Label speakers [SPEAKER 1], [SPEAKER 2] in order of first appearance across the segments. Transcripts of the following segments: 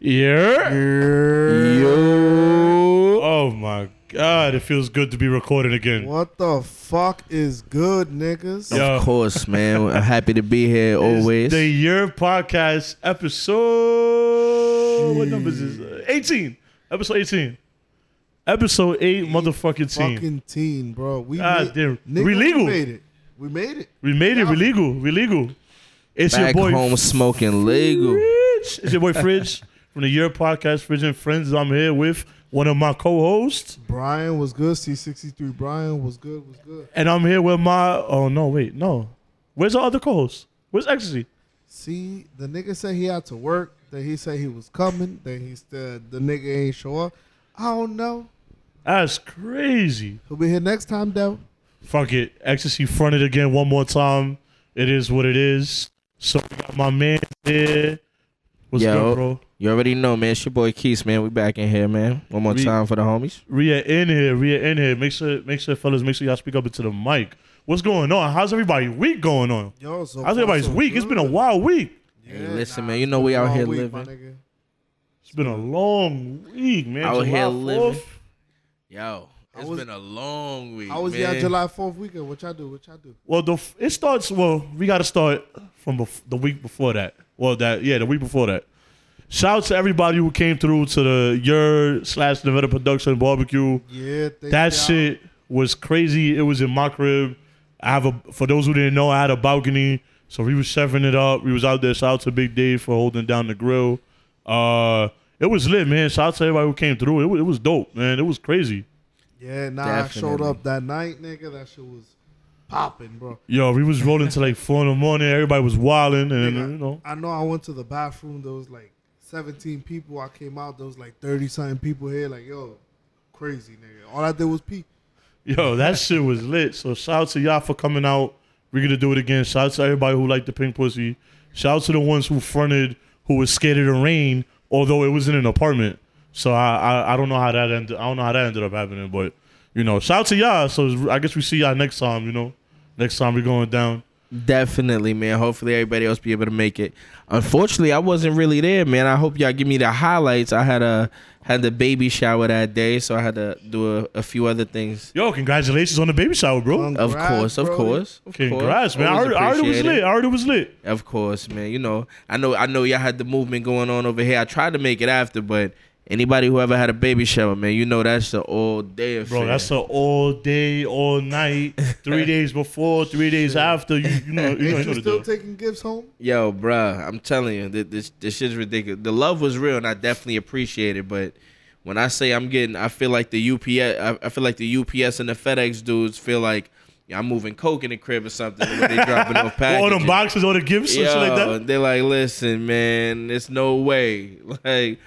[SPEAKER 1] Yeah.
[SPEAKER 2] Yo.
[SPEAKER 1] Oh my God! It feels good to be recording again.
[SPEAKER 3] What the fuck is good, niggas?
[SPEAKER 1] Yo.
[SPEAKER 2] Of course, man. I'm happy to be here
[SPEAKER 1] It's
[SPEAKER 2] always.
[SPEAKER 1] the Year Podcast episode. What number is this? Eighteen. Episode eighteen. Episode eight, motherfucking team.
[SPEAKER 3] Fucking teen, bro. We
[SPEAKER 1] Ah,
[SPEAKER 3] made,
[SPEAKER 1] damn.
[SPEAKER 3] nigga,
[SPEAKER 1] We legal.
[SPEAKER 3] We made it. We made it.
[SPEAKER 1] We made it. We legal. We legal. It's
[SPEAKER 2] Back
[SPEAKER 1] your boy
[SPEAKER 2] home smoking legal.
[SPEAKER 1] Fridge. It's your boy Fridge from the Year Podcast. Fridge and friends. I'm here with one of my co-hosts,
[SPEAKER 3] Brian was good. C63 Brian was good. Was good.
[SPEAKER 1] and I'm here with my. Oh no! Wait, no. Where's our other co-host? Where's Ecstasy?
[SPEAKER 3] See, the nigga said he had to work. Then he said he was coming. Then he said the nigga ain't sure. I don't know.
[SPEAKER 1] That's crazy.
[SPEAKER 3] He'll be here next time, though.
[SPEAKER 1] fuck it. Ecstasy fronted again one more time. It is what it is. So we got my man there. What's
[SPEAKER 2] Yo.
[SPEAKER 1] up, bro?
[SPEAKER 2] You already know, man. It's your boy Keith, man. We back in here, man. One more
[SPEAKER 1] We-
[SPEAKER 2] time for the homies.
[SPEAKER 1] Rhea in here. Rhea in here. Make sure, make sure, fellas, make sure y'all speak up into the mic. What's going on? How's everybody week going on?
[SPEAKER 3] Yo, so
[SPEAKER 1] How's
[SPEAKER 3] far,
[SPEAKER 1] everybody's
[SPEAKER 3] so
[SPEAKER 1] week? It's been a
[SPEAKER 3] good.
[SPEAKER 1] wild week.
[SPEAKER 2] Hey, listen, man. You know we out
[SPEAKER 3] Long
[SPEAKER 2] here
[SPEAKER 3] week, my
[SPEAKER 2] living.
[SPEAKER 3] nigga.
[SPEAKER 1] It's been a long week, man.
[SPEAKER 2] Out here
[SPEAKER 1] July
[SPEAKER 2] living.
[SPEAKER 1] 4th.
[SPEAKER 2] Yo,
[SPEAKER 3] it's
[SPEAKER 2] it's
[SPEAKER 3] was-
[SPEAKER 2] been a long week.
[SPEAKER 3] How was y'all
[SPEAKER 2] man.
[SPEAKER 3] July 4th weekend? What y'all do? What y'all do?
[SPEAKER 1] Well, the f- it starts. Well, we got to start from bef- the week before that. Well, that yeah, the week before that. Shout out to everybody who came through to the your slash Nevada production barbecue.
[SPEAKER 3] Yeah, thank
[SPEAKER 1] That
[SPEAKER 3] y'all.
[SPEAKER 1] shit was crazy. It was in my crib. I have a for those who didn't know, I had a balcony, so we was chefing it up. We was out there. Shout out to Big Dave for holding down the grill. Uh, it was lit, man. Shout out to everybody who came through. It was, it was dope, man. It was crazy.
[SPEAKER 3] Yeah, nah, I showed
[SPEAKER 2] Definitely.
[SPEAKER 3] up that night, nigga. That shit was popping, bro.
[SPEAKER 1] Yo, we was rolling till like four in the morning. Everybody was wilding, and you know.
[SPEAKER 3] I know I went to the bathroom. There was like 17 people. I came out. There was like 30 something people here. Like, yo, crazy, nigga. All I did was pee.
[SPEAKER 1] Yo, that shit was lit. So shout out to y'all for coming out. We're gonna do it again. Shout out to everybody who liked the pink pussy. Shout out to the ones who fronted who was scared of the rain, although it was in an apartment. So I I, I don't know how that ended. I don't know how that ended up happening, but you know, shout out to y'all. So I guess we see y'all next time. You know, next time we're going down.
[SPEAKER 2] Definitely, man. Hopefully, everybody else be able to make it. Unfortunately, I wasn't really there, man. I hope y'all give me the highlights. I had a had the baby shower that day, so I had to do a, a few other things.
[SPEAKER 1] Yo, congratulations on the baby shower, bro.
[SPEAKER 2] Of
[SPEAKER 3] Congrats,
[SPEAKER 2] course, of
[SPEAKER 3] bro.
[SPEAKER 2] course, of course.
[SPEAKER 1] Congrats, man. I
[SPEAKER 2] Always
[SPEAKER 1] already, I already was
[SPEAKER 2] appreciate it.
[SPEAKER 1] lit. I already was lit.
[SPEAKER 2] Of course, man. You know, I know, I know, y'all had the movement going on over here. I tried to make it after, but anybody who ever had a baby shower, man, you know that's the all day affair.
[SPEAKER 1] Bro, that's a all day, all night, three days before, three days after. You, you know, you know, you know
[SPEAKER 3] Ain't you
[SPEAKER 1] the deal.
[SPEAKER 3] still taking gifts home?
[SPEAKER 2] Yo, bruh, I'm telling you, th- this this shit's ridiculous. The love was real, and I definitely appreciate it. But when I say I'm getting, I feel like the UPS, I, I feel like the UPS and the FedEx dudes feel like yeah, I'm moving coke in the crib or something when they dropping off
[SPEAKER 1] All them
[SPEAKER 2] packages.
[SPEAKER 1] boxes, all the gifts, and shit like
[SPEAKER 2] Yo,
[SPEAKER 1] that.
[SPEAKER 2] they're like, listen, man, there's no way. Like,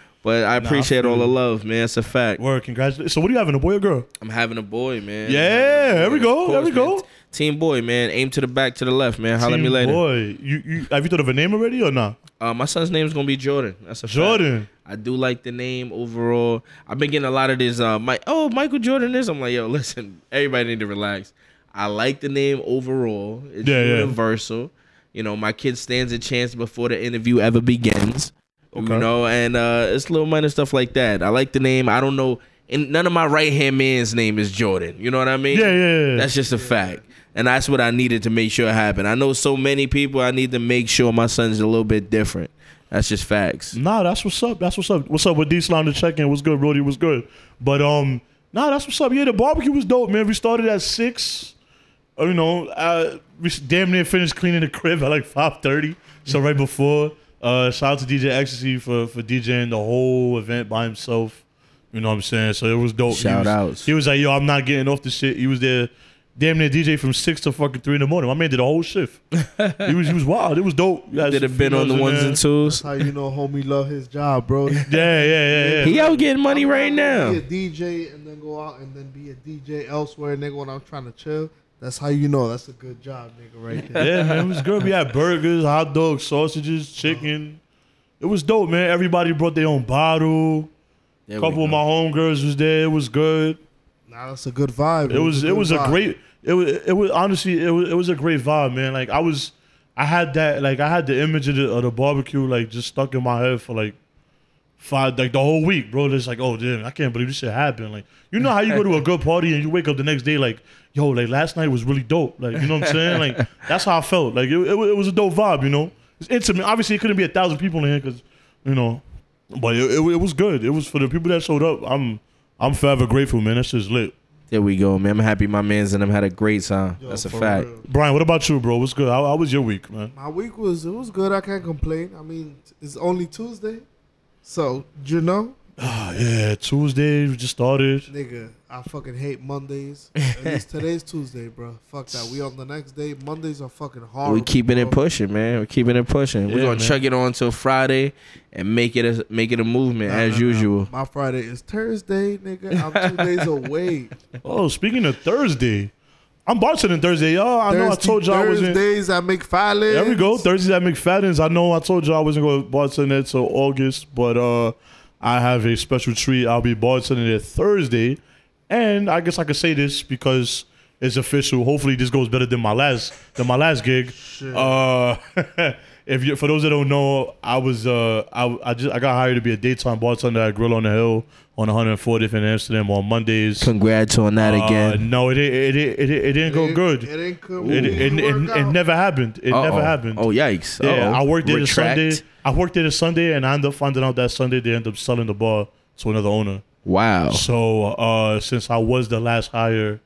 [SPEAKER 2] but I appreciate all the love, man. It's a fact.
[SPEAKER 1] Word, congratulations. So what are you having, a boy or girl?
[SPEAKER 2] I'm having a boy, man.
[SPEAKER 1] Yeah,
[SPEAKER 2] I'm having a boy.
[SPEAKER 1] there we go,
[SPEAKER 2] Of
[SPEAKER 1] there we
[SPEAKER 2] man.
[SPEAKER 1] go.
[SPEAKER 2] Team boy, man. Aim to the back, to the left, man. Holler at me
[SPEAKER 1] Team
[SPEAKER 2] later.
[SPEAKER 1] Boy, you, you have you thought of a name already or not?
[SPEAKER 2] Uh, my son's name is gonna be Jordan. That's a fact.
[SPEAKER 1] Jordan.
[SPEAKER 2] I do like the name overall. I've been getting a lot of this. Uh, my oh, Michael Jordan is. I'm like, yo, listen, everybody need to relax. I like the name overall. It's
[SPEAKER 1] Yeah, yeah.
[SPEAKER 2] universal. You know, my kid stands a chance before the interview ever begins.
[SPEAKER 1] Okay.
[SPEAKER 2] You know, and uh, it's little minor stuff like that. I like the name. I don't know. And none of my right hand man's name is Jordan. You know what I mean?
[SPEAKER 1] Yeah, yeah, yeah.
[SPEAKER 2] That's just a fact. And that's what I needed to make sure happened. I know so many people. I need to make sure my son's a little bit different. That's just facts.
[SPEAKER 1] Nah, that's what's up. That's what's up. What's up with D Slime to check in? What's good, Brody? What's good? But um, nah, that's what's up. Yeah, the barbecue was dope, man. We started at six. Uh, You know, uh, we s- damn near finished cleaning the crib at like five thirty. So right before, uh, shout out to DJ Ecstasy for for DJing the whole event by himself. You know what I'm saying? So it was dope. He
[SPEAKER 2] Shout
[SPEAKER 1] was-
[SPEAKER 2] outs.
[SPEAKER 1] He was like, "Yo, I'm not getting off the shit." He was there, damn near DJ from six to fucking three in the morning. My man did a whole shift. he was he was wild. It was dope. You had
[SPEAKER 2] Did
[SPEAKER 1] some
[SPEAKER 2] it been
[SPEAKER 1] females
[SPEAKER 2] on the
[SPEAKER 1] in
[SPEAKER 2] ones
[SPEAKER 1] there.
[SPEAKER 2] and
[SPEAKER 3] That's
[SPEAKER 2] twos?
[SPEAKER 3] how you know homie love his job, bro. He
[SPEAKER 1] Yeah, yeah, yeah, yeah.
[SPEAKER 2] He out getting money right now.
[SPEAKER 3] Be a DJ and then go out and then be a DJ elsewhere, nigga, when I'm trying to chill. That's how you know that's a good job, nigga, right there.
[SPEAKER 1] yeah, man, it was good. We had burgers, hot dogs, sausages, chicken. It was dope, man. Everybody brought their own bottle. A couple of my homegirls was there. It was good.
[SPEAKER 3] Nah, that's a good vibe.
[SPEAKER 1] It was it
[SPEAKER 3] good
[SPEAKER 1] was a
[SPEAKER 3] vibe.
[SPEAKER 1] great. It was it was honestly it was it was a great vibe, man. Like I was, I had that like I had the image of the, of the barbecue like just stuck in my head for like five like the whole week, bro. It's like, oh damn, I can't believe this shit happened. Like, you know how you go to a good party and you wake up the next day like, yo, like last night was really dope. Like, you know what I'm saying? Like, that's how I felt. Like, it, it, wa- it was a dope vibe. You know, it's intimate. Obviously, it couldn't be a thousand people in here because, you know, but it, it, wa- it was good. It was for the people that showed up. I'm I'm forever grateful, man. That's just lit.
[SPEAKER 2] There we go, man. I'm happy my man's and them had a great time.
[SPEAKER 3] Yo,
[SPEAKER 2] That's a
[SPEAKER 3] for
[SPEAKER 2] fact.
[SPEAKER 3] real.
[SPEAKER 1] Brian, what about you, bro? What's good? How, how was your week, man?
[SPEAKER 3] My week was it was good. I can't complain. I mean, it's only Tuesday, so you know,
[SPEAKER 1] Ah, yeah, Tuesday we just started.
[SPEAKER 3] nigga, I fucking hate Mondays. At least today's Tuesday, bro. Fuck that. We on the next day. Mondays are fucking hard.
[SPEAKER 2] We keeping it pushing, man. We keeping it pushing. We're
[SPEAKER 1] Yeah,
[SPEAKER 2] gonna
[SPEAKER 1] man.
[SPEAKER 2] chuck it on till Friday and make it a make it a movement as usual.
[SPEAKER 3] My Friday is Thursday, nigga. I'm two days away.
[SPEAKER 1] Oh, speaking of Thursday, I'm bartending Thursday, y'all. I know I
[SPEAKER 3] Thursday-
[SPEAKER 1] told y'all I wasn't.
[SPEAKER 3] Thursdays I make five lists.
[SPEAKER 1] There we go. Thursdays at McFadden's. I know I told you I wasn't going to bartend there till August, but uh, I have a special treat. I'll be bartending there Thursday, and I guess I could say this because it's official. Hopefully, this goes better than my last than my last gig. Uh, if you for those that don't know, I was uh, I, I just I got hired to be a daytime bartender at Grill on the Hill on 140th in Amsterdam on Mondays.
[SPEAKER 2] Congrats on that
[SPEAKER 1] Uh,
[SPEAKER 2] again.
[SPEAKER 1] no, it it, it it it didn't go
[SPEAKER 3] It-
[SPEAKER 1] good.
[SPEAKER 3] It ain't come.
[SPEAKER 1] It, it, it, it, never happened. It
[SPEAKER 2] Uh-oh.
[SPEAKER 1] never happened.
[SPEAKER 2] Oh yikes!
[SPEAKER 1] Yeah,
[SPEAKER 2] Uh-oh.
[SPEAKER 1] I worked there
[SPEAKER 2] Retract.
[SPEAKER 1] Sunday. I worked there Sunday, and I ended up finding out that Sunday they ended up selling the bar to another owner.
[SPEAKER 2] Wow.
[SPEAKER 1] So uh, since I was the last hire,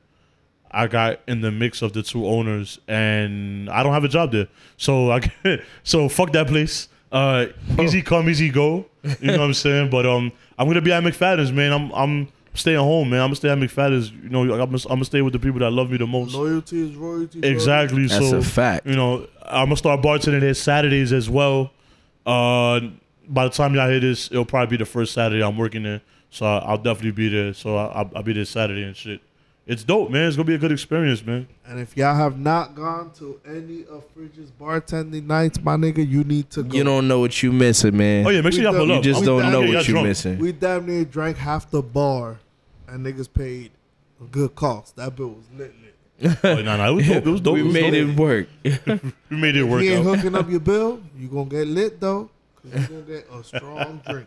[SPEAKER 1] I got in the mix of the two owners, and I don't have a job there. So I so fuck that place. Uh,
[SPEAKER 2] Oh.
[SPEAKER 1] easy come, easy go. You know what I'm saying? But um, I'm gonna be at McFadden's, man. I'm I'm staying home, man. I'm gonna stay at McFadden's. You know, I'm gonna, I'm gonna stay with the people that love me the most.
[SPEAKER 3] Loyalty is royalty. bro.
[SPEAKER 1] Exactly.
[SPEAKER 2] That's
[SPEAKER 1] so mm,
[SPEAKER 2] a fact.
[SPEAKER 1] You know, I'm gonna start bartending there Saturdays as well. Uh, by the time y'all hear this, it'll probably be the first Saturday I'm working there, so I- I'll definitely be there. So I- I'll, I'll be there Saturday and shit. It's dope, man. It's gonna be a good experience, man.
[SPEAKER 3] And if y'all have not gone to any of Fridge's bartending nights, my nigga, you need to go.
[SPEAKER 2] You don't know what you missing, man.
[SPEAKER 1] Oh yeah, make sure
[SPEAKER 3] We
[SPEAKER 1] y'all
[SPEAKER 3] done-
[SPEAKER 1] pull
[SPEAKER 3] you
[SPEAKER 1] up.
[SPEAKER 2] You just
[SPEAKER 1] I'm-
[SPEAKER 2] don't
[SPEAKER 1] I'm
[SPEAKER 2] know
[SPEAKER 1] gonna get
[SPEAKER 2] what you
[SPEAKER 1] y'all drunk.
[SPEAKER 2] missing.
[SPEAKER 3] we damn near drank half the bar, and niggas paid a good cost. That bill was lit lit.
[SPEAKER 1] Oh, nah, nah, it was dope. It was dope.
[SPEAKER 2] we
[SPEAKER 1] it was
[SPEAKER 2] made
[SPEAKER 1] dope.
[SPEAKER 2] it work.
[SPEAKER 1] We made it
[SPEAKER 3] If
[SPEAKER 1] work
[SPEAKER 3] you ain't
[SPEAKER 1] out.
[SPEAKER 3] hooking up your bill, you gonna get lit though, cause you gonna get a strong drink.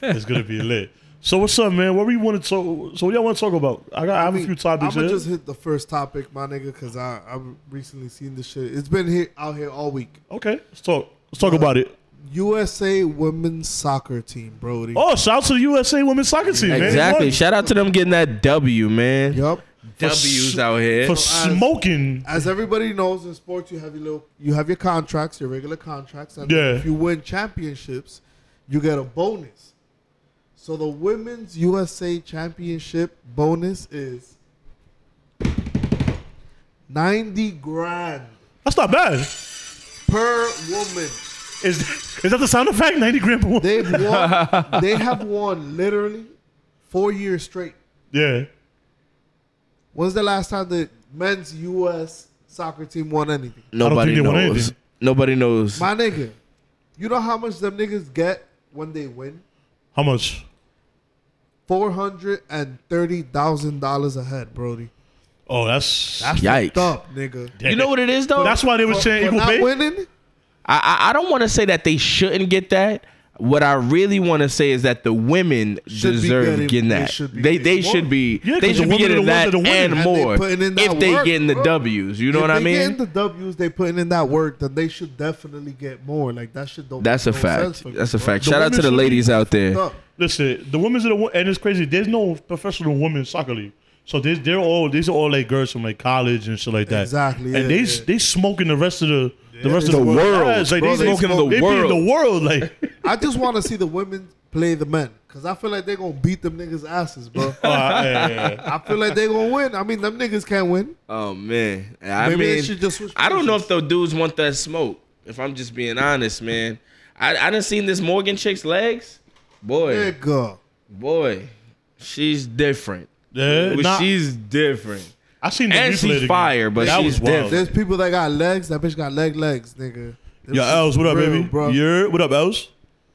[SPEAKER 1] It's gonna be lit. So what's up, man? What we want to talk? So what y'all want to talk about? I got. I have a few topics.
[SPEAKER 3] I'm
[SPEAKER 1] here.
[SPEAKER 3] gonna just hit the first topic, my nigga, cause I I've recently seen this shit. It's been here out here all week.
[SPEAKER 1] okay, let's talk. Let's talk about it.
[SPEAKER 3] USA women's soccer team, Brody.
[SPEAKER 1] Oh, shout out to the USA women's soccer team, man. They
[SPEAKER 2] exactly.
[SPEAKER 1] won.
[SPEAKER 2] Shout out to them getting that W, man.
[SPEAKER 3] Yup.
[SPEAKER 2] W's
[SPEAKER 1] s-
[SPEAKER 2] out here.
[SPEAKER 1] for smoking.
[SPEAKER 3] As everybody knows in sports, you have your little, you have your contracts, your regular contracts, and
[SPEAKER 1] Yeah.
[SPEAKER 3] if you win championships, you get a bonus. So the women's USA championship bonus is ninety grand
[SPEAKER 1] That's not bad.
[SPEAKER 3] per woman.
[SPEAKER 1] Is is that the sound effect? Ninety grand per woman.
[SPEAKER 3] They've won. they have won literally four years straight.
[SPEAKER 1] Yeah,
[SPEAKER 3] When's the last time the men's U.S. soccer team won anything?
[SPEAKER 2] Nobody
[SPEAKER 1] I don't think they won
[SPEAKER 2] knows.
[SPEAKER 1] anything.
[SPEAKER 2] Nobody knows.
[SPEAKER 3] My nigga, you know how much them niggas get when they win?
[SPEAKER 1] how much?
[SPEAKER 3] Four hundred and thirty thousand dollars a head, Brody.
[SPEAKER 1] Oh, that's
[SPEAKER 3] That's
[SPEAKER 2] Yikes.
[SPEAKER 3] fucked up, nigga.
[SPEAKER 2] you know what it is though.
[SPEAKER 1] That's why they
[SPEAKER 3] For-
[SPEAKER 1] was saying
[SPEAKER 3] for
[SPEAKER 1] equal
[SPEAKER 3] not
[SPEAKER 1] pay.
[SPEAKER 3] winning,
[SPEAKER 2] I, I I don't want to say that they shouldn't get that. What I really want to say is that the women
[SPEAKER 3] Should be
[SPEAKER 2] deserve
[SPEAKER 3] getting-
[SPEAKER 2] getting,
[SPEAKER 3] they
[SPEAKER 2] that.
[SPEAKER 3] should be
[SPEAKER 2] They
[SPEAKER 3] getting
[SPEAKER 2] they
[SPEAKER 3] more.
[SPEAKER 2] should be
[SPEAKER 1] Yeah, 'cause
[SPEAKER 2] they
[SPEAKER 1] the
[SPEAKER 2] should
[SPEAKER 1] women
[SPEAKER 2] be
[SPEAKER 1] are
[SPEAKER 2] getting
[SPEAKER 1] the ones
[SPEAKER 2] that
[SPEAKER 1] that are winning. And
[SPEAKER 2] and
[SPEAKER 1] they
[SPEAKER 2] more
[SPEAKER 3] putting in that
[SPEAKER 2] if they
[SPEAKER 3] work,
[SPEAKER 2] getting the
[SPEAKER 3] bro.
[SPEAKER 2] W's. You know what I
[SPEAKER 3] If they
[SPEAKER 2] mean?
[SPEAKER 3] get the W's, they putting in that work, then they should definitely get more. Like that shit don't.
[SPEAKER 2] That's a
[SPEAKER 3] make no sense
[SPEAKER 2] fact.
[SPEAKER 3] for me,
[SPEAKER 2] That's a
[SPEAKER 3] bro.
[SPEAKER 2] fact.
[SPEAKER 1] The
[SPEAKER 2] Shout out to
[SPEAKER 1] women
[SPEAKER 2] the
[SPEAKER 1] should be
[SPEAKER 2] ladies out there.
[SPEAKER 3] Fucked up.
[SPEAKER 1] Listen, the women's are the one, and it's crazy. There's no professional women's soccer league, so they, they're all these are all like girls from like college and shit like that.
[SPEAKER 3] Exactly, yeah,
[SPEAKER 1] and they
[SPEAKER 3] yeah.
[SPEAKER 1] they smoking the rest of the the rest
[SPEAKER 2] The
[SPEAKER 1] of the world.
[SPEAKER 2] world,
[SPEAKER 1] Yeah, it's like
[SPEAKER 2] bro,
[SPEAKER 1] they
[SPEAKER 2] they
[SPEAKER 1] smoking
[SPEAKER 2] smoking the
[SPEAKER 1] they Beating
[SPEAKER 2] world.
[SPEAKER 1] the world like.
[SPEAKER 3] I just want to see the women play the men, cause I feel like they gonna beat them niggas asses, bro.
[SPEAKER 1] Oh, yeah, yeah, yeah.
[SPEAKER 3] I feel like they gonna win. I mean, them niggas can't win.
[SPEAKER 2] Oh man, I
[SPEAKER 3] Maybe they
[SPEAKER 2] mean,
[SPEAKER 3] should just switch
[SPEAKER 2] I don't know if
[SPEAKER 3] positions.
[SPEAKER 2] the dudes want that smoke. If I'm just being honest, man, I I done seen this Morgan chick's legs. Boy,
[SPEAKER 3] Nigga.
[SPEAKER 2] boy, she's different.
[SPEAKER 1] Yeah,
[SPEAKER 2] Well,
[SPEAKER 1] Eh, nah,
[SPEAKER 2] she's different.
[SPEAKER 1] I seen the replay
[SPEAKER 2] and
[SPEAKER 1] of
[SPEAKER 2] she's
[SPEAKER 1] the game.
[SPEAKER 2] fire, but
[SPEAKER 1] That
[SPEAKER 2] she's
[SPEAKER 1] was wild.
[SPEAKER 2] different.
[SPEAKER 3] There's people that got legs. That bitch got leg legs, nigga. Them
[SPEAKER 1] Yo,
[SPEAKER 3] shits
[SPEAKER 1] Els, what up,
[SPEAKER 3] real,
[SPEAKER 1] baby?
[SPEAKER 3] Bro.
[SPEAKER 1] You're what up, Els?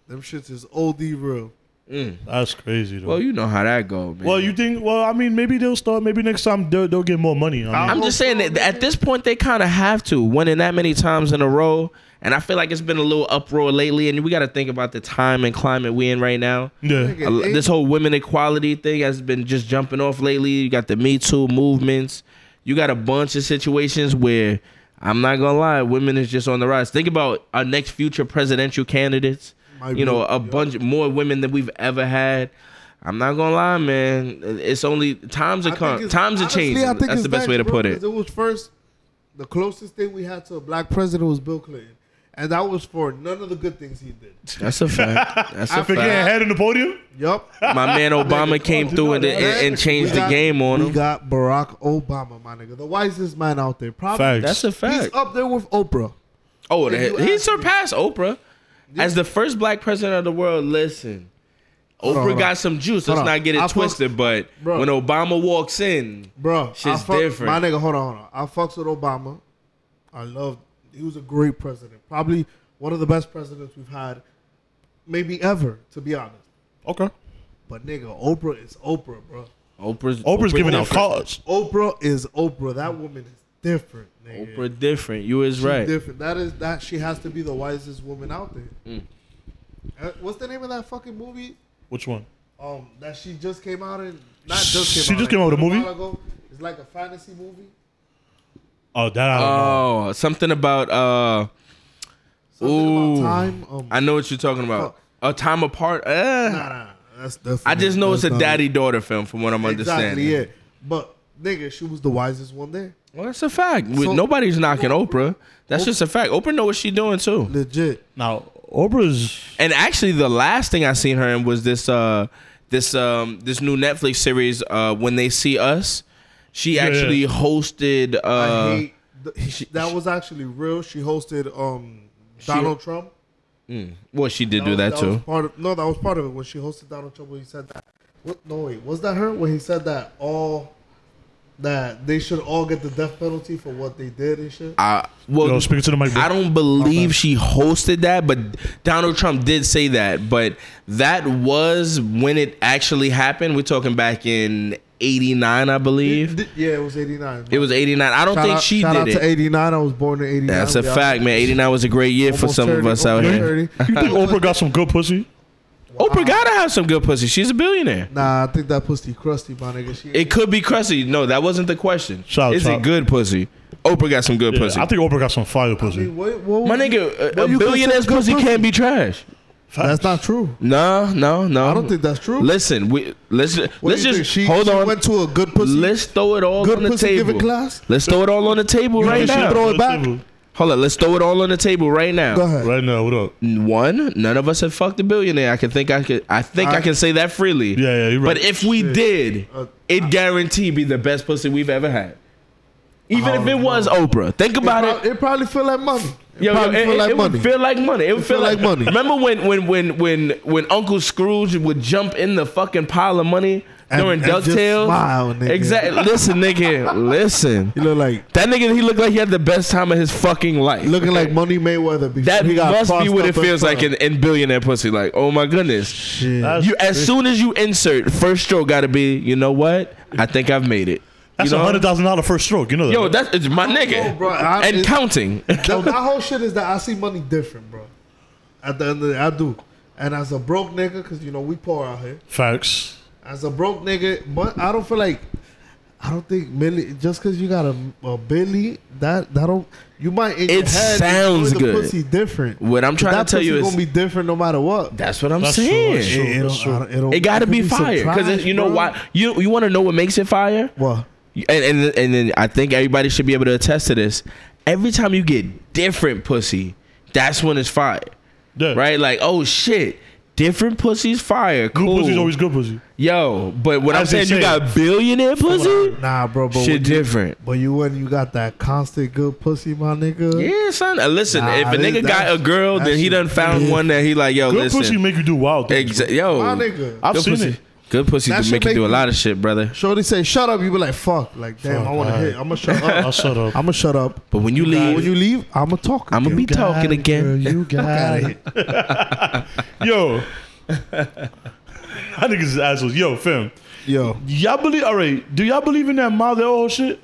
[SPEAKER 3] Them shits is OD real.
[SPEAKER 1] That's crazy though.
[SPEAKER 2] Well,
[SPEAKER 1] Well,
[SPEAKER 2] you know how that go, man.
[SPEAKER 1] you think? Mm. Well, I mean, maybe they'll start. Maybe next time they'll, they'll get more money. I mean,
[SPEAKER 2] I'm just saying that at this point they kind of have to winning that many times in a row, and I feel like it's been a little uproar lately, and we got to think about the time and climate we in right now.
[SPEAKER 1] yeah.
[SPEAKER 2] A- This whole women equality thing has been just jumping off lately. You got the Me Too movements. You got a bunch of situations where I'm not gonna lie, women is just on the rise. Think about our next future presidential candidates.
[SPEAKER 3] Might
[SPEAKER 2] you
[SPEAKER 3] be,
[SPEAKER 2] know, a bunch more women than we've ever had. I'm not gonna lie, man. It's only times are
[SPEAKER 3] I think
[SPEAKER 2] come,
[SPEAKER 3] it's-
[SPEAKER 2] times are
[SPEAKER 3] honestly,
[SPEAKER 2] changing.
[SPEAKER 3] I think
[SPEAKER 2] That's
[SPEAKER 3] it's
[SPEAKER 2] the best way to
[SPEAKER 3] next,
[SPEAKER 2] put
[SPEAKER 3] bro,
[SPEAKER 2] it.
[SPEAKER 3] 'cause It was first the closest thing we had to a black president was Bill Clinton, and that was for none of the good things he did.
[SPEAKER 2] That's a fact. That's a
[SPEAKER 1] For getting
[SPEAKER 2] fact.
[SPEAKER 1] head in the podium.
[SPEAKER 3] Yup.
[SPEAKER 2] My man Obama came through and, and, and changed the game on
[SPEAKER 3] We
[SPEAKER 2] him.
[SPEAKER 3] got Barack Obama, my nigga, the wisest man out there. Probably
[SPEAKER 1] Facts.
[SPEAKER 2] That's a
[SPEAKER 3] he's
[SPEAKER 2] fact.
[SPEAKER 3] up there with Oprah.
[SPEAKER 2] Oh,
[SPEAKER 3] If you
[SPEAKER 2] that,
[SPEAKER 3] ask
[SPEAKER 2] he
[SPEAKER 3] me-
[SPEAKER 2] surpassed Oprah as the first black president of the world. Listen, Oprah
[SPEAKER 3] Hold on, hold on.
[SPEAKER 2] got some juice.
[SPEAKER 3] Hold
[SPEAKER 2] Let's
[SPEAKER 3] on.
[SPEAKER 2] not get it
[SPEAKER 3] I fuck-
[SPEAKER 2] twisted, but
[SPEAKER 3] Bro.
[SPEAKER 2] when Obama walks in,
[SPEAKER 3] Bro, I
[SPEAKER 2] Shit's
[SPEAKER 3] fuck-
[SPEAKER 2] different.
[SPEAKER 3] My nigga, hold on, hold on. I fucks with Obama. I love. He was a great president. Probably one of the best presidents we've had, maybe ever. To be honest.
[SPEAKER 1] Okay.
[SPEAKER 3] But nigga, Oprah is Oprah, bro.
[SPEAKER 2] Oprah's
[SPEAKER 1] Oprah's giving out
[SPEAKER 2] different.
[SPEAKER 1] cars.
[SPEAKER 3] Oprah is Oprah. That woman is different, nigga.
[SPEAKER 2] Oprah different. You is
[SPEAKER 3] She's
[SPEAKER 2] right.
[SPEAKER 3] different. That is that she has to be the wisest woman out there.
[SPEAKER 2] Mm.
[SPEAKER 3] Uh, What's the name of that fucking movie?
[SPEAKER 1] Which one?
[SPEAKER 3] Um, that she just came out in. Not just came
[SPEAKER 1] She
[SPEAKER 3] out.
[SPEAKER 1] just came out with a
[SPEAKER 3] little
[SPEAKER 1] movie?
[SPEAKER 3] while ago. It's like a fantasy movie.
[SPEAKER 1] Oh, that I don't know.
[SPEAKER 2] Oh, something about uh,
[SPEAKER 3] Something
[SPEAKER 2] Ooh.
[SPEAKER 3] about time. Um,
[SPEAKER 2] I know what you're talking about. A time apart. Eh.
[SPEAKER 3] nah, nah, nah, that's that's.
[SPEAKER 2] I just know it's a
[SPEAKER 3] that's not-
[SPEAKER 2] daddy daughter film, from what I'm understanding.
[SPEAKER 3] Exactly, yeah. But nigga, she was the wisest one there.
[SPEAKER 2] Well, that's a fact. We-
[SPEAKER 3] So-
[SPEAKER 2] Nobody's knocking Oprah. That's
[SPEAKER 3] Oprah-
[SPEAKER 2] just a fact. Oprah know what she doing too.
[SPEAKER 3] Legit.
[SPEAKER 1] Now Oprah's
[SPEAKER 2] And actually, the last thing I seen her in was this uh this um this new Netflix series uh when they see us. She actually hosted uh
[SPEAKER 3] I hate the,
[SPEAKER 2] she-
[SPEAKER 3] that was actually real. She hosted um Donald Trump.
[SPEAKER 2] well she did do
[SPEAKER 3] was-
[SPEAKER 2] that,
[SPEAKER 3] was
[SPEAKER 2] too.
[SPEAKER 3] part of- no, that was part of it when she hosted Donald Trump when he said that. What? No, wait, was that her when he said that all that they should all get the death penalty for what they did and shit?
[SPEAKER 2] I well
[SPEAKER 1] Yo, speak to the mic, bro.
[SPEAKER 2] I don't believe she hosted that, but Donald Trump did say that. But that was when it actually happened. We're talking back in '89, I believe.
[SPEAKER 3] Did- yeah, it was eighty nine.
[SPEAKER 2] It was '89. I don't
[SPEAKER 3] Shout
[SPEAKER 2] think
[SPEAKER 3] out,
[SPEAKER 2] she
[SPEAKER 3] shout out
[SPEAKER 2] did
[SPEAKER 3] to
[SPEAKER 2] it.
[SPEAKER 3] eighty nine. I was born in eighty nine.
[SPEAKER 2] That's a fact, man. '89 was a great year for some of us out here.
[SPEAKER 1] You think Oprah got some good pussy?
[SPEAKER 2] Oprah gotta have some good pussy. She's a billionaire.
[SPEAKER 3] Nah, I think that pussy crusty, my nigga. She,
[SPEAKER 2] It could be crusty. No, that wasn't the question.
[SPEAKER 1] Shout out,
[SPEAKER 2] Is
[SPEAKER 1] shout
[SPEAKER 2] it
[SPEAKER 1] out.
[SPEAKER 2] good pussy? Oprah got some good
[SPEAKER 1] Yeah,
[SPEAKER 2] pussy.
[SPEAKER 1] I think Oprah got some fire
[SPEAKER 3] I
[SPEAKER 1] pussy.
[SPEAKER 3] mean, what, what
[SPEAKER 2] My
[SPEAKER 3] would you-
[SPEAKER 2] nigga, a,
[SPEAKER 3] what
[SPEAKER 2] a
[SPEAKER 3] you
[SPEAKER 2] billionaire's
[SPEAKER 3] consider
[SPEAKER 2] pussy
[SPEAKER 3] good
[SPEAKER 2] can't be trash.
[SPEAKER 3] That's not true.
[SPEAKER 2] No, no, no.
[SPEAKER 3] I don't think that's true.
[SPEAKER 2] Listen, we let's
[SPEAKER 3] What
[SPEAKER 2] let's
[SPEAKER 3] do you
[SPEAKER 2] just
[SPEAKER 3] think? She,
[SPEAKER 2] hold
[SPEAKER 3] she
[SPEAKER 2] on.
[SPEAKER 3] Went to a good pussy.
[SPEAKER 2] let's throw it all
[SPEAKER 3] good
[SPEAKER 2] on the
[SPEAKER 3] pussy
[SPEAKER 2] table.
[SPEAKER 3] giving class.
[SPEAKER 2] Let's throw it all on the table right
[SPEAKER 1] She
[SPEAKER 2] now.
[SPEAKER 3] throw
[SPEAKER 1] Let's
[SPEAKER 3] it back?
[SPEAKER 1] see.
[SPEAKER 2] Hold on, let's throw it all on the table right now.
[SPEAKER 3] Go ahead.
[SPEAKER 1] Right now, what up?
[SPEAKER 2] One, none of us have fucked a billionaire. I can think I could. I think I,
[SPEAKER 3] I-
[SPEAKER 2] can say that freely.
[SPEAKER 1] Yeah, yeah, you're right.
[SPEAKER 2] But if we
[SPEAKER 3] Shit.
[SPEAKER 2] did,
[SPEAKER 3] Uh,
[SPEAKER 2] it guaranteed be the best pussy we've ever had. Even
[SPEAKER 3] I
[SPEAKER 2] if it
[SPEAKER 3] don't
[SPEAKER 2] was Oprah, think
[SPEAKER 3] It,
[SPEAKER 2] about it.
[SPEAKER 3] prob- it probably feel like money. It
[SPEAKER 2] Yo, yo,
[SPEAKER 3] probably
[SPEAKER 2] it,
[SPEAKER 3] feel
[SPEAKER 2] it-
[SPEAKER 3] like
[SPEAKER 2] it
[SPEAKER 3] money.
[SPEAKER 2] would feel like money. It would feel,
[SPEAKER 3] feel
[SPEAKER 2] like,
[SPEAKER 3] like money.
[SPEAKER 2] Remember when when when when when Uncle Scrooge would jump in the fucking pile of money
[SPEAKER 3] And-
[SPEAKER 2] during
[SPEAKER 3] and just
[SPEAKER 2] Ducktales?
[SPEAKER 3] smile, nigga.
[SPEAKER 2] Exactly. Listen, nigga. Listen.
[SPEAKER 3] you look like
[SPEAKER 2] That nigga, he looked like he had the best time of his fucking life.
[SPEAKER 3] looking like Money Mayweather. Before
[SPEAKER 2] that
[SPEAKER 3] he got
[SPEAKER 2] must be
[SPEAKER 3] crossed
[SPEAKER 2] what
[SPEAKER 3] up
[SPEAKER 2] it
[SPEAKER 3] in
[SPEAKER 2] feels like
[SPEAKER 3] front.
[SPEAKER 2] in, in billionaire pussy. Like, oh my goodness.
[SPEAKER 3] Shit.
[SPEAKER 1] That's-
[SPEAKER 2] You as soon as you insert first stroke, gotta be. You know what? I think I've made it.
[SPEAKER 1] That's
[SPEAKER 2] you
[SPEAKER 1] a
[SPEAKER 2] know?
[SPEAKER 1] hundred thousand dollar first stroke. You know that.
[SPEAKER 2] Yo,
[SPEAKER 1] right?
[SPEAKER 2] that's it's my
[SPEAKER 3] know,
[SPEAKER 2] nigga.
[SPEAKER 3] bro. I-
[SPEAKER 2] and
[SPEAKER 3] it-
[SPEAKER 2] counting.
[SPEAKER 3] That, my whole shit is that I see money different, bro. At the end of the day, I do. And as a broke nigga, because you know we poor out here.
[SPEAKER 1] facts.
[SPEAKER 3] As a broke nigga, but I don't feel like I don't think Millie just because you got a, a Billy that that don't you might in your
[SPEAKER 2] It
[SPEAKER 3] head
[SPEAKER 2] sounds
[SPEAKER 3] enjoy the
[SPEAKER 2] good.
[SPEAKER 3] Pussy different.
[SPEAKER 2] What I'm trying
[SPEAKER 3] that
[SPEAKER 2] to tell you
[SPEAKER 3] pussy
[SPEAKER 2] is
[SPEAKER 3] gonna be different no matter what.
[SPEAKER 2] that's what I'm
[SPEAKER 1] That's true,
[SPEAKER 2] saying.
[SPEAKER 1] that's true.
[SPEAKER 3] It,
[SPEAKER 1] that's true.
[SPEAKER 3] don't- I don't-
[SPEAKER 2] It gotta
[SPEAKER 3] could
[SPEAKER 2] be fire
[SPEAKER 3] some
[SPEAKER 2] because
[SPEAKER 3] trash,
[SPEAKER 2] you know
[SPEAKER 3] bro.
[SPEAKER 2] why. You you want to know what makes it fire?
[SPEAKER 3] What?
[SPEAKER 2] And, and and then I think everybody should be able to attest to this. Every time you get different pussy, that's when it's fire,
[SPEAKER 1] Yeah.
[SPEAKER 2] right? Like oh shit, different pussy's fire.
[SPEAKER 1] Good
[SPEAKER 2] Cool.
[SPEAKER 1] pussy's always good pussy.
[SPEAKER 2] Yo, but what I'm
[SPEAKER 1] As they
[SPEAKER 2] saying, you
[SPEAKER 1] say.
[SPEAKER 2] got billionaire pussy.
[SPEAKER 3] Nah, bro. But
[SPEAKER 2] Shit
[SPEAKER 3] when you,
[SPEAKER 2] different.
[SPEAKER 3] but you when you got that constant good pussy, my nigga.
[SPEAKER 2] Yeah, son. Uh, Listen,
[SPEAKER 3] Nah,
[SPEAKER 2] if a
[SPEAKER 3] this-
[SPEAKER 2] nigga got
[SPEAKER 3] that's-
[SPEAKER 2] a girl, then
[SPEAKER 3] that's
[SPEAKER 2] he done
[SPEAKER 3] shit.
[SPEAKER 2] found
[SPEAKER 3] Yeah.
[SPEAKER 2] one that he like. Yo,
[SPEAKER 1] Good
[SPEAKER 2] listen.
[SPEAKER 1] pussy make you do wild things.
[SPEAKER 2] Exa- yo,
[SPEAKER 3] My nigga.
[SPEAKER 1] I've
[SPEAKER 2] good
[SPEAKER 1] seen
[SPEAKER 2] pussy.
[SPEAKER 1] it.
[SPEAKER 2] Good pussy
[SPEAKER 3] That
[SPEAKER 2] to
[SPEAKER 3] shit
[SPEAKER 2] make you
[SPEAKER 3] make
[SPEAKER 2] do a
[SPEAKER 3] you-
[SPEAKER 2] lot of shit, brother.
[SPEAKER 3] Shorty say, "Shut up." You be like, "Fuck!" Like, damn,
[SPEAKER 1] Fuck,
[SPEAKER 3] I want to
[SPEAKER 1] alright.
[SPEAKER 3] hit. I'm gonna shut
[SPEAKER 1] bro. I
[SPEAKER 3] up.
[SPEAKER 1] shut up.
[SPEAKER 3] I'm gonna shut up.
[SPEAKER 2] But when you
[SPEAKER 1] got
[SPEAKER 2] leave,
[SPEAKER 3] When you leave, I'm gonna talk.
[SPEAKER 2] I'ma
[SPEAKER 3] again.
[SPEAKER 2] be talking
[SPEAKER 3] it,
[SPEAKER 2] again.
[SPEAKER 3] girl. You got it.
[SPEAKER 1] Yo. I think it's assholes. Yo, fam.
[SPEAKER 3] Yo,
[SPEAKER 1] Y'all believe? All right. Do y'all believe in that Madre Ojo shit?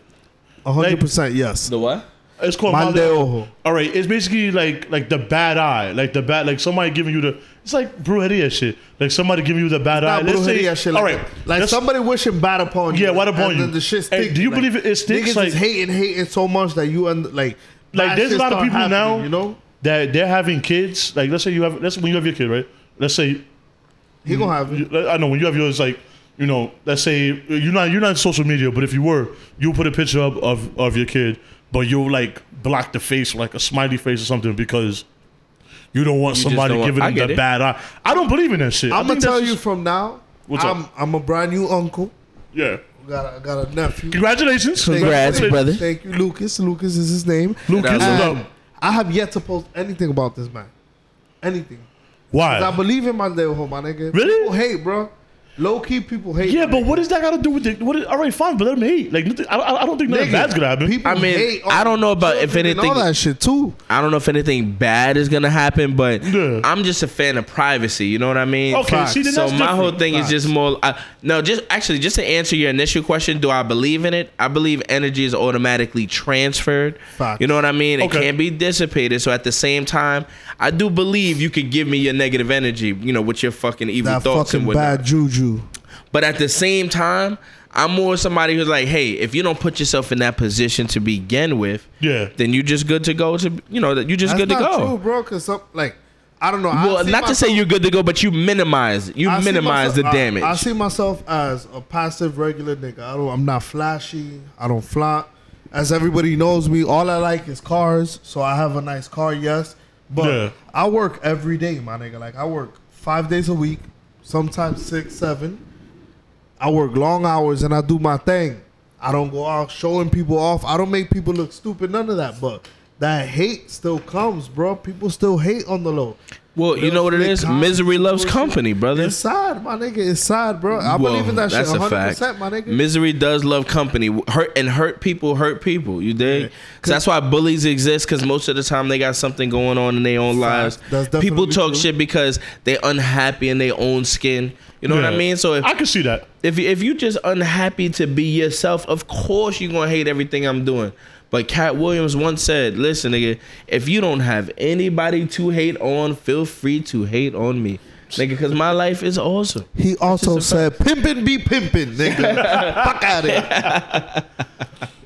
[SPEAKER 3] hundred percent yes.
[SPEAKER 2] The what?
[SPEAKER 1] It's called
[SPEAKER 3] Mal de
[SPEAKER 1] Madre
[SPEAKER 3] ojo.
[SPEAKER 1] All right. It's basically like like the bad eye, like the bad, like somebody giving you the. It's like brujeria shit. Like somebody giving you the bad eye.
[SPEAKER 3] Not
[SPEAKER 1] Let's say-
[SPEAKER 3] brujeria shit like
[SPEAKER 1] all right.
[SPEAKER 3] that. Like
[SPEAKER 1] let's-
[SPEAKER 3] somebody wishing bad upon you.
[SPEAKER 1] Yeah, bad upon
[SPEAKER 3] and
[SPEAKER 1] you.
[SPEAKER 3] then The shit
[SPEAKER 1] And
[SPEAKER 3] sticks.
[SPEAKER 1] do you
[SPEAKER 3] like,
[SPEAKER 1] believe it sticks,
[SPEAKER 3] Niggas
[SPEAKER 1] like-
[SPEAKER 3] is hating, hating so much that you and like.
[SPEAKER 1] Like,
[SPEAKER 3] bad
[SPEAKER 1] there's a
[SPEAKER 3] shit
[SPEAKER 1] lot of
[SPEAKER 3] start
[SPEAKER 1] people
[SPEAKER 3] happening,
[SPEAKER 1] now-
[SPEAKER 3] You know,
[SPEAKER 1] that they're having kids. Like let's say you have let's when you have your kid, right? Let's say
[SPEAKER 3] he gonna have
[SPEAKER 1] you-
[SPEAKER 3] it.
[SPEAKER 1] I know when you have yours, like you know, let's say you're not you're not on social media, but if you were, you put a picture up of of your kid, but you'll like block the face like a smiley face or something because. You don't want
[SPEAKER 2] You just
[SPEAKER 1] somebody
[SPEAKER 2] don't want-
[SPEAKER 1] giving
[SPEAKER 2] I
[SPEAKER 1] them
[SPEAKER 2] get
[SPEAKER 1] the
[SPEAKER 2] it.
[SPEAKER 1] bad eye. I don't believe in that shit. I
[SPEAKER 3] I'm gonna
[SPEAKER 1] think that's
[SPEAKER 3] tell you
[SPEAKER 1] just-
[SPEAKER 3] from now.
[SPEAKER 1] What's up?
[SPEAKER 3] I'm I'm a brand new uncle.
[SPEAKER 1] yeah.
[SPEAKER 3] Got a, got a nephew.
[SPEAKER 1] Congratulations.
[SPEAKER 3] Thank you.
[SPEAKER 2] Congrats,
[SPEAKER 3] Thank-
[SPEAKER 2] brother.
[SPEAKER 3] Thank you, Lucas. Lucas is his name.
[SPEAKER 1] Lucas,
[SPEAKER 2] Shout out.
[SPEAKER 1] what's
[SPEAKER 3] And
[SPEAKER 1] up?
[SPEAKER 3] I have yet to post anything about this man. Anything. 'Cause I
[SPEAKER 1] Why?
[SPEAKER 3] believe in my devil, my nigga.
[SPEAKER 1] Really?
[SPEAKER 3] People hate, bro. Low key, people hate.
[SPEAKER 1] Yeah,
[SPEAKER 3] my
[SPEAKER 1] but
[SPEAKER 3] nigga.
[SPEAKER 1] what does that got to do with it? What is, all right, fine, but let them hate. Like, nothing, I, I I don't think nothing
[SPEAKER 3] Nigga,
[SPEAKER 1] bad's gonna happen.
[SPEAKER 3] People
[SPEAKER 2] I mean,
[SPEAKER 3] hate all
[SPEAKER 2] I don't know about if
[SPEAKER 3] children and
[SPEAKER 2] anything-
[SPEAKER 3] All that shit too.
[SPEAKER 2] I don't know if anything bad is gonna happen, but
[SPEAKER 1] Yeah.
[SPEAKER 2] I'm just a fan of privacy. You know what I mean?
[SPEAKER 1] Okay, Facts. see, then
[SPEAKER 2] so
[SPEAKER 1] that's
[SPEAKER 2] my whole
[SPEAKER 1] different.
[SPEAKER 2] thing is just more. Uh, no, just actually, just to answer your initial question, do I believe in it? I believe energy is automatically transferred.
[SPEAKER 3] Facts.
[SPEAKER 2] You know what I mean? It
[SPEAKER 1] Okay.
[SPEAKER 2] can't be dissipated. So at the same time, I do believe you could give me your negative energy. You know, with your fucking evil
[SPEAKER 3] That
[SPEAKER 2] thoughts and
[SPEAKER 3] fucking
[SPEAKER 2] whatnot.
[SPEAKER 3] bad juju.
[SPEAKER 2] But at the same time, I'm more somebody who's like, hey, if you don't put yourself in that position to begin with,
[SPEAKER 1] Yeah.
[SPEAKER 2] then you just good to go. To you know that you just
[SPEAKER 3] That's
[SPEAKER 2] good to
[SPEAKER 3] not
[SPEAKER 2] go.
[SPEAKER 3] true, bro. Cause some like I don't know. I
[SPEAKER 2] Well,
[SPEAKER 3] see
[SPEAKER 2] not to say
[SPEAKER 3] myself-
[SPEAKER 2] you're good to go, but you minimize you
[SPEAKER 3] I see
[SPEAKER 2] minimize
[SPEAKER 3] myself-
[SPEAKER 2] the
[SPEAKER 3] I-
[SPEAKER 2] damage.
[SPEAKER 3] I, see myself as a passive, regular nigga. I don't. I'm not flashy. I don't flaunt. As everybody knows me, all I like is cars. So I have a nice car, yes. But
[SPEAKER 1] Yeah.
[SPEAKER 3] I work every day, my nigga. Like I work five days a week, sometimes six, seven. I work long hours and I do my thing. I don't go out showing people off. I don't make people look stupid. None of that. But that hate still comes, bro. People still hate on the low.
[SPEAKER 2] well, you know what it is? Misery loves company, brother.
[SPEAKER 3] It's sad, my nigga. It's sad, bro. I
[SPEAKER 2] Well,
[SPEAKER 3] believe in that shit
[SPEAKER 2] that's a
[SPEAKER 3] 100%,
[SPEAKER 2] fact.
[SPEAKER 3] my nigga.
[SPEAKER 2] Misery does love company. Hurt and hurt people hurt people. You dig? So that's why bullies exist because most of the time they got something going on in their own lives.
[SPEAKER 3] Facts. That's definitely
[SPEAKER 2] people talk
[SPEAKER 3] true.
[SPEAKER 2] shit because they unhappy in their own skin. You know what I
[SPEAKER 1] Yeah.
[SPEAKER 2] mean? So if
[SPEAKER 1] I can see that.
[SPEAKER 2] if you, if you just unhappy to be yourself, of course you're gonna hate everything I'm doing. But Cat Williams once said, "Listen, nigga, if you don't have anybody to hate on, feel free to hate on me, nigga, because my life is awesome."
[SPEAKER 3] he also said, pimpin' be pimpin', nigga. Fuck out of here.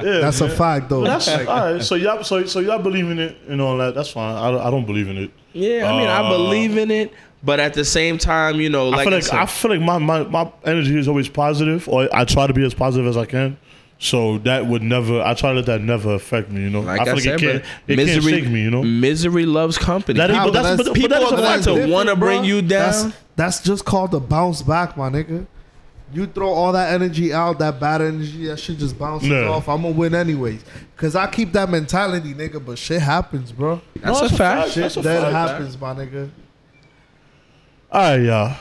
[SPEAKER 1] Yeah,
[SPEAKER 3] That's a
[SPEAKER 1] man.
[SPEAKER 3] fact, though.
[SPEAKER 1] Well, that's all right. So y'all, so so y'all believe in it and all that. That's fine. I, don't- I don't believe in it.
[SPEAKER 2] Yeah, I mean, I
[SPEAKER 1] Uh,
[SPEAKER 2] believe in it, but at the same time, you know,
[SPEAKER 1] I
[SPEAKER 2] like
[SPEAKER 1] feel
[SPEAKER 2] I
[SPEAKER 1] like
[SPEAKER 2] said-
[SPEAKER 1] I feel like my, my my energy is always positive, or I try to be as positive as I can. So that would never. I try to let that never affect me. You know,
[SPEAKER 2] like
[SPEAKER 1] I feel like it
[SPEAKER 2] said,
[SPEAKER 1] can't.
[SPEAKER 2] bro,
[SPEAKER 1] It can't shake me. You know,
[SPEAKER 2] misery loves company.
[SPEAKER 1] That is-
[SPEAKER 3] Nah,
[SPEAKER 1] but that's- but- but that is a
[SPEAKER 2] people are
[SPEAKER 1] fact,
[SPEAKER 2] going
[SPEAKER 1] though.
[SPEAKER 2] to want to
[SPEAKER 3] different,
[SPEAKER 2] bring
[SPEAKER 3] bro.
[SPEAKER 2] you down.
[SPEAKER 3] That's, that's just called the bounce back, my nigga. You throw all that energy out, that bad energy, that shit just bounces
[SPEAKER 1] Yeah.
[SPEAKER 3] off. I'm gonna win anyways. Cause I keep that mentality, nigga, but shit happens, bro.
[SPEAKER 2] That's a fact.
[SPEAKER 3] Shit
[SPEAKER 1] That's a
[SPEAKER 3] that
[SPEAKER 1] fact.
[SPEAKER 3] happens, my nigga.
[SPEAKER 1] All right, y'all.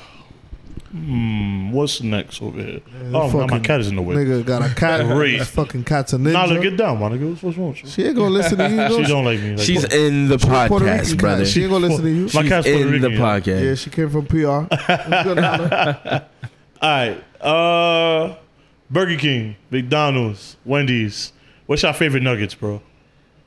[SPEAKER 1] Hmm, what's next over here? oh, man, my
[SPEAKER 3] fucking
[SPEAKER 1] cat is in the way.
[SPEAKER 3] Nigga got a cat.
[SPEAKER 1] Great.
[SPEAKER 3] That Fucking cat's a ninja.
[SPEAKER 1] Nah, look, get down, my nigga. What's, what's wrong with you?
[SPEAKER 3] she ain't gonna listen to you.
[SPEAKER 1] She
[SPEAKER 3] though.
[SPEAKER 1] don't like me. Like,
[SPEAKER 2] She's
[SPEAKER 1] what-
[SPEAKER 2] in the
[SPEAKER 3] Puerto
[SPEAKER 2] podcast,
[SPEAKER 3] Rican cat.
[SPEAKER 2] brother.
[SPEAKER 3] She ain't gonna listen to you.
[SPEAKER 1] my cat's Puerto
[SPEAKER 2] in the
[SPEAKER 1] Rican, yeah.
[SPEAKER 2] podcast.
[SPEAKER 3] Yeah, she came from PR. It's good, Nana.
[SPEAKER 1] All right. Uh, Burger King, McDonald's, Wendy's. What's your favorite nuggets, bro?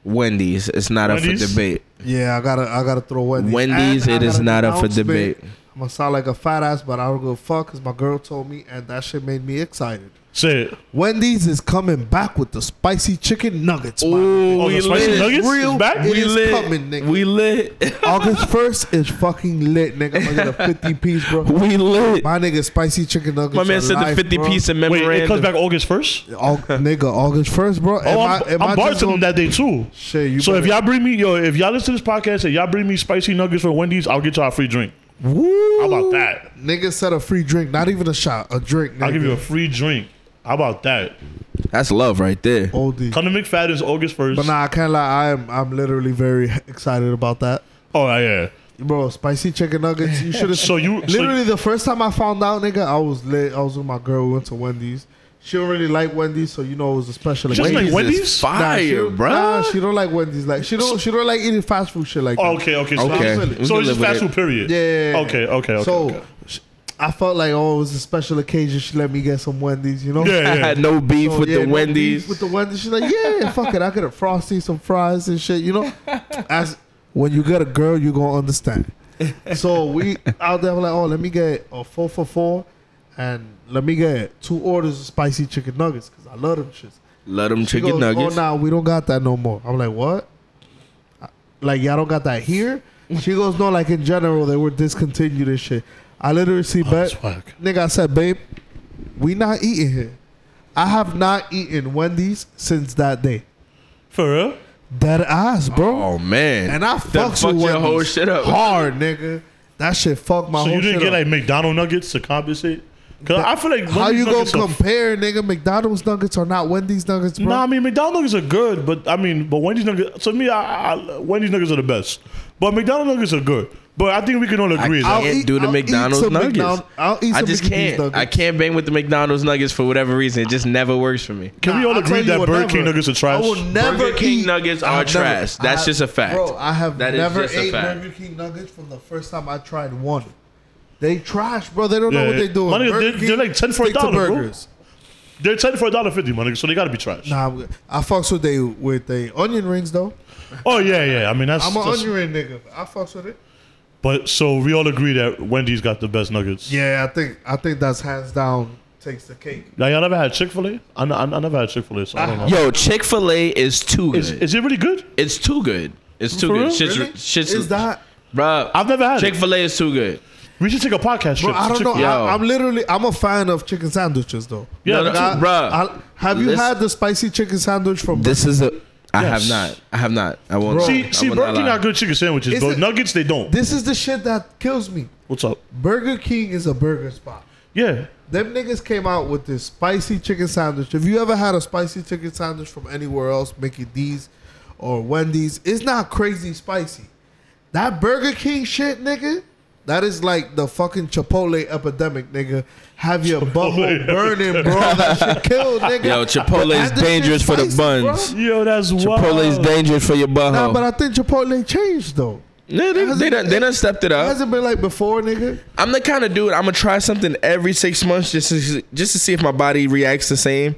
[SPEAKER 2] Wendy's. It's not up
[SPEAKER 1] Wendy's?
[SPEAKER 2] for debate.
[SPEAKER 3] yeah, I gotta, I gotta throw Wendy's.
[SPEAKER 2] Wendy's,
[SPEAKER 3] And I
[SPEAKER 2] it is
[SPEAKER 3] gotta
[SPEAKER 2] not up for
[SPEAKER 3] denounce, babe,
[SPEAKER 2] debate.
[SPEAKER 3] I'm gonna sound like a fat ass, but I don't give a fuck because my girl told me, and that shit made me excited.
[SPEAKER 1] Say it.
[SPEAKER 3] Wendy's is coming back with the spicy chicken nuggets. man.
[SPEAKER 1] Oh, the spicy nuggets
[SPEAKER 3] real-
[SPEAKER 1] is back.
[SPEAKER 3] it
[SPEAKER 2] We
[SPEAKER 3] is
[SPEAKER 2] lit.
[SPEAKER 3] coming, nigga.
[SPEAKER 2] We lit.
[SPEAKER 3] August first is fucking lit, nigga. I'm gonna get a 50 piece, bro.
[SPEAKER 2] we lit. My,
[SPEAKER 3] My nigga, spicy chicken nuggets. are
[SPEAKER 2] man said
[SPEAKER 3] life,
[SPEAKER 2] the 50
[SPEAKER 3] bro.
[SPEAKER 2] piece of
[SPEAKER 1] Wait,
[SPEAKER 2] memorandum.
[SPEAKER 1] it comes back August first.
[SPEAKER 3] Au- nigga, August first, bro.
[SPEAKER 1] Oh,
[SPEAKER 3] Am
[SPEAKER 1] I'm,
[SPEAKER 3] am
[SPEAKER 1] I'm bartending
[SPEAKER 3] just gonna-
[SPEAKER 1] that day too.
[SPEAKER 3] Shit, you
[SPEAKER 1] So if
[SPEAKER 3] better-
[SPEAKER 1] y'all bring me yo, if y'all listen to this podcast and y'all bring me spicy nuggets from Wendy's, I'll get y'all a free drink.
[SPEAKER 3] Woo.
[SPEAKER 1] How about that?
[SPEAKER 3] Nigga said a free drink, not even a shot, a drink. Nigga.
[SPEAKER 1] I'll give you a free drink. How about that?
[SPEAKER 2] That's love right there.
[SPEAKER 3] OD.
[SPEAKER 1] Come to McFadden's August first.
[SPEAKER 3] But nah, I can't lie. I'm I'm literally very excited about that,
[SPEAKER 1] Oh yeah.
[SPEAKER 3] bro. Spicy chicken nuggets. You should have.
[SPEAKER 1] So you so
[SPEAKER 3] literally the first time I found out, nigga, I was lit. I was with my girl. We went to Wendy's. She don't really like Wendy's, so you know it was a special.
[SPEAKER 1] Just
[SPEAKER 3] occasion.
[SPEAKER 1] like
[SPEAKER 2] is
[SPEAKER 1] Wendy's?
[SPEAKER 3] Nah, she
[SPEAKER 2] fire,
[SPEAKER 3] don't-
[SPEAKER 2] bro.
[SPEAKER 3] Nah, she don't like Wendy's. Like she don't she don't like eating fast food shit like
[SPEAKER 1] Oh,
[SPEAKER 3] that.
[SPEAKER 1] okay, okay, so
[SPEAKER 2] Okay.
[SPEAKER 1] okay. So
[SPEAKER 2] We can
[SPEAKER 1] it's
[SPEAKER 2] live
[SPEAKER 1] just
[SPEAKER 2] with
[SPEAKER 1] fast
[SPEAKER 2] it.
[SPEAKER 1] food period.
[SPEAKER 3] Yeah.
[SPEAKER 1] Okay, okay, okay.
[SPEAKER 3] so
[SPEAKER 1] okay.
[SPEAKER 3] sh- I felt like oh, it was a special occasion. She let me get some Wendy's, you know.
[SPEAKER 1] Yeah,
[SPEAKER 2] I
[SPEAKER 1] yeah.
[SPEAKER 2] had no beef
[SPEAKER 3] So,
[SPEAKER 2] with
[SPEAKER 3] Oh, yeah,
[SPEAKER 2] the
[SPEAKER 3] no
[SPEAKER 2] Wendy's.
[SPEAKER 3] beef With the Wendy's, she's like, yeah, fuck it, I get a frosty, some fries and shit. You know, as when you get a girl, you gonna understand. So we out there we're like, oh, let me get a four for four, and let me get two orders of spicy chicken nuggets because I love them shits.
[SPEAKER 2] Let them
[SPEAKER 3] She
[SPEAKER 2] chicken
[SPEAKER 3] goes,
[SPEAKER 2] nuggets.
[SPEAKER 3] Oh, nah, we don't got that no more. I'm like, what? Like y'all don't got that here? She goes, no. Like in general, they were discontinued and shit. I literally see bet.
[SPEAKER 1] Oh, that's whack.
[SPEAKER 3] Nigga, I said, babe, we not eating here. I have not eaten Wendy's since that day.
[SPEAKER 1] For real?
[SPEAKER 3] That ass, bro.
[SPEAKER 2] Oh man,
[SPEAKER 3] and I
[SPEAKER 2] That
[SPEAKER 3] fucked with
[SPEAKER 2] fucked your
[SPEAKER 3] Wendy's
[SPEAKER 2] whole shit up.
[SPEAKER 3] hard, nigga. That shit fucked my
[SPEAKER 1] so
[SPEAKER 3] whole
[SPEAKER 1] you didn't
[SPEAKER 3] shit
[SPEAKER 1] get
[SPEAKER 3] up.
[SPEAKER 1] like McDonald nuggets to compensate? Cause I feel like
[SPEAKER 3] How
[SPEAKER 1] Wendy's
[SPEAKER 3] you gonna
[SPEAKER 1] nuggets are-
[SPEAKER 3] compare, nigga? McDonald's nuggets are not Wendy's nuggets, bro.
[SPEAKER 1] Nah, I mean McDonald's nuggets are good, but I mean, but Wendy's nuggets to me, I, I, Wendy's nuggets are the best. But McDonald's nuggets are good. But I think we can all agree. is
[SPEAKER 2] I
[SPEAKER 1] that
[SPEAKER 2] can't
[SPEAKER 3] eat-
[SPEAKER 2] do the
[SPEAKER 3] I'll eat
[SPEAKER 2] McDonald's
[SPEAKER 3] some
[SPEAKER 2] nuggets.
[SPEAKER 3] McDonald- I'll eat
[SPEAKER 2] I
[SPEAKER 3] some
[SPEAKER 2] just
[SPEAKER 3] Mickey D's
[SPEAKER 2] can't. I
[SPEAKER 3] nuggets.
[SPEAKER 2] can't bang with the McDonald's nuggets for whatever reason. It just never works for me.
[SPEAKER 1] can we all
[SPEAKER 3] I'll
[SPEAKER 1] agree
[SPEAKER 3] tell you
[SPEAKER 1] that
[SPEAKER 3] what,
[SPEAKER 1] Burger
[SPEAKER 3] never.
[SPEAKER 1] King nuggets are trash?
[SPEAKER 3] I will never
[SPEAKER 2] Burger King
[SPEAKER 3] eat-
[SPEAKER 2] nuggets
[SPEAKER 3] I have
[SPEAKER 2] are trash. That's
[SPEAKER 3] I-
[SPEAKER 2] just a fact.
[SPEAKER 3] Bro, I have
[SPEAKER 2] That is
[SPEAKER 3] never
[SPEAKER 2] just a
[SPEAKER 3] ate
[SPEAKER 2] fact.
[SPEAKER 3] Burger King nuggets from the first time I tried one. They trash, bro. They don't know
[SPEAKER 1] Yeah,
[SPEAKER 3] what
[SPEAKER 1] yeah.
[SPEAKER 3] they doing.
[SPEAKER 1] My nigga,
[SPEAKER 3] Burger
[SPEAKER 1] they're- they're like 10 for a
[SPEAKER 3] stick to
[SPEAKER 1] dollar, bro.
[SPEAKER 3] burgers.
[SPEAKER 1] They're ten for a dollar fifty, my nigga, so they gotta be trash.
[SPEAKER 3] Nah, I'm good. I fucks with they with they onion rings though.
[SPEAKER 1] Oh yeah, yeah. I mean that's,
[SPEAKER 3] I'm an
[SPEAKER 1] that's-
[SPEAKER 3] onion ring nigga. I fucks with it.
[SPEAKER 1] but so we all agree that Wendy's got the best nuggets.
[SPEAKER 3] Yeah, I think I think that's hands down takes the cake.
[SPEAKER 1] Now y'all never had Chick Fil A? I, n- I n- I never had Chick Fil A, so I don't know.
[SPEAKER 3] Ah.
[SPEAKER 2] Yo, Chick Fil A is too good.
[SPEAKER 1] Is, is it really good?
[SPEAKER 2] it's too good. It's too
[SPEAKER 1] For real?
[SPEAKER 2] good. Shit's,
[SPEAKER 3] Really?
[SPEAKER 2] shit's
[SPEAKER 3] Is that?
[SPEAKER 2] Bruh,
[SPEAKER 1] I've never had it.
[SPEAKER 2] Chick Fil A is too good.
[SPEAKER 1] We should take a podcast trip.
[SPEAKER 3] Bro, I
[SPEAKER 1] to
[SPEAKER 3] don't know.
[SPEAKER 1] Chick-fil-A.
[SPEAKER 2] Yo.
[SPEAKER 3] I, I'm literally. I'm a fan of chicken sandwiches though.
[SPEAKER 1] Yeah,
[SPEAKER 2] No, no,
[SPEAKER 1] me too.
[SPEAKER 3] I-
[SPEAKER 2] bruh.
[SPEAKER 3] I- have you
[SPEAKER 2] Listen-
[SPEAKER 3] had the spicy chicken sandwich from?
[SPEAKER 2] This is a. I
[SPEAKER 1] Yes.
[SPEAKER 2] have not. I have not. I won't.
[SPEAKER 3] Bro.
[SPEAKER 2] I
[SPEAKER 1] See, see,
[SPEAKER 2] will not
[SPEAKER 1] Burger King
[SPEAKER 2] lie.
[SPEAKER 1] got good chicken sandwiches,
[SPEAKER 3] Is
[SPEAKER 1] but
[SPEAKER 3] it-
[SPEAKER 1] nuggets they don't.
[SPEAKER 3] This is the shit that kills me.
[SPEAKER 1] What's up?
[SPEAKER 3] Burger King is a burger spot.
[SPEAKER 1] Yeah,
[SPEAKER 3] Them niggas came out with this spicy chicken sandwich. If you ever had a spicy chicken sandwich from anywhere else, Mickey D's or Wendy's, it's not crazy spicy. That Burger King shit, nigga, that is like the fucking Chipotle epidemic, nigga. Have your bubble burning, bro. That shit killed, nigga.
[SPEAKER 2] Yo, Chipotle is
[SPEAKER 3] That shit
[SPEAKER 2] dangerous for the
[SPEAKER 3] spicy,
[SPEAKER 2] buns. Oh.
[SPEAKER 3] bro.
[SPEAKER 1] yo, that's
[SPEAKER 2] Chipotle is
[SPEAKER 1] wild.
[SPEAKER 2] dangerous for your butthole.
[SPEAKER 3] Nah, but I think Chipotle changed though.
[SPEAKER 2] Yeah, they, they, done, they done stepped
[SPEAKER 3] It
[SPEAKER 2] it up.
[SPEAKER 3] hasn't been like before, nigga.
[SPEAKER 2] I'm the kind of dude. I'm gonna try something every six months just to, just to see if my body reacts the same,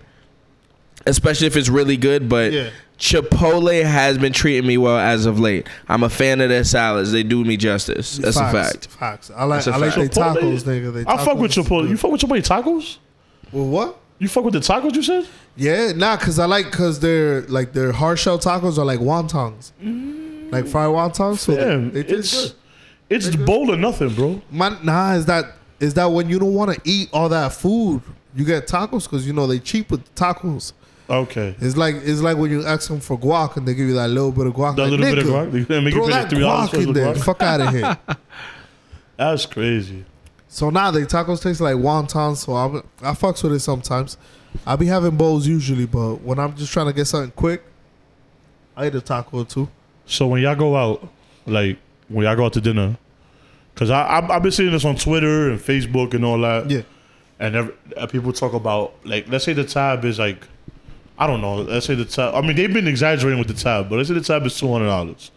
[SPEAKER 2] especially if it's really good. But
[SPEAKER 3] Yeah.
[SPEAKER 2] Chipotle has been treating me well as of late. I'm a fan of their salads. They do me justice. That's
[SPEAKER 3] Facts,
[SPEAKER 2] a fact.
[SPEAKER 3] Facts. I like
[SPEAKER 2] That's a
[SPEAKER 3] I like
[SPEAKER 2] fact.
[SPEAKER 3] they
[SPEAKER 1] Chipotle-
[SPEAKER 3] tacos, nigga. They tacos
[SPEAKER 1] I fuck with
[SPEAKER 3] is
[SPEAKER 1] Chipotle.
[SPEAKER 3] good.
[SPEAKER 1] You fuck with Chipotle tacos?
[SPEAKER 3] Well, what?
[SPEAKER 1] You fuck with the tacos? You said?
[SPEAKER 3] Yeah, nah, cause I like cause they're like their hard shell tacos are like wontons, like fried wontons. So
[SPEAKER 1] Yeah,
[SPEAKER 3] they, they taste
[SPEAKER 1] it's
[SPEAKER 3] good.
[SPEAKER 1] it's the bowl or nothing, bro.
[SPEAKER 3] My, nah, is that is that when you don't want to eat all that food, you get tacos because you know they cheap with tacos.
[SPEAKER 1] Okay.
[SPEAKER 3] It's like it's like when you ask them for guac and they give you that little bit of guac.
[SPEAKER 1] That
[SPEAKER 3] like,
[SPEAKER 1] little bit of
[SPEAKER 3] nigga,
[SPEAKER 1] guac? They- they make you
[SPEAKER 3] throw
[SPEAKER 1] pay
[SPEAKER 3] that
[SPEAKER 1] $3
[SPEAKER 3] guac
[SPEAKER 1] for
[SPEAKER 3] in
[SPEAKER 1] the
[SPEAKER 3] there.
[SPEAKER 1] guac?
[SPEAKER 3] Fuck out of here.
[SPEAKER 1] That's crazy.
[SPEAKER 3] So now they tacos taste like wontons. So I I fucks with it sometimes. I be having bowls usually, but when I'm just trying to get something quick, I eat a taco or two.
[SPEAKER 1] So when y'all go out, like when y'all go out to dinner, because I, I I've been seeing this on Twitter and Facebook and all that.
[SPEAKER 3] Yeah.
[SPEAKER 1] And every, uh, people talk about like let's say the tab is like, I don't know. Let's say the tab. I mean they've been exaggerating with the tab, but let's say the tab is two hundred dollars.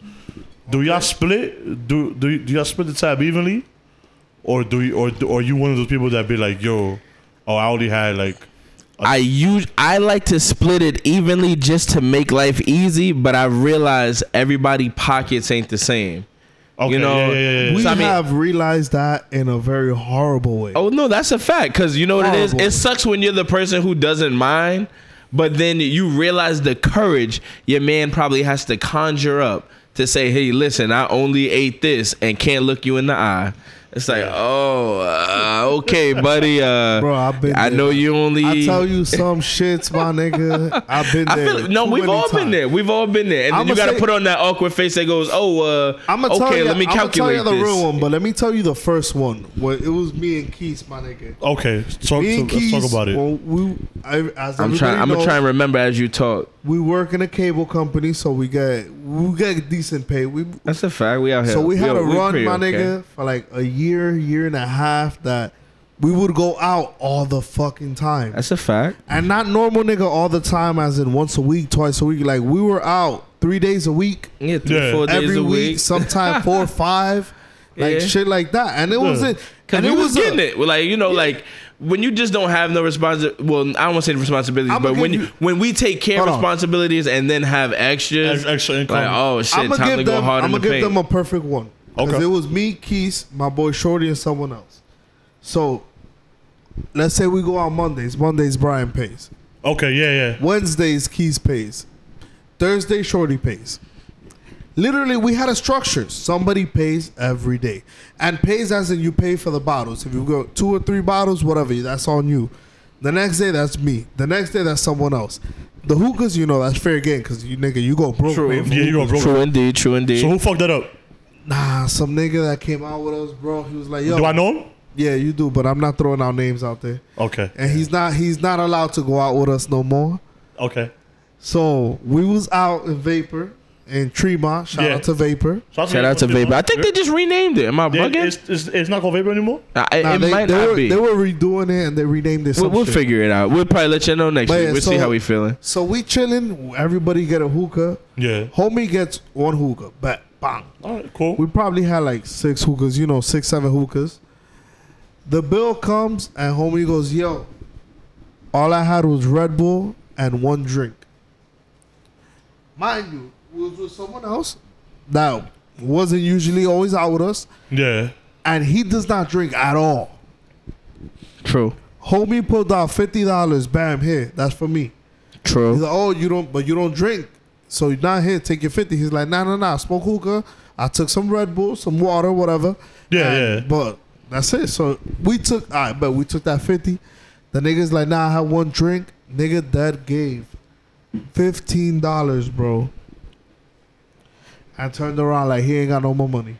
[SPEAKER 1] Do y'all split? Do do y- do y'all split the tab evenly, or do you or do- or you one of those people that be like yo, oh I only had like
[SPEAKER 3] Uh,
[SPEAKER 2] I use I like to split it evenly just to make life easy, but I realize everybody pockets ain't the same.
[SPEAKER 1] okay
[SPEAKER 2] you know,
[SPEAKER 1] yeah, yeah, yeah, yeah.
[SPEAKER 3] We
[SPEAKER 2] So, I mean-
[SPEAKER 3] have realized that in a very horrible way.
[SPEAKER 2] Oh no, that's a fact. Cause you know what it is.
[SPEAKER 3] Horrible.
[SPEAKER 2] It sucks when you're the person who doesn't mind, but then you realize the courage your man probably has to conjure up to say, "Hey, listen, I only ate this and can't look you in the eye." It's like, oh, uh, okay, buddy. Uh,
[SPEAKER 3] Bro, I've been
[SPEAKER 2] I
[SPEAKER 3] there.
[SPEAKER 2] know you only.
[SPEAKER 3] I tell you some shits, my nigga. I've been
[SPEAKER 2] Oh, I
[SPEAKER 3] there.
[SPEAKER 2] feel no,
[SPEAKER 3] too
[SPEAKER 2] we've
[SPEAKER 3] many
[SPEAKER 2] all been
[SPEAKER 3] times.
[SPEAKER 2] there. We've all been there, and then
[SPEAKER 3] I'ma
[SPEAKER 2] you got to
[SPEAKER 3] say-
[SPEAKER 2] put on that awkward face that goes, "Oh, uh,
[SPEAKER 3] I'm gonna
[SPEAKER 2] okay,
[SPEAKER 3] tell you.
[SPEAKER 2] let me
[SPEAKER 3] I'ma tell
[SPEAKER 2] calculate
[SPEAKER 3] you the
[SPEAKER 2] this."
[SPEAKER 3] real one, but let me tell you the first one. Where it was me and Keith, my nigga.
[SPEAKER 1] okay talk,
[SPEAKER 3] Me and
[SPEAKER 1] talk- let's
[SPEAKER 3] Keith.
[SPEAKER 1] talk about it.
[SPEAKER 3] Well, we, I, as
[SPEAKER 2] I'm trying. I'm
[SPEAKER 3] everybody
[SPEAKER 2] gonna try
[SPEAKER 3] knows,
[SPEAKER 2] and remember as you talk.
[SPEAKER 3] we work in a cable company, so we get we get decent pay. We
[SPEAKER 2] That's a fact. We out here.
[SPEAKER 3] so we had
[SPEAKER 2] are-
[SPEAKER 3] a run,
[SPEAKER 2] pretty
[SPEAKER 3] my
[SPEAKER 2] okay.
[SPEAKER 3] nigga, for like a year, year and a half. That we would go out all the fucking time.
[SPEAKER 2] That's a fact.
[SPEAKER 3] and not normal nigga all the time, as in once a week, twice a week. Like we were out three days a week,
[SPEAKER 2] Yeah, three,
[SPEAKER 1] Yeah.
[SPEAKER 2] four days
[SPEAKER 3] every
[SPEAKER 2] a
[SPEAKER 3] week,
[SPEAKER 2] week.
[SPEAKER 3] sometime four or five, like
[SPEAKER 2] Yeah.
[SPEAKER 3] shit like that. And it
[SPEAKER 1] Yeah.
[SPEAKER 3] wasn't
[SPEAKER 2] Cause
[SPEAKER 3] And
[SPEAKER 2] we
[SPEAKER 3] it
[SPEAKER 2] was
[SPEAKER 3] was a-
[SPEAKER 2] getting it. We're like, you know, like when you just don't have no responsi Well, I don't want to say responsibilities,
[SPEAKER 3] I'ma
[SPEAKER 2] but when
[SPEAKER 3] give
[SPEAKER 2] you,
[SPEAKER 3] you-
[SPEAKER 2] when we take care of
[SPEAKER 3] Hold on.
[SPEAKER 2] responsibilities and then have extras,
[SPEAKER 1] Ex- extra income.
[SPEAKER 2] Like, oh shit,
[SPEAKER 3] I'm
[SPEAKER 2] time
[SPEAKER 3] gonna
[SPEAKER 2] to
[SPEAKER 3] give
[SPEAKER 2] go
[SPEAKER 3] them.
[SPEAKER 2] hard
[SPEAKER 3] I'm
[SPEAKER 2] in the
[SPEAKER 3] gonna give
[SPEAKER 2] paint.
[SPEAKER 3] them a perfect one because
[SPEAKER 1] Okay.
[SPEAKER 3] it was me, Keith, my boy Shorty, and someone else. So, let's say we go out Mondays. Mondays Brian pays.
[SPEAKER 1] Okay, yeah, yeah.
[SPEAKER 3] Wednesdays Keys pays. Thursday Shorty pays. Literally, we had a structure. Somebody pays every day, and pays as in you pay for the bottles. If you go two or three bottles, whatever, that's on you. The next day, that's me. The next day, that's someone else. The hookahs, you know, that's fair game because you nigga, you go broke.
[SPEAKER 2] True.
[SPEAKER 3] man.
[SPEAKER 1] Yeah, you go broke.
[SPEAKER 2] True indeed. True indeed.
[SPEAKER 1] So who fucked that up?
[SPEAKER 3] Nah, some nigga that came out with us, bro. He was like, yo,
[SPEAKER 1] Do I know him?
[SPEAKER 3] yeah, you do, but I'm not throwing out names out there.
[SPEAKER 1] Okay,
[SPEAKER 3] And he's not, he's not allowed to go out with us no more.
[SPEAKER 1] okay.
[SPEAKER 3] So we was out in Vapor in Tremont. Shout
[SPEAKER 1] Yeah.
[SPEAKER 3] out to Vapor.
[SPEAKER 1] So
[SPEAKER 2] Shout out to Vapor. I think they just renamed it. Am I
[SPEAKER 1] They-
[SPEAKER 2] bugging?
[SPEAKER 1] it's, it's, it's not called Vapor anymore.
[SPEAKER 2] Nah, it
[SPEAKER 3] Nah,
[SPEAKER 2] it
[SPEAKER 3] they,
[SPEAKER 2] might
[SPEAKER 3] they
[SPEAKER 2] not
[SPEAKER 3] were,
[SPEAKER 2] be.
[SPEAKER 3] They were redoing it and they renamed it.
[SPEAKER 2] we'll
[SPEAKER 3] Some
[SPEAKER 2] we'll
[SPEAKER 3] shit.
[SPEAKER 2] figure it out. We'll probably let you know next
[SPEAKER 3] But
[SPEAKER 2] week.
[SPEAKER 3] yeah,
[SPEAKER 2] We'll see
[SPEAKER 3] so-
[SPEAKER 2] how we feeling.
[SPEAKER 3] So we chilling. Everybody get a hookah.
[SPEAKER 1] Yeah.
[SPEAKER 3] Homie gets one hookah. Bet bang.
[SPEAKER 1] All right, cool.
[SPEAKER 3] We probably had like six hookahs. You know, six seven hookahs. The bill comes and homie goes, "Yo, all I had was Red Bull and one drink." Mind you, we was with someone else that wasn't usually always out with us.
[SPEAKER 1] yeah.
[SPEAKER 3] and he does not drink at all.
[SPEAKER 2] True.
[SPEAKER 3] Homie pulled out fifty dollars. Bam, here. That's for me. He's
[SPEAKER 2] True.
[SPEAKER 3] like, oh, you don't, but you don't drink, so you're not here. Take your fifty. He's like, nah, nah, nah. Smoke hookah. I took some Red Bull, some water, whatever.
[SPEAKER 1] Yeah,
[SPEAKER 3] And-
[SPEAKER 1] yeah.
[SPEAKER 3] But that's it. So we took. I but we took that fifty. The niggas like, nah, I had one drink. Nigga, that gave fifteen dollars, bro. I turned around like he ain't got no more money.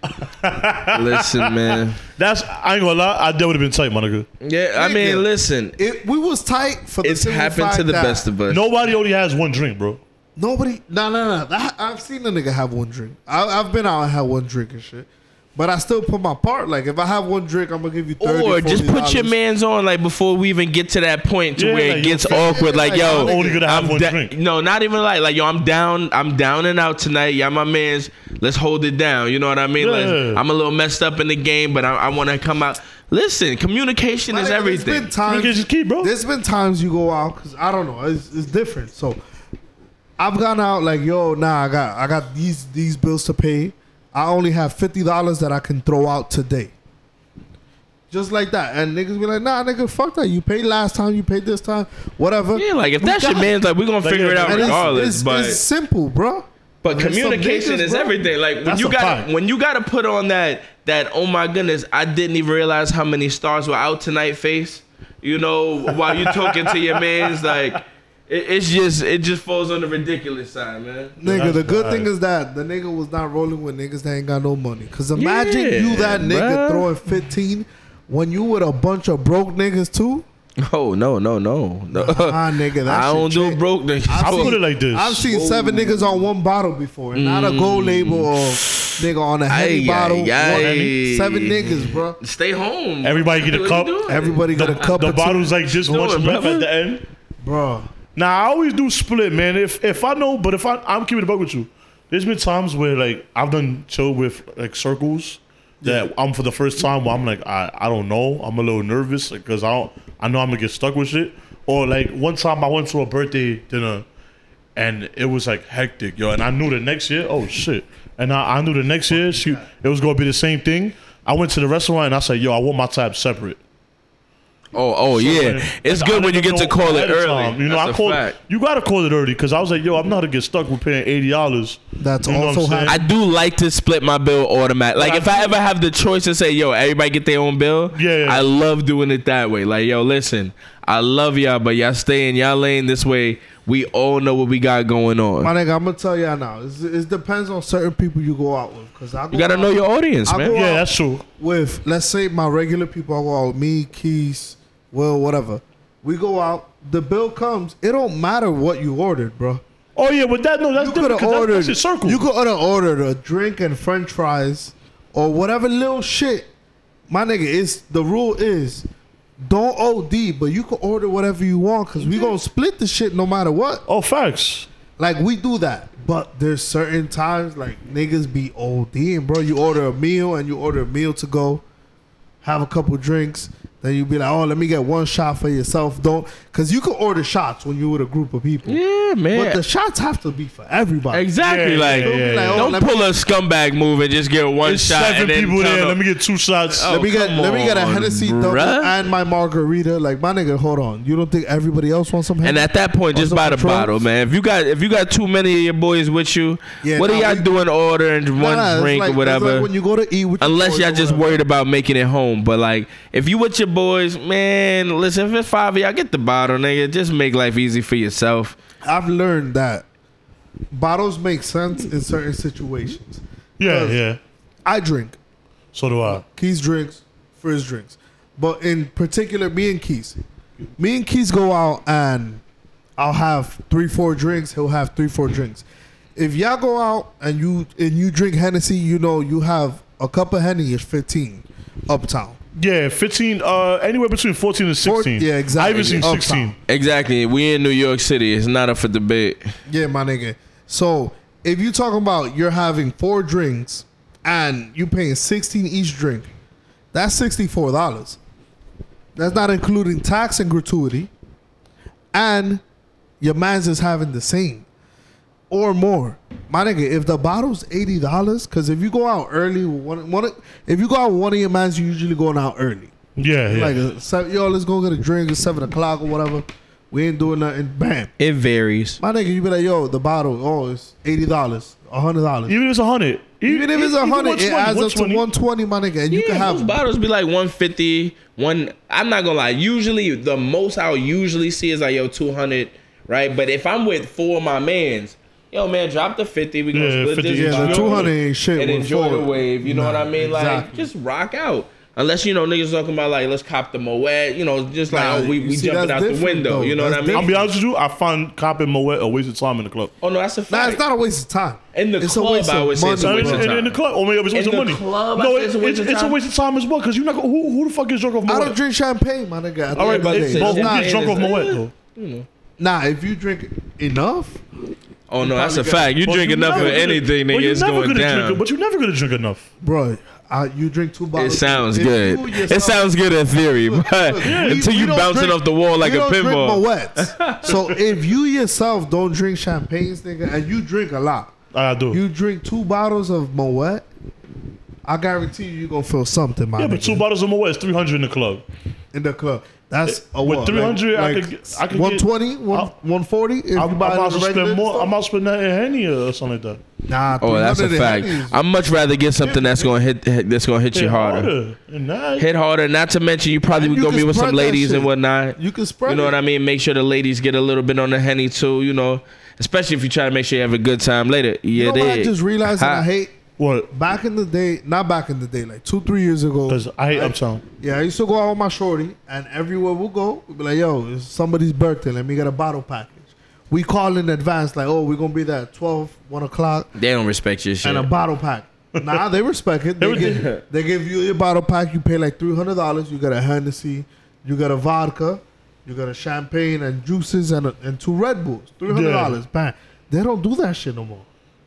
[SPEAKER 2] Listen, man.
[SPEAKER 1] That's I ain't gonna lie. I, that would have been tight, my nigga.
[SPEAKER 2] Yeah, I mean,
[SPEAKER 3] Nigga.
[SPEAKER 2] listen.
[SPEAKER 3] It, we was tight for the
[SPEAKER 2] It's
[SPEAKER 3] simple
[SPEAKER 2] happened to
[SPEAKER 3] fact
[SPEAKER 2] the
[SPEAKER 3] that
[SPEAKER 2] best of us.
[SPEAKER 1] Nobody only has one drink, bro.
[SPEAKER 3] Nobody, no, no, no. That, I've seen a nigga have one drink. I, I've been out and had one drink and shit, but I still put my part. Like if I have one drink, I'm gonna give you thirty.
[SPEAKER 2] Or just put your
[SPEAKER 3] $40.
[SPEAKER 2] mans on like before we even get to that point to
[SPEAKER 1] Yeah,
[SPEAKER 2] where
[SPEAKER 1] like,
[SPEAKER 2] it
[SPEAKER 1] yo,
[SPEAKER 2] gets
[SPEAKER 1] fam,
[SPEAKER 2] awkward. Like,
[SPEAKER 3] like,
[SPEAKER 2] yo,
[SPEAKER 3] I'm
[SPEAKER 1] Only gonna have
[SPEAKER 2] I'm
[SPEAKER 1] one
[SPEAKER 2] da-
[SPEAKER 1] drink.
[SPEAKER 2] No, not even like like yo, I'm down, I'm down and out tonight. Yeah, my man's let's hold it down. You know what I mean? Like,
[SPEAKER 1] Yeah.
[SPEAKER 2] I'm a little messed up in the game, but I, I wanna come out. Listen, communication
[SPEAKER 3] My
[SPEAKER 2] is
[SPEAKER 3] nigga, There's
[SPEAKER 2] everything.
[SPEAKER 3] been times,
[SPEAKER 1] Niggas just keep, bro.
[SPEAKER 3] There's been times you go out because I don't know. It's, it's different. So I've gone out like, yo, nah, I got, I got these these bills to pay. I only have fifty dollars that I can throw out today. Just like that, and niggas be like, "Nah, nigga, fuck that. You paid last time. You paid this time. Whatever."
[SPEAKER 2] yeah, like if
[SPEAKER 3] We
[SPEAKER 2] that's your
[SPEAKER 3] got it.
[SPEAKER 2] man's like we're gonna
[SPEAKER 1] Like,
[SPEAKER 2] figure
[SPEAKER 1] yeah,
[SPEAKER 2] it out
[SPEAKER 1] and
[SPEAKER 3] And it's-
[SPEAKER 2] regardless.
[SPEAKER 3] it's,
[SPEAKER 2] but
[SPEAKER 3] it's simple, bro.
[SPEAKER 2] But
[SPEAKER 3] There's some
[SPEAKER 2] communication
[SPEAKER 3] niggas,
[SPEAKER 2] is
[SPEAKER 3] bro.
[SPEAKER 2] everything. Like when
[SPEAKER 1] That's
[SPEAKER 2] you
[SPEAKER 1] a
[SPEAKER 2] got
[SPEAKER 1] fact.
[SPEAKER 2] to when you got to put on that that oh my goodness, I didn't even realize how many stars were out tonight face. You know, while you talking to your man's like it, it's just it just falls on the ridiculous side, man.
[SPEAKER 3] Nigga, the
[SPEAKER 1] That's
[SPEAKER 3] good
[SPEAKER 1] bad.
[SPEAKER 3] thing is that the nigga was not rolling with niggas that ain't got no money. Cause imagine you that
[SPEAKER 2] Yeah,
[SPEAKER 3] nigga
[SPEAKER 2] bruh.
[SPEAKER 3] throwing 15 when you with a bunch of broke niggas too.
[SPEAKER 2] Oh no no no no!
[SPEAKER 3] Ah, nigga, that
[SPEAKER 2] I
[SPEAKER 3] shit
[SPEAKER 2] don't do
[SPEAKER 3] trick.
[SPEAKER 2] broke niggas.
[SPEAKER 1] I put it like this. Mm.
[SPEAKER 3] I've seen seven niggas on one bottle before, and not a gold label or nigga on a heavy
[SPEAKER 2] Ay,
[SPEAKER 3] bottle.
[SPEAKER 2] ay, ay.
[SPEAKER 3] one Henny. Seven niggas, bro.
[SPEAKER 2] Stay home.
[SPEAKER 1] Everybody get a
[SPEAKER 2] What
[SPEAKER 1] cup.
[SPEAKER 2] you doing?
[SPEAKER 3] Everybody got a cup
[SPEAKER 1] The
[SPEAKER 3] of two,
[SPEAKER 1] bottle's like just
[SPEAKER 2] No,
[SPEAKER 1] much left
[SPEAKER 2] brother.
[SPEAKER 1] at the end.
[SPEAKER 3] bro.
[SPEAKER 1] Now I always do split, man. If if I know, but if I I'm keeping it buck with you, there's been times where like I've done chill with like circles that I'm for the first time where I'm like I I don't know. I'm a little nervous because I don't I know I'm gonna get stuck with shit. Or like one time I went to a birthday dinner and it was like hectic, yo. And I knew the next year, oh shit. And I, I knew the next year she it was gonna be the same thing. I went to the restaurant and I said, yo, I want my tab separate.
[SPEAKER 2] Oh oh yeah, it's
[SPEAKER 1] I
[SPEAKER 2] good when you
[SPEAKER 1] didn't
[SPEAKER 2] get to
[SPEAKER 1] know
[SPEAKER 2] call it
[SPEAKER 1] ahead of
[SPEAKER 2] early.
[SPEAKER 1] time. You know,
[SPEAKER 2] That's
[SPEAKER 1] I
[SPEAKER 2] a
[SPEAKER 1] called.
[SPEAKER 2] fact.
[SPEAKER 1] You gotta call it early because I was like, "Yo, I'm not gonna get stuck with paying eighty dollars."
[SPEAKER 3] That's
[SPEAKER 1] you know
[SPEAKER 3] also
[SPEAKER 1] what I'm saying?
[SPEAKER 2] I do like to split my bill automatic. Like if I ever have the choice to say, "Yo, everybody get their own bill,"
[SPEAKER 1] Yeah, yeah.
[SPEAKER 2] I love doing it that way. Like, yo, listen, I love y'all, but y'all stay in y'all lane this way. We all know what we got going
[SPEAKER 3] My
[SPEAKER 2] on.
[SPEAKER 3] nigga, I'm gonna tell y'all now. It's, it depends on certain people you go out with. Cause I go
[SPEAKER 2] You gotta
[SPEAKER 3] out-
[SPEAKER 2] know your audience,
[SPEAKER 3] I
[SPEAKER 2] man.
[SPEAKER 3] go-
[SPEAKER 1] yeah, that's true.
[SPEAKER 3] with let's say my regular people I go out with me, Keys, Will, whatever. We go out, the bill comes, it don't matter what you ordered, bro.
[SPEAKER 1] Oh yeah, but that no, that's
[SPEAKER 3] You could
[SPEAKER 1] different.
[SPEAKER 3] have
[SPEAKER 1] 'cause That's,
[SPEAKER 3] ordered
[SPEAKER 1] that's your circle.
[SPEAKER 3] You could have ordered a drink and french fries or whatever little shit. My nigga, it's the rule is don't OD, but you can order whatever you want because we gonna split the shit no matter what.
[SPEAKER 1] oh, facts.
[SPEAKER 3] Like we do that, but there's certain times like niggas be ODing, bro. You order a meal and you order a meal to go. have a couple drinks. Then you be like, oh, let me get one shot for yourself. Don't, because you can order shots when you with a group of people.
[SPEAKER 2] Yeah,
[SPEAKER 3] But
[SPEAKER 2] man.
[SPEAKER 3] the shots have to be for everybody.
[SPEAKER 2] Exactly.
[SPEAKER 1] Yeah,
[SPEAKER 2] like,
[SPEAKER 1] yeah, yeah, yeah.
[SPEAKER 2] don't
[SPEAKER 3] Let me-
[SPEAKER 2] pull a scumbag move and just get one
[SPEAKER 1] There's
[SPEAKER 2] shot.
[SPEAKER 1] seven
[SPEAKER 2] and then
[SPEAKER 1] people
[SPEAKER 2] tell
[SPEAKER 1] there.
[SPEAKER 2] them-
[SPEAKER 1] Let me get two shots.
[SPEAKER 2] Oh.
[SPEAKER 3] Let me get
[SPEAKER 2] come
[SPEAKER 3] let me get a
[SPEAKER 2] on,
[SPEAKER 3] Hennessy double
[SPEAKER 2] bruh.
[SPEAKER 3] and my margarita. Like my nigga, hold on. You don't think everybody else wants some?
[SPEAKER 2] And
[SPEAKER 3] Hennessy?
[SPEAKER 2] at that point, just
[SPEAKER 3] Also
[SPEAKER 2] buy the
[SPEAKER 3] control.
[SPEAKER 2] bottle, man. If you got if you got too many of your boys with you,
[SPEAKER 3] Yeah,
[SPEAKER 2] what are
[SPEAKER 3] nah,
[SPEAKER 2] y'all
[SPEAKER 3] we-
[SPEAKER 2] doing? Ordering
[SPEAKER 3] Nah,
[SPEAKER 2] one
[SPEAKER 3] nah, it's
[SPEAKER 2] drink
[SPEAKER 3] like-
[SPEAKER 2] or
[SPEAKER 3] it's
[SPEAKER 2] whatever.
[SPEAKER 3] Like when you go to eat, with your
[SPEAKER 2] Unless
[SPEAKER 3] boys
[SPEAKER 2] y'all
[SPEAKER 3] or
[SPEAKER 2] just
[SPEAKER 3] whatever.
[SPEAKER 2] worried about making it home, but like if you with your boys, man, listen, if it's five of y'all, get the bottle, nigga. Just make life easy for yourself.
[SPEAKER 3] I've learned that bottles make sense in certain situations.
[SPEAKER 1] yeah,
[SPEAKER 3] Cause-
[SPEAKER 1] yeah.
[SPEAKER 3] I drink.
[SPEAKER 1] So do I.
[SPEAKER 3] Keys drinks. Frizz drinks. But in particular, me and Keys. Me and Keys go out and I'll have three, four drinks. He'll have three, four drinks. If y'all go out and you and you drink Hennessy, you know you have a cup of Henny is fifteen, uptown.
[SPEAKER 1] Yeah, 15, uh, anywhere between 14 and 16.
[SPEAKER 3] Four- yeah,
[SPEAKER 1] I
[SPEAKER 3] exactly.
[SPEAKER 1] even seen
[SPEAKER 3] Uptown.
[SPEAKER 1] 16.
[SPEAKER 2] Exactly. We in New York City. It's not up for debate.
[SPEAKER 3] Yeah, my nigga. So if you talking about you're having four drinks and you paying sixteen each drink, that's sixty four dollars. That's not including tax and gratuity, and your man's is having the same or more. My nigga, if the bottle's eighty dollars, because if you go out early, with one, one of- if you go out with one of your mans, you usually going out early.
[SPEAKER 1] Yeah, yeah.
[SPEAKER 3] Like, uh, seven, yo, let's go get a drink at seven o'clock or whatever. We ain't doing nothing. Bam.
[SPEAKER 2] It varies.
[SPEAKER 3] My nigga, you be like, yo, the bottle, oh, it's eighty dollars, hundred dollars.
[SPEAKER 1] even if it's E-, 100.
[SPEAKER 3] Even if it's a hundred, it adds up to one twenty, my nigga, and you
[SPEAKER 2] yeah,
[SPEAKER 3] can
[SPEAKER 2] most
[SPEAKER 3] have.
[SPEAKER 2] bottles be like 150 one i'm not gonna lie usually the most i'll usually see is like yo 200 right but if i'm with four of my mans yo man drop the 50 we gonna
[SPEAKER 1] Yeah,
[SPEAKER 2] split
[SPEAKER 1] 50
[SPEAKER 2] this
[SPEAKER 1] is
[SPEAKER 3] Yeah, the
[SPEAKER 2] enjoy-
[SPEAKER 3] two hundred ain't shit.
[SPEAKER 2] and
[SPEAKER 3] with
[SPEAKER 2] enjoy the
[SPEAKER 3] four.
[SPEAKER 2] wave you know
[SPEAKER 3] Nah,
[SPEAKER 2] what i mean like
[SPEAKER 3] exactly.
[SPEAKER 2] just rock out Unless you know niggas talking about like let's cop the moet, you know, just like
[SPEAKER 3] Nah,
[SPEAKER 2] oh, we,
[SPEAKER 3] you
[SPEAKER 2] we
[SPEAKER 3] see,
[SPEAKER 2] jumping out
[SPEAKER 3] that's
[SPEAKER 2] the
[SPEAKER 3] different,
[SPEAKER 2] window,
[SPEAKER 3] though.
[SPEAKER 2] you know what I
[SPEAKER 3] That's
[SPEAKER 2] mean?
[SPEAKER 1] I'll be honest with you. I find Cop and Moet a waste of time in the club.
[SPEAKER 2] oh no, that's a fact.
[SPEAKER 3] Nah, it's not a waste of time.
[SPEAKER 2] In the
[SPEAKER 3] It's a
[SPEAKER 2] club,
[SPEAKER 3] waste
[SPEAKER 2] I
[SPEAKER 3] of
[SPEAKER 2] would say it's a
[SPEAKER 3] money,
[SPEAKER 1] And it's-
[SPEAKER 2] waste of
[SPEAKER 1] and
[SPEAKER 2] time.
[SPEAKER 1] in the club, Oh or maybe it's a waste
[SPEAKER 2] In
[SPEAKER 1] of
[SPEAKER 2] the
[SPEAKER 1] money.
[SPEAKER 2] club, I
[SPEAKER 1] no,
[SPEAKER 2] say it's a
[SPEAKER 1] it-
[SPEAKER 2] waste
[SPEAKER 1] it's,
[SPEAKER 2] of
[SPEAKER 1] it's a
[SPEAKER 2] time.
[SPEAKER 1] waste of time as well because you're not. gonna- Who, who the fuck gets drunk off Moet?
[SPEAKER 3] I don't drink champagne, my nigga. at the
[SPEAKER 1] All right,
[SPEAKER 3] end of
[SPEAKER 1] but,
[SPEAKER 3] the
[SPEAKER 2] but
[SPEAKER 1] it's-
[SPEAKER 3] day.
[SPEAKER 1] but
[SPEAKER 2] it's
[SPEAKER 1] who
[SPEAKER 2] not-
[SPEAKER 1] gets drunk
[SPEAKER 2] it
[SPEAKER 1] off
[SPEAKER 2] is-
[SPEAKER 1] Moet though?
[SPEAKER 3] Nah, if you drink enough,
[SPEAKER 2] Oh no, that's a
[SPEAKER 3] probably got-
[SPEAKER 2] fact. You
[SPEAKER 1] But
[SPEAKER 2] drink
[SPEAKER 1] you
[SPEAKER 2] enough
[SPEAKER 1] never
[SPEAKER 2] of
[SPEAKER 1] gonna-
[SPEAKER 2] anything,
[SPEAKER 1] but
[SPEAKER 2] nigga,
[SPEAKER 1] you
[SPEAKER 2] it's
[SPEAKER 1] never
[SPEAKER 2] going
[SPEAKER 1] gonna Drink, it,
[SPEAKER 2] down.
[SPEAKER 1] but you're never gonna drink enough.
[SPEAKER 3] bro, uh, you drink two
[SPEAKER 2] It
[SPEAKER 3] bottles.
[SPEAKER 2] sounds
[SPEAKER 3] If
[SPEAKER 2] good.
[SPEAKER 3] you
[SPEAKER 2] it
[SPEAKER 3] yourself-
[SPEAKER 2] sounds good in theory, but
[SPEAKER 3] We-
[SPEAKER 2] until
[SPEAKER 3] we
[SPEAKER 2] you
[SPEAKER 3] don't
[SPEAKER 2] bounce it
[SPEAKER 3] drink-
[SPEAKER 2] off the wall like
[SPEAKER 3] we
[SPEAKER 2] a
[SPEAKER 3] don't drink
[SPEAKER 2] pinball.
[SPEAKER 3] Moët. so if you yourself don't drink champagnes, nigga, and you drink a lot,
[SPEAKER 1] I do.
[SPEAKER 3] you drink two bottles of Moet, I guarantee you, you gonna feel something, my
[SPEAKER 1] yeah, but
[SPEAKER 3] nigga,
[SPEAKER 1] two bottles of Moet is 300 in the club.
[SPEAKER 3] in the club. That's a
[SPEAKER 1] Eh, With
[SPEAKER 3] what,
[SPEAKER 1] 300, I
[SPEAKER 3] like,
[SPEAKER 1] could get- I could get-
[SPEAKER 3] 120, one-
[SPEAKER 1] I'll-
[SPEAKER 3] 140. If
[SPEAKER 1] I'm,
[SPEAKER 3] you
[SPEAKER 1] I'm
[SPEAKER 3] buy
[SPEAKER 1] about
[SPEAKER 3] the
[SPEAKER 1] to spend
[SPEAKER 3] regular
[SPEAKER 1] more. I'm
[SPEAKER 3] stuff.
[SPEAKER 1] about to spend that in Henny or something like that.
[SPEAKER 3] Nah,
[SPEAKER 2] Oh, that's a
[SPEAKER 3] 300
[SPEAKER 2] fact.
[SPEAKER 3] Henneys.
[SPEAKER 2] I'd much rather get something that's gonna hit hit- that's gonna hit you
[SPEAKER 1] Yeah,
[SPEAKER 2] harder.
[SPEAKER 1] And that,
[SPEAKER 2] Hit harder. Not to mention you probably
[SPEAKER 3] And you
[SPEAKER 2] gonna
[SPEAKER 3] can
[SPEAKER 2] be with
[SPEAKER 3] spread
[SPEAKER 2] some
[SPEAKER 3] that
[SPEAKER 2] ladies and
[SPEAKER 3] shit.
[SPEAKER 2] whatnot.
[SPEAKER 3] You can spread.
[SPEAKER 2] You know what I
[SPEAKER 3] mean?
[SPEAKER 2] mean? Make sure the ladies get a little bit on the henny too. You know, especially if you're trying to make sure you have a good time later. Yeah,
[SPEAKER 3] You know what I
[SPEAKER 2] they-
[SPEAKER 3] just realized that
[SPEAKER 2] Ha.
[SPEAKER 3] I hate
[SPEAKER 1] what?
[SPEAKER 3] back in the day, not back in the day, like two, three years ago.
[SPEAKER 1] Because I hate Uptown.
[SPEAKER 3] Yeah, I used to go out with my shorty, and everywhere we go, we be like, "Yo, it's somebody's birthday. Let me get a bottle package." We call in advance, like, "Oh, we're gonna be there at 12, 1 o'clock,
[SPEAKER 2] They don't respect your shit.
[SPEAKER 3] and uh, a bottle pack." Nah, they respect it. They, give, they give you your bottle pack. You pay like three hundred dollars. You get a Hennessy, you get a vodka, you get a champagne and juices and a, and two Red Bulls. Three hundred dollars. Bang. They don't do that shit no more.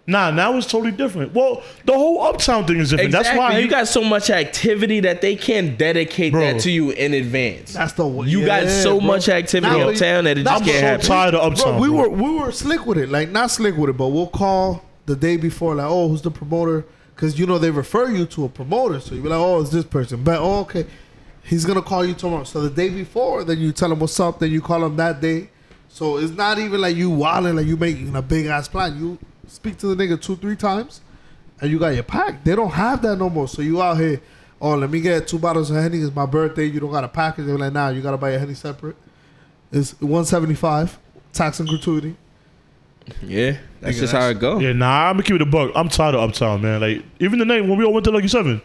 [SPEAKER 1] Nah, now it's totally different. Well, the whole Uptown thing is different.
[SPEAKER 2] Exactly.
[SPEAKER 1] That's why I
[SPEAKER 2] you
[SPEAKER 1] hate-
[SPEAKER 2] got so much activity that they can't dedicate
[SPEAKER 1] Bro.
[SPEAKER 2] that to you in advance.
[SPEAKER 3] That's the way
[SPEAKER 2] You got so much activity
[SPEAKER 3] Now-
[SPEAKER 2] uptown that it
[SPEAKER 3] now
[SPEAKER 2] just can't
[SPEAKER 3] so
[SPEAKER 2] happen.
[SPEAKER 1] tired of Uptown.
[SPEAKER 3] Bro, we
[SPEAKER 1] bro.
[SPEAKER 3] were we were slick with it, like not slick with it, but we'll call the day before, like, oh, who's the promoter? Because you know they refer you to a promoter, so you be like, oh, it's this person. But oh, okay, he's gonna call you tomorrow. So the day before, then you tell him what's up, then you call him that day. So it's not even like you wilding, like you making a big ass plan. You speak to the nigga two three times, and you got your pack. They don't have that no more. So you out here, oh, let me get two bottles of Henny. It's my birthday. You don't got a package. They're like, nah, you gotta buy a Henny separate. It's one seventy five tax and gratuity.
[SPEAKER 2] Yeah, that's
[SPEAKER 3] Nigga, that's-
[SPEAKER 2] just how it go.
[SPEAKER 1] Yeah, nah, I'm gonna keep it a buck. I'm tired of Uptown, man. Like even the night when we all went to Lucky Seven,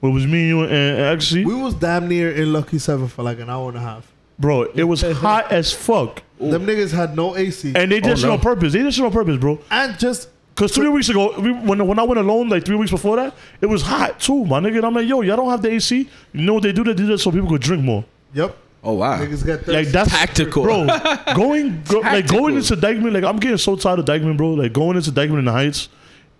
[SPEAKER 1] where it was me, you, and, and actually,
[SPEAKER 3] We was damn near in Lucky Seven for like an hour and a half.
[SPEAKER 1] bro, it was hot as fuck,
[SPEAKER 3] Them niggas had no AC and,
[SPEAKER 1] and they did
[SPEAKER 2] Oh,
[SPEAKER 1] shit
[SPEAKER 2] no.
[SPEAKER 1] on purpose. They did shit on purpose, bro.
[SPEAKER 3] just
[SPEAKER 1] Cause three weeks ago, we, when when I went alone, like three weeks before that, it was hot too, my nigga. And I'm like, yo, y'all don't have the AC. You know what they do? They do that so people could drink more.
[SPEAKER 3] yep.
[SPEAKER 2] Oh wow,
[SPEAKER 3] Niggas got
[SPEAKER 1] Like
[SPEAKER 3] thirsty.
[SPEAKER 1] that's
[SPEAKER 2] tactical,
[SPEAKER 1] bro. Going go, like
[SPEAKER 2] Tactical.
[SPEAKER 1] going into Dykeman, like I'm getting so tired of Dykeman, bro. Like going into Dykeman in the Heights,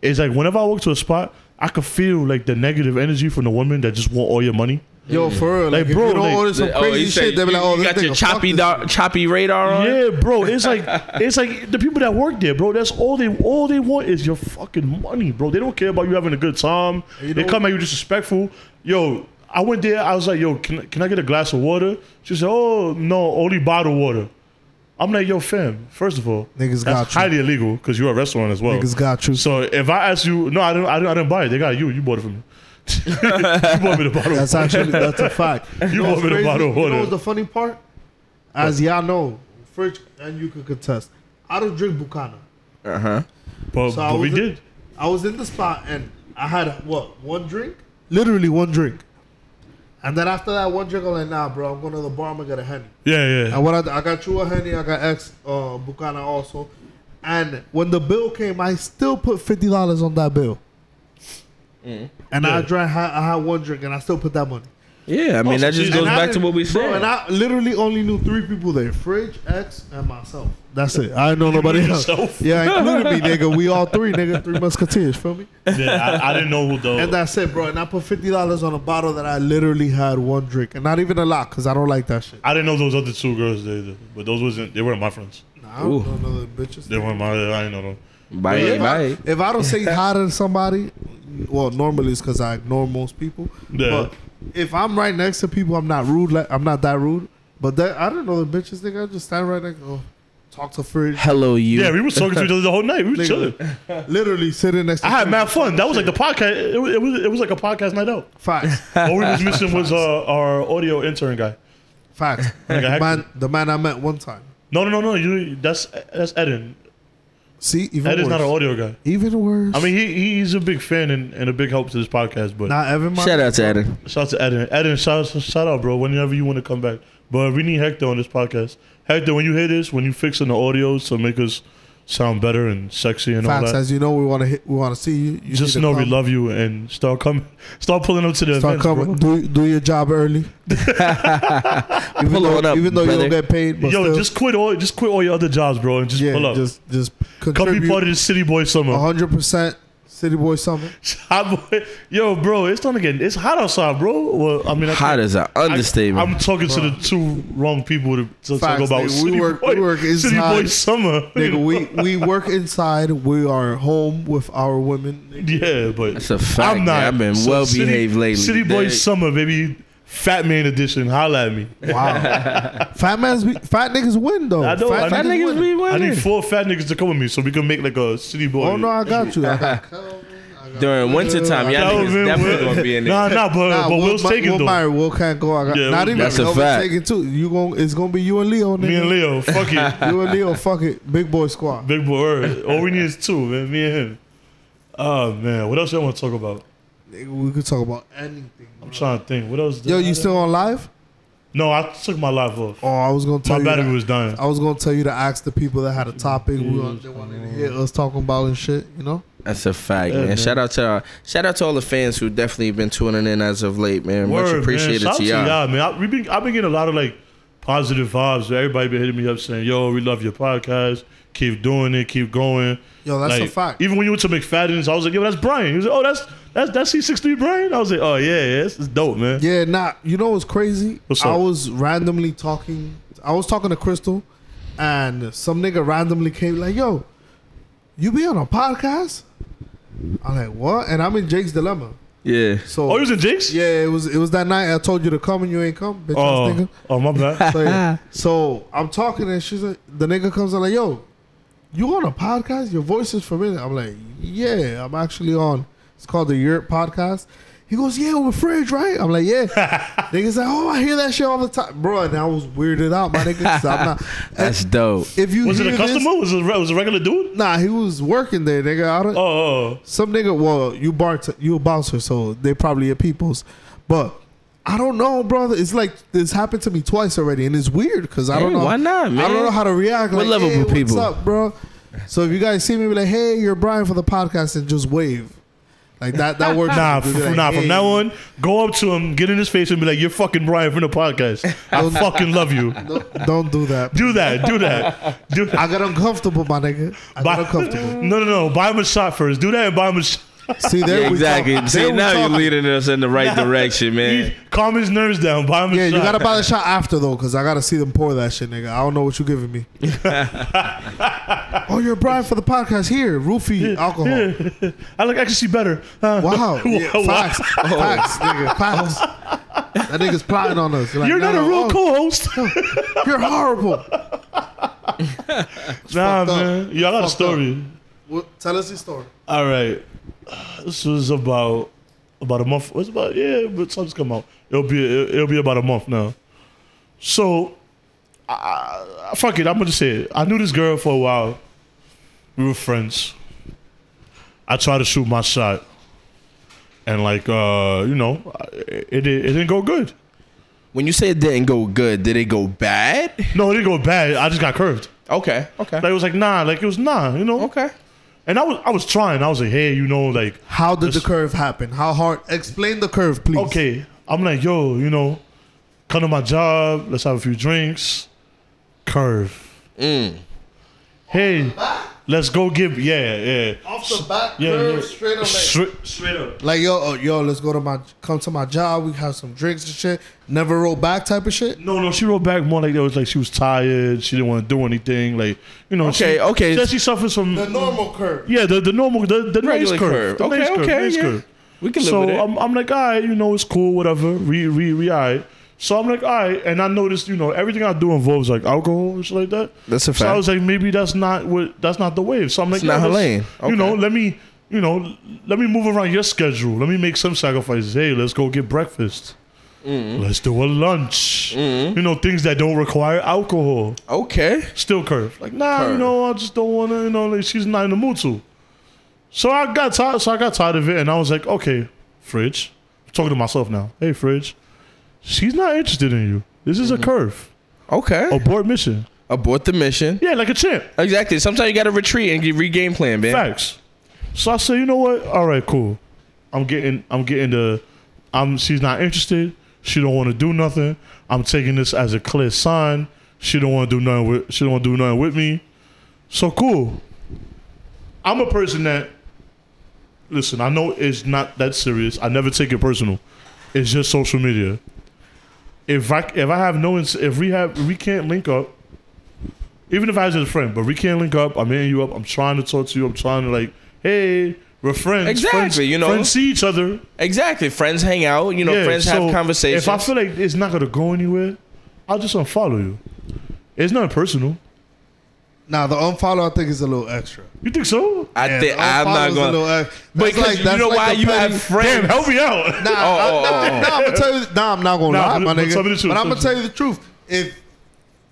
[SPEAKER 1] is like whenever I walk to a spot, I could feel like the negative energy from the women that just want all your money.
[SPEAKER 3] Yo, for real,
[SPEAKER 1] Like,
[SPEAKER 3] like, if
[SPEAKER 1] bro,
[SPEAKER 3] you don't
[SPEAKER 1] like-
[SPEAKER 3] order some
[SPEAKER 2] Oh, he
[SPEAKER 3] crazy
[SPEAKER 2] said
[SPEAKER 3] shit, they be
[SPEAKER 2] you-
[SPEAKER 3] like, "Oh,
[SPEAKER 2] you
[SPEAKER 3] this
[SPEAKER 2] got your
[SPEAKER 3] nigga, fuck
[SPEAKER 2] choppy
[SPEAKER 3] this
[SPEAKER 2] da- choppy radar on.
[SPEAKER 1] Yeah, bro. It's like it's like the people that work there, bro. That's all they all they want is your fucking money, bro. They don't care about you having a good time.
[SPEAKER 3] You
[SPEAKER 1] they
[SPEAKER 3] know-
[SPEAKER 1] come at you disrespectful. Yo, I went there. I was like, yo, can can I get a glass of water? She said, oh no, only bottled water. I'm like, yo, fam. First of all, that's
[SPEAKER 3] Niggas got you.
[SPEAKER 1] highly illegal because you're a restaurant as well.
[SPEAKER 3] Niggas got you.
[SPEAKER 1] So if I ask you, no, I didn't. I didn't, I didn't buy it. They got you. You bought it for me. you bought me the bottle.
[SPEAKER 3] That's actually that's a fact.
[SPEAKER 1] You
[SPEAKER 3] know
[SPEAKER 1] want me to
[SPEAKER 3] what's
[SPEAKER 1] buy the
[SPEAKER 3] crazy? You
[SPEAKER 1] water?
[SPEAKER 3] know what's the funny part? As y'all know, Fridge and you could contest. I don't drink Bucana.
[SPEAKER 2] Uh huh.
[SPEAKER 1] but,
[SPEAKER 3] So I
[SPEAKER 1] but we
[SPEAKER 3] was in-
[SPEAKER 1] did.
[SPEAKER 3] I was in the spot and I had what one drink, literally one drink, and then after that one drink, I'm like, nah, bro, I'm going to the bar. I'm gonna get a henny.
[SPEAKER 1] Yeah, yeah.
[SPEAKER 3] And what I, I got you a henny, I got X uh, Bucana also. And when the bill came, I still put fifty dollars on that bill.
[SPEAKER 2] Mm.
[SPEAKER 3] And I
[SPEAKER 1] Yeah.
[SPEAKER 3] drank. I had one drink, and I still put that money.
[SPEAKER 2] Yeah, I mean that just
[SPEAKER 1] Jesus.
[SPEAKER 2] goes
[SPEAKER 3] And I
[SPEAKER 2] back to
[SPEAKER 3] didn't-
[SPEAKER 2] what we
[SPEAKER 3] bro,
[SPEAKER 2] said.
[SPEAKER 3] And I literally only knew three people there: Fridge, X, and myself. That's it. I didn't know nobody
[SPEAKER 1] knew
[SPEAKER 3] else.
[SPEAKER 1] yourself?
[SPEAKER 3] Yeah, including me, nigga. We all three, nigga. Three musketeers. Feel me?
[SPEAKER 1] yeah I, I didn't know who the
[SPEAKER 3] And that's it, bro. And I put fifty dollars on a bottle that I literally had one drink, and not even a lot, cause I don't like that shit.
[SPEAKER 1] I didn't know those other two girls there, either, but those wasn't. They weren't my friends.
[SPEAKER 3] Nah, I don't
[SPEAKER 2] Ooh.
[SPEAKER 3] know none of the bitches.
[SPEAKER 1] They weren't my. I didn't know them.
[SPEAKER 2] bye
[SPEAKER 3] If I,
[SPEAKER 2] bye.
[SPEAKER 3] if I don't say hi to somebody, well, normally it's because I ignore most people.
[SPEAKER 1] Yeah.
[SPEAKER 3] But if I'm right next to people, I'm not rude. Like I'm not that rude. But that, I don't know the bitches. Nigga, I just stand right next. Oh, talk to fridge.
[SPEAKER 2] Hello, you.
[SPEAKER 1] Yeah, we was talking to each other the whole night. We was chilling.
[SPEAKER 3] Nigga, literally sitting next. to
[SPEAKER 1] I had
[SPEAKER 3] Fridge.
[SPEAKER 1] mad fun. That was like the podcast. It was it was, it was like a podcast night out.
[SPEAKER 3] Facts.
[SPEAKER 1] All we was missing was uh, our audio intern guy.
[SPEAKER 3] Facts.
[SPEAKER 1] Nigga,
[SPEAKER 3] the
[SPEAKER 1] heck-
[SPEAKER 3] man, the man I met one time.
[SPEAKER 1] No, no, no, no. You that's that's Eden.
[SPEAKER 3] See, even
[SPEAKER 1] Eden's
[SPEAKER 3] worse.
[SPEAKER 1] not an audio guy.
[SPEAKER 3] even worse.
[SPEAKER 1] I mean, he he's a big fan and, and a big help to this podcast. But
[SPEAKER 3] not Evan. my-
[SPEAKER 2] Shout out to Adam.
[SPEAKER 1] shout out to Eden. Eden, shout shout out, bro. Whenever you want to come back, but we need Hector on this podcast. Hector, when you hear this, when you fixing the audio to make us sound better and sexy and all
[SPEAKER 3] Facts.
[SPEAKER 1] that.
[SPEAKER 3] As you know, we want to hit. We want to see you. you
[SPEAKER 1] just
[SPEAKER 3] need to
[SPEAKER 1] know we
[SPEAKER 3] come.
[SPEAKER 1] love you and start coming, start pulling up to the
[SPEAKER 3] Start
[SPEAKER 1] events, bro.
[SPEAKER 3] coming. Do, do your job early. even
[SPEAKER 2] Pull
[SPEAKER 3] though,
[SPEAKER 2] on up,
[SPEAKER 3] even though you don't
[SPEAKER 2] brother.
[SPEAKER 3] get paid, but
[SPEAKER 1] Yo,
[SPEAKER 3] still,
[SPEAKER 1] just quit all, just quit all your other jobs, bro, and just
[SPEAKER 3] yeah,
[SPEAKER 1] pull up.
[SPEAKER 3] just Uh-huh. just
[SPEAKER 1] Come be part
[SPEAKER 3] contribute
[SPEAKER 1] of the city boy summer.
[SPEAKER 3] hundred percent. City boy summer.
[SPEAKER 1] Hot boy- Yo, bro, it's time again. It's hot outside, bro. Well, I mean, I
[SPEAKER 2] Hot
[SPEAKER 1] can't-
[SPEAKER 2] as an
[SPEAKER 1] I-
[SPEAKER 2] understatement.
[SPEAKER 1] I'm talking to the two wrong people to, to talk
[SPEAKER 3] Facts,
[SPEAKER 1] about
[SPEAKER 3] nigga, we
[SPEAKER 1] city,
[SPEAKER 3] work-
[SPEAKER 1] boy,
[SPEAKER 3] we work
[SPEAKER 1] city boy
[SPEAKER 3] inside.
[SPEAKER 1] summer.
[SPEAKER 3] Nigga, we, we work inside. We are home with our women. Nigga,
[SPEAKER 1] yeah, but
[SPEAKER 2] That's a fact.
[SPEAKER 1] I'm
[SPEAKER 2] man.
[SPEAKER 1] not.
[SPEAKER 2] I've been
[SPEAKER 1] So
[SPEAKER 2] well
[SPEAKER 1] city-
[SPEAKER 2] behaved lately.
[SPEAKER 1] City boy
[SPEAKER 2] They-
[SPEAKER 1] summer, baby. Fat man edition. Holla at me.
[SPEAKER 3] Wow. fat man's be, fat niggas win though.
[SPEAKER 1] I know,
[SPEAKER 3] Fat,
[SPEAKER 1] I
[SPEAKER 2] That
[SPEAKER 1] know.
[SPEAKER 3] niggas,
[SPEAKER 2] niggas
[SPEAKER 3] win.
[SPEAKER 2] be
[SPEAKER 1] I need
[SPEAKER 2] winning.
[SPEAKER 1] four fat niggas to come with me so we can make like a city boy.
[SPEAKER 3] Oh no, I got you. I got Calvin, I got-
[SPEAKER 2] During wintertime, y'all
[SPEAKER 1] Calvin
[SPEAKER 2] niggas definitely
[SPEAKER 1] Will-
[SPEAKER 2] gonna be in there.
[SPEAKER 1] Nah, nah, but,
[SPEAKER 3] Nah,
[SPEAKER 1] but
[SPEAKER 3] Will,
[SPEAKER 1] Will's
[SPEAKER 3] Ma-
[SPEAKER 1] taken
[SPEAKER 3] Will
[SPEAKER 1] though.
[SPEAKER 3] Myers, Will can't go. I got,
[SPEAKER 1] Yeah,
[SPEAKER 3] not
[SPEAKER 1] Will-
[SPEAKER 3] even.
[SPEAKER 2] That's a
[SPEAKER 3] Will's
[SPEAKER 2] fact.
[SPEAKER 3] Taken too. You gon' it's gonna be you and Leo. Nigga.
[SPEAKER 1] Me and Leo, fuck it,
[SPEAKER 3] You and Leo. Fuck it, big boy squad.
[SPEAKER 1] big boy. word. All we need is two, man. Me and him. Oh man, what else y'all want to talk about?
[SPEAKER 3] Nigga, we could talk about anything.
[SPEAKER 1] I'm
[SPEAKER 3] bro.
[SPEAKER 1] trying to think. What else? did
[SPEAKER 3] Yo,
[SPEAKER 1] I
[SPEAKER 3] you
[SPEAKER 1] do?
[SPEAKER 3] still on live?
[SPEAKER 1] No, I took my life off.
[SPEAKER 3] Oh, I was gonna tell
[SPEAKER 1] My
[SPEAKER 3] you.
[SPEAKER 1] battery
[SPEAKER 3] that-
[SPEAKER 1] was dying.
[SPEAKER 3] I was gonna tell you to ask the people that had a topic we wanted, they wanted to hear us talking about and shit. You know,
[SPEAKER 2] That's a fact,
[SPEAKER 1] Yeah,
[SPEAKER 2] man.
[SPEAKER 1] man.
[SPEAKER 2] Shout out to our, shout out to all the fans who definitely been tuning in as of late, man. Much
[SPEAKER 1] Word,
[SPEAKER 2] appreciated
[SPEAKER 1] man. Shout
[SPEAKER 2] to y'all.
[SPEAKER 1] out man. I, we been, I've been getting a lot of like positive vibes. Everybody been hitting me up saying, "Yo, we love your podcast. Keep doing it. Keep going."
[SPEAKER 3] yo, that's a
[SPEAKER 1] Like,
[SPEAKER 3] fact.
[SPEAKER 1] Even when you went to McFadden's, I was like, "Yo, that's Brian." He was like, "Oh, that's that's that's C six three Brian." I was like, "Oh yeah, yeah, this is dope, man."
[SPEAKER 3] Yeah, nah. You know what's crazy?
[SPEAKER 1] What's
[SPEAKER 3] I
[SPEAKER 1] up?
[SPEAKER 3] was randomly talking. I was talking to Crystal, and some nigga randomly came like, "Yo, you be on a podcast?" I'm like, "What?" And I'm in Jake's dilemma.
[SPEAKER 2] Yeah.
[SPEAKER 3] So,
[SPEAKER 1] Oh, he was in Jake's.
[SPEAKER 3] yeah, it was it was that night I told you to come and you ain't come, bitch ass
[SPEAKER 1] Oh,
[SPEAKER 3] nigga.
[SPEAKER 1] oh my bad.
[SPEAKER 3] So, yeah. So I'm talking and she's like, the nigga comes out like, "Yo, you on a podcast? Your voice is familiar." I'm like, "Yeah, I'm actually on. It's called the Europe Podcast." He goes, "Yeah, with Fridge, right?" I'm like, "Yeah." Niggas like, "Oh, I hear that shit all the time, bro." And I was weirded out, my nigga. 'cause I'm not.
[SPEAKER 2] That's dope.
[SPEAKER 3] if you
[SPEAKER 1] Was it
[SPEAKER 3] hear
[SPEAKER 1] a
[SPEAKER 3] this-
[SPEAKER 1] customer? Was it was it a regular dude?
[SPEAKER 3] Nah, he was working there, nigga. I don't,
[SPEAKER 1] Oh, oh,
[SPEAKER 3] some nigga, well, you bart, you a bouncer, so they probably your peoples. But I don't know, brother. It's like this happened to me twice already, and it's weird because I don't
[SPEAKER 2] Hey,
[SPEAKER 3] know.
[SPEAKER 2] why not,
[SPEAKER 3] I
[SPEAKER 2] man?
[SPEAKER 3] don't know how to react.
[SPEAKER 2] We're
[SPEAKER 3] Like,
[SPEAKER 2] lovable
[SPEAKER 3] hey,
[SPEAKER 2] people."
[SPEAKER 3] What's up, bro? So if you guys see me, be like, "Hey, you're Brian for the podcast," and just wave. Like that. That works.
[SPEAKER 1] nah,
[SPEAKER 3] Be
[SPEAKER 1] f-
[SPEAKER 3] like,
[SPEAKER 1] nah. From
[SPEAKER 3] "Hey."
[SPEAKER 1] now on, go up to him, get in his face, and be like, "You're fucking Brian from the podcast. I fucking love you."
[SPEAKER 3] don't, don't do that.
[SPEAKER 1] Do that. Do that. Do that.
[SPEAKER 3] I got uncomfortable, my nigga. I got
[SPEAKER 1] Buy-
[SPEAKER 3] uncomfortable.
[SPEAKER 1] No, no, no. Buy him a shot first. Do that and buy him a shot.
[SPEAKER 3] See, there
[SPEAKER 2] Yeah,
[SPEAKER 3] we
[SPEAKER 2] exactly.
[SPEAKER 3] Go. There
[SPEAKER 2] See,
[SPEAKER 3] we
[SPEAKER 2] now you're
[SPEAKER 3] talk.
[SPEAKER 2] leading us in the right direction, man.
[SPEAKER 1] Calm his nerves down. Buy him a
[SPEAKER 3] Yeah, you
[SPEAKER 1] shot.
[SPEAKER 3] gotta buy the shot after though, cause I gotta see them pour that shit, nigga. I don't know what you giving me. oh, you're a bribe for the podcast here. Roofie alcohol.
[SPEAKER 1] Yeah. I look. I can see better. Huh?
[SPEAKER 3] Wow. Yeah,
[SPEAKER 1] Wow.
[SPEAKER 3] facts. Facts, nigga. Facts. That nigga's plotting on us. Like,
[SPEAKER 1] You're
[SPEAKER 3] no,
[SPEAKER 1] not a
[SPEAKER 3] no,
[SPEAKER 1] real
[SPEAKER 3] oh,
[SPEAKER 1] co-host.
[SPEAKER 3] You're horrible.
[SPEAKER 1] nah,
[SPEAKER 3] fucked up.
[SPEAKER 1] man. Y'all got a
[SPEAKER 3] Fucked
[SPEAKER 1] story.
[SPEAKER 3] Well, tell us your story.
[SPEAKER 1] All right. This was about about a month. It's about yeah, but something's come out. It'll be it'll, it'll be about a month now. So, I, I- fuck it. I'm gonna say it. I knew this girl for a while. We were friends. I tried to shoot my shot, and like uh, you know, I- it, it it didn't go good.
[SPEAKER 2] When you say it didn't go good, did it go bad?
[SPEAKER 1] No, it didn't go bad. I just got curved.
[SPEAKER 2] Okay. Okay.
[SPEAKER 1] Like it was like nah, like it was nah, you know.
[SPEAKER 2] okay.
[SPEAKER 1] And I was I was trying. I was like, hey, you know, like
[SPEAKER 3] How did the
[SPEAKER 1] This-
[SPEAKER 3] curve happen? How hard? Explain the curve, please.
[SPEAKER 1] okay, I'm like, yo, you know, come to my job, let's have a few drinks, curve.
[SPEAKER 2] Mm.
[SPEAKER 1] Hey, let's go get, yeah, yeah.
[SPEAKER 3] Off the back,
[SPEAKER 1] Yeah,
[SPEAKER 3] curve,
[SPEAKER 1] yeah.
[SPEAKER 3] straight away.
[SPEAKER 1] Straight, straight up.
[SPEAKER 3] Like yo, oh, yo, let's go to my come to my job. We have some drinks and shit. Never roll back type of shit.
[SPEAKER 1] No, no, she wrote back more like that. It was like she was tired, she didn't want to do anything, like, you know.
[SPEAKER 2] Okay,
[SPEAKER 1] she,
[SPEAKER 2] okay.
[SPEAKER 1] She, said she suffers from,
[SPEAKER 3] The normal curve.
[SPEAKER 1] yeah, the, the normal, the, the nice
[SPEAKER 2] Regular
[SPEAKER 1] curve.
[SPEAKER 2] curve.
[SPEAKER 1] The
[SPEAKER 2] Okay,
[SPEAKER 1] nice curve,
[SPEAKER 2] okay,
[SPEAKER 1] nice
[SPEAKER 2] yeah.
[SPEAKER 1] curve.
[SPEAKER 2] We can live
[SPEAKER 1] so um,
[SPEAKER 2] with it.
[SPEAKER 1] I'm, I'm like, all right, you know, it's cool, whatever. We, we, we, all right. So I'm like, all right. And I noticed, you know, everything I do involves like alcohol and shit like that.
[SPEAKER 2] That's a
[SPEAKER 1] So I
[SPEAKER 2] fact.
[SPEAKER 1] was like, maybe that's not what, that's not the wave. So I'm like,
[SPEAKER 2] It's not
[SPEAKER 1] yeah,
[SPEAKER 2] her
[SPEAKER 1] let's-
[SPEAKER 2] lane.
[SPEAKER 1] You know,
[SPEAKER 2] Okay.
[SPEAKER 1] let me, you know, let me move around your schedule. Let me make some sacrifices. Hey, let's go get breakfast.
[SPEAKER 2] Mm-hmm.
[SPEAKER 1] Let's do a lunch. You know, things that don't require alcohol.
[SPEAKER 2] okay.
[SPEAKER 1] Still curve. Like, nah, you
[SPEAKER 2] Curve.
[SPEAKER 1] know, I just don't want to, you know, like she's not in the mood to. So I got tired, so I got tired of it and I was like, okay, Fridge. I'm talking to myself now. Hey Fridge, she's not interested in you. This is a curve.
[SPEAKER 2] Okay.
[SPEAKER 1] Abort mission.
[SPEAKER 2] Abort the mission.
[SPEAKER 1] Yeah, like a champ.
[SPEAKER 2] Exactly. Sometimes you got to retreat and get re-game plan, man.
[SPEAKER 1] Facts. So I said, you know what? All right, cool. I'm getting, I'm getting the, I'm. She's not interested. She don't want to do nothing. I'm taking this as a clear sign. She don't want to do nothing with. She don't want to do nothing with me. So cool. I'm a person that, listen, I know it's not that serious. I never take it personal. It's just social media. If I if I have no ins- if we have we can't link up, even if I was just a friend, but we can't link up. I'm hitting you up. I'm trying to talk to you. I'm trying to like, hey, we're friends.
[SPEAKER 2] Exactly,
[SPEAKER 1] Friends,
[SPEAKER 2] you know?
[SPEAKER 1] friends see each other.
[SPEAKER 2] Exactly. Friends hang out. You know,
[SPEAKER 1] Yeah,
[SPEAKER 2] friends
[SPEAKER 1] so
[SPEAKER 2] have conversations.
[SPEAKER 1] If I feel like it's not gonna go anywhere, I'll just unfollow you. It's not personal.
[SPEAKER 3] Now the unfollow I think is a little extra.
[SPEAKER 1] You think so?
[SPEAKER 2] I
[SPEAKER 3] Yeah,
[SPEAKER 2] think
[SPEAKER 3] the unfollow
[SPEAKER 2] I'm not
[SPEAKER 3] is a
[SPEAKER 2] going.
[SPEAKER 3] little
[SPEAKER 2] to
[SPEAKER 3] ex- that's
[SPEAKER 2] Because
[SPEAKER 3] like-
[SPEAKER 2] you
[SPEAKER 3] that's
[SPEAKER 2] know
[SPEAKER 3] like
[SPEAKER 2] why
[SPEAKER 3] the
[SPEAKER 2] you
[SPEAKER 3] petty-
[SPEAKER 2] have friends.
[SPEAKER 1] Damn, help me out.
[SPEAKER 3] Nah,
[SPEAKER 2] Oh,
[SPEAKER 3] I,
[SPEAKER 2] oh,
[SPEAKER 3] nah,
[SPEAKER 2] oh,
[SPEAKER 3] nah, I'm gonna tell you. Nah, I'm not gonna
[SPEAKER 1] Nah,
[SPEAKER 3] lie,
[SPEAKER 1] but-
[SPEAKER 3] my
[SPEAKER 1] but
[SPEAKER 3] nigga.
[SPEAKER 1] tell me the truth,
[SPEAKER 3] but
[SPEAKER 1] tell
[SPEAKER 3] I'm
[SPEAKER 1] me
[SPEAKER 3] gonna
[SPEAKER 1] the
[SPEAKER 3] tell you the truth. If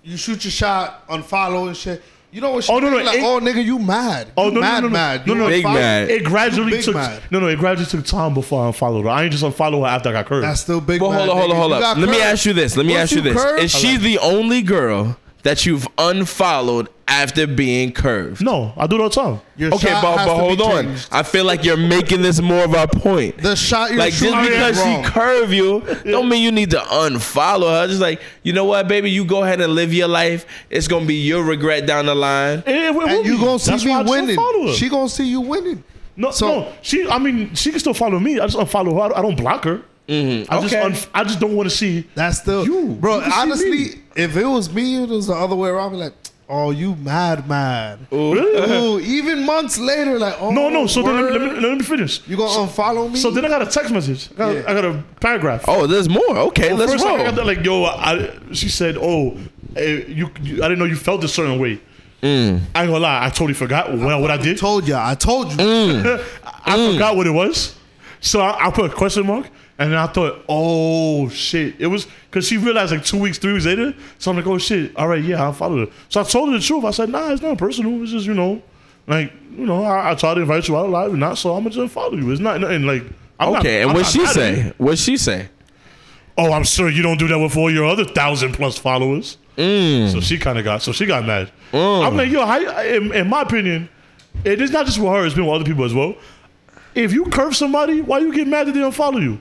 [SPEAKER 3] you shoot your shot, unfollow and shit, you know what? She
[SPEAKER 1] Oh, no,
[SPEAKER 3] think,
[SPEAKER 1] no,
[SPEAKER 3] like,
[SPEAKER 1] it-
[SPEAKER 3] oh nigga, you mad?
[SPEAKER 1] Oh,
[SPEAKER 3] You
[SPEAKER 1] no, no,
[SPEAKER 3] mad,
[SPEAKER 1] no, no.
[SPEAKER 3] mad.
[SPEAKER 1] No,
[SPEAKER 3] You
[SPEAKER 1] no,
[SPEAKER 2] Big
[SPEAKER 3] unfollow-
[SPEAKER 2] mad.
[SPEAKER 1] It gradually
[SPEAKER 3] Eh, Big
[SPEAKER 1] took
[SPEAKER 3] man.
[SPEAKER 1] no, no. It gradually took time before I unfollowed her. I ain't just unfollow her after I got curved.
[SPEAKER 3] That's still big.
[SPEAKER 2] But hold
[SPEAKER 3] mad,
[SPEAKER 2] on, hold
[SPEAKER 3] nigga.
[SPEAKER 2] on, hold
[SPEAKER 3] You
[SPEAKER 2] up.
[SPEAKER 3] got
[SPEAKER 2] Let me
[SPEAKER 3] curved.
[SPEAKER 2] ask you this. Let me
[SPEAKER 3] Once
[SPEAKER 2] ask you this.
[SPEAKER 3] curved-
[SPEAKER 2] Is she the only girl that you've unfollowed after being curved?
[SPEAKER 1] no, I do it all the time.
[SPEAKER 3] Your
[SPEAKER 2] Okay,
[SPEAKER 3] shot
[SPEAKER 2] but,
[SPEAKER 3] has
[SPEAKER 2] but
[SPEAKER 3] to be
[SPEAKER 2] hold on.
[SPEAKER 3] changed.
[SPEAKER 2] I feel like you're making this more of a point.
[SPEAKER 3] The shot you're
[SPEAKER 2] Like just
[SPEAKER 3] shooting
[SPEAKER 2] because
[SPEAKER 3] is wrong.
[SPEAKER 2] she curve you, don't mean you need to unfollow her. Just like you know what, baby, you go ahead and live your life. It's gonna be your regret down the line.
[SPEAKER 1] It- it will
[SPEAKER 3] and you
[SPEAKER 1] be.
[SPEAKER 3] gonna see
[SPEAKER 1] That's why
[SPEAKER 3] me
[SPEAKER 1] I just unfollow
[SPEAKER 3] winning.
[SPEAKER 1] her.
[SPEAKER 3] She gonna see you winning.
[SPEAKER 1] No,
[SPEAKER 3] So-
[SPEAKER 1] no. She, I mean, she can still follow me. I just unfollow her. I don't- I don't block her. I just,
[SPEAKER 2] Okay.
[SPEAKER 1] unf- I just don't want to see.
[SPEAKER 3] That's still
[SPEAKER 1] You.
[SPEAKER 3] bro.
[SPEAKER 1] You can see
[SPEAKER 3] honestly, if it was me, it was the other way around. I'd be like, oh, you mad, mad.
[SPEAKER 1] Really?
[SPEAKER 3] Ooh, even months later, like, oh
[SPEAKER 1] No, no. So then let me,
[SPEAKER 3] word.
[SPEAKER 1] let me, let me finish.
[SPEAKER 3] you gonna unfollow me?
[SPEAKER 1] So then I got a text message. I got,
[SPEAKER 3] Yeah.
[SPEAKER 1] I got a paragraph.
[SPEAKER 2] Oh, there's more. Okay, let's
[SPEAKER 1] First,
[SPEAKER 2] roll.
[SPEAKER 1] I got that like, yo, I, she said, oh, eh, you, you, I didn't know you felt a certain way. I ain't gonna lie, I totally forgot what, what I
[SPEAKER 3] I
[SPEAKER 1] did.
[SPEAKER 3] told ya, I told you.
[SPEAKER 2] Mm.
[SPEAKER 1] I forgot what it was. So I, I put a question mark and then I thought, oh shit. It was because she realized like two weeks, three weeks later. So I'm like, oh shit, all right, yeah, I'll follow her. So I told her the truth. I said, nah, it's not personal. It's just, you know, like, you know, I, I tried to invite you out alive and not, so I'm gonna just follow you. It's not nothing like. I'm not-
[SPEAKER 2] Okay, and
[SPEAKER 1] I'm
[SPEAKER 2] what
[SPEAKER 1] not
[SPEAKER 2] she
[SPEAKER 1] mad at you.
[SPEAKER 2] say? What she say?
[SPEAKER 1] Oh, I'm sure you don't do that with all your other thousand plus followers.
[SPEAKER 2] Mm.
[SPEAKER 1] So she kind of got, so she got mad. I'm like, yo, how, in, in my opinion, it is not just with her; it's been with other people as well. If you curve somebody, why you get mad that they don't follow you?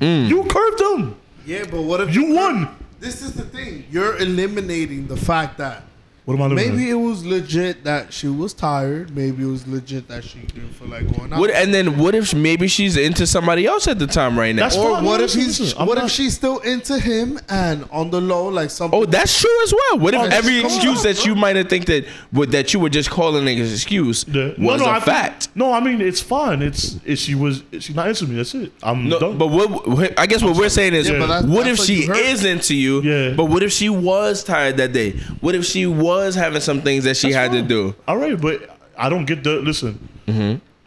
[SPEAKER 2] Mm.
[SPEAKER 1] You curved them.
[SPEAKER 3] Yeah, but what if
[SPEAKER 1] You won.
[SPEAKER 3] This is the thing. You're eliminating the fact that
[SPEAKER 1] What am I living?
[SPEAKER 3] Maybe
[SPEAKER 1] in?
[SPEAKER 3] it was legit that she was tired. Maybe it was legit that she didn't feel like going out.
[SPEAKER 2] What, and then what if maybe she's into somebody else at the time right now?
[SPEAKER 1] That's
[SPEAKER 3] or
[SPEAKER 1] fine,
[SPEAKER 3] what
[SPEAKER 1] no,
[SPEAKER 3] if
[SPEAKER 1] listen,
[SPEAKER 3] he's?
[SPEAKER 1] listen, I'm
[SPEAKER 3] what
[SPEAKER 1] not-
[SPEAKER 3] if she's still into him and on the low, like something?
[SPEAKER 2] Oh, that's true as well. What if
[SPEAKER 3] Oh,
[SPEAKER 2] every
[SPEAKER 3] come on,
[SPEAKER 2] excuse that
[SPEAKER 3] bro.
[SPEAKER 2] you might have think that would that you were just calling an excuse
[SPEAKER 1] Yeah.
[SPEAKER 2] was a
[SPEAKER 1] I think-
[SPEAKER 2] fact?
[SPEAKER 1] no, I mean it's fine. It's it, she was she's not into me. That's it. I'm
[SPEAKER 2] No,
[SPEAKER 1] done.
[SPEAKER 2] but what what- I guess what we're saying is,
[SPEAKER 3] Yeah, but that's-
[SPEAKER 2] what
[SPEAKER 3] that's
[SPEAKER 2] if
[SPEAKER 3] what
[SPEAKER 2] she
[SPEAKER 3] you heard.
[SPEAKER 2] is into you?
[SPEAKER 1] Yeah.
[SPEAKER 2] But what if she was tired that day? What if she was having some things that she
[SPEAKER 1] That's
[SPEAKER 2] had to
[SPEAKER 1] fine.
[SPEAKER 2] do? Mm-hmm.
[SPEAKER 1] All right, but I don't get the listen.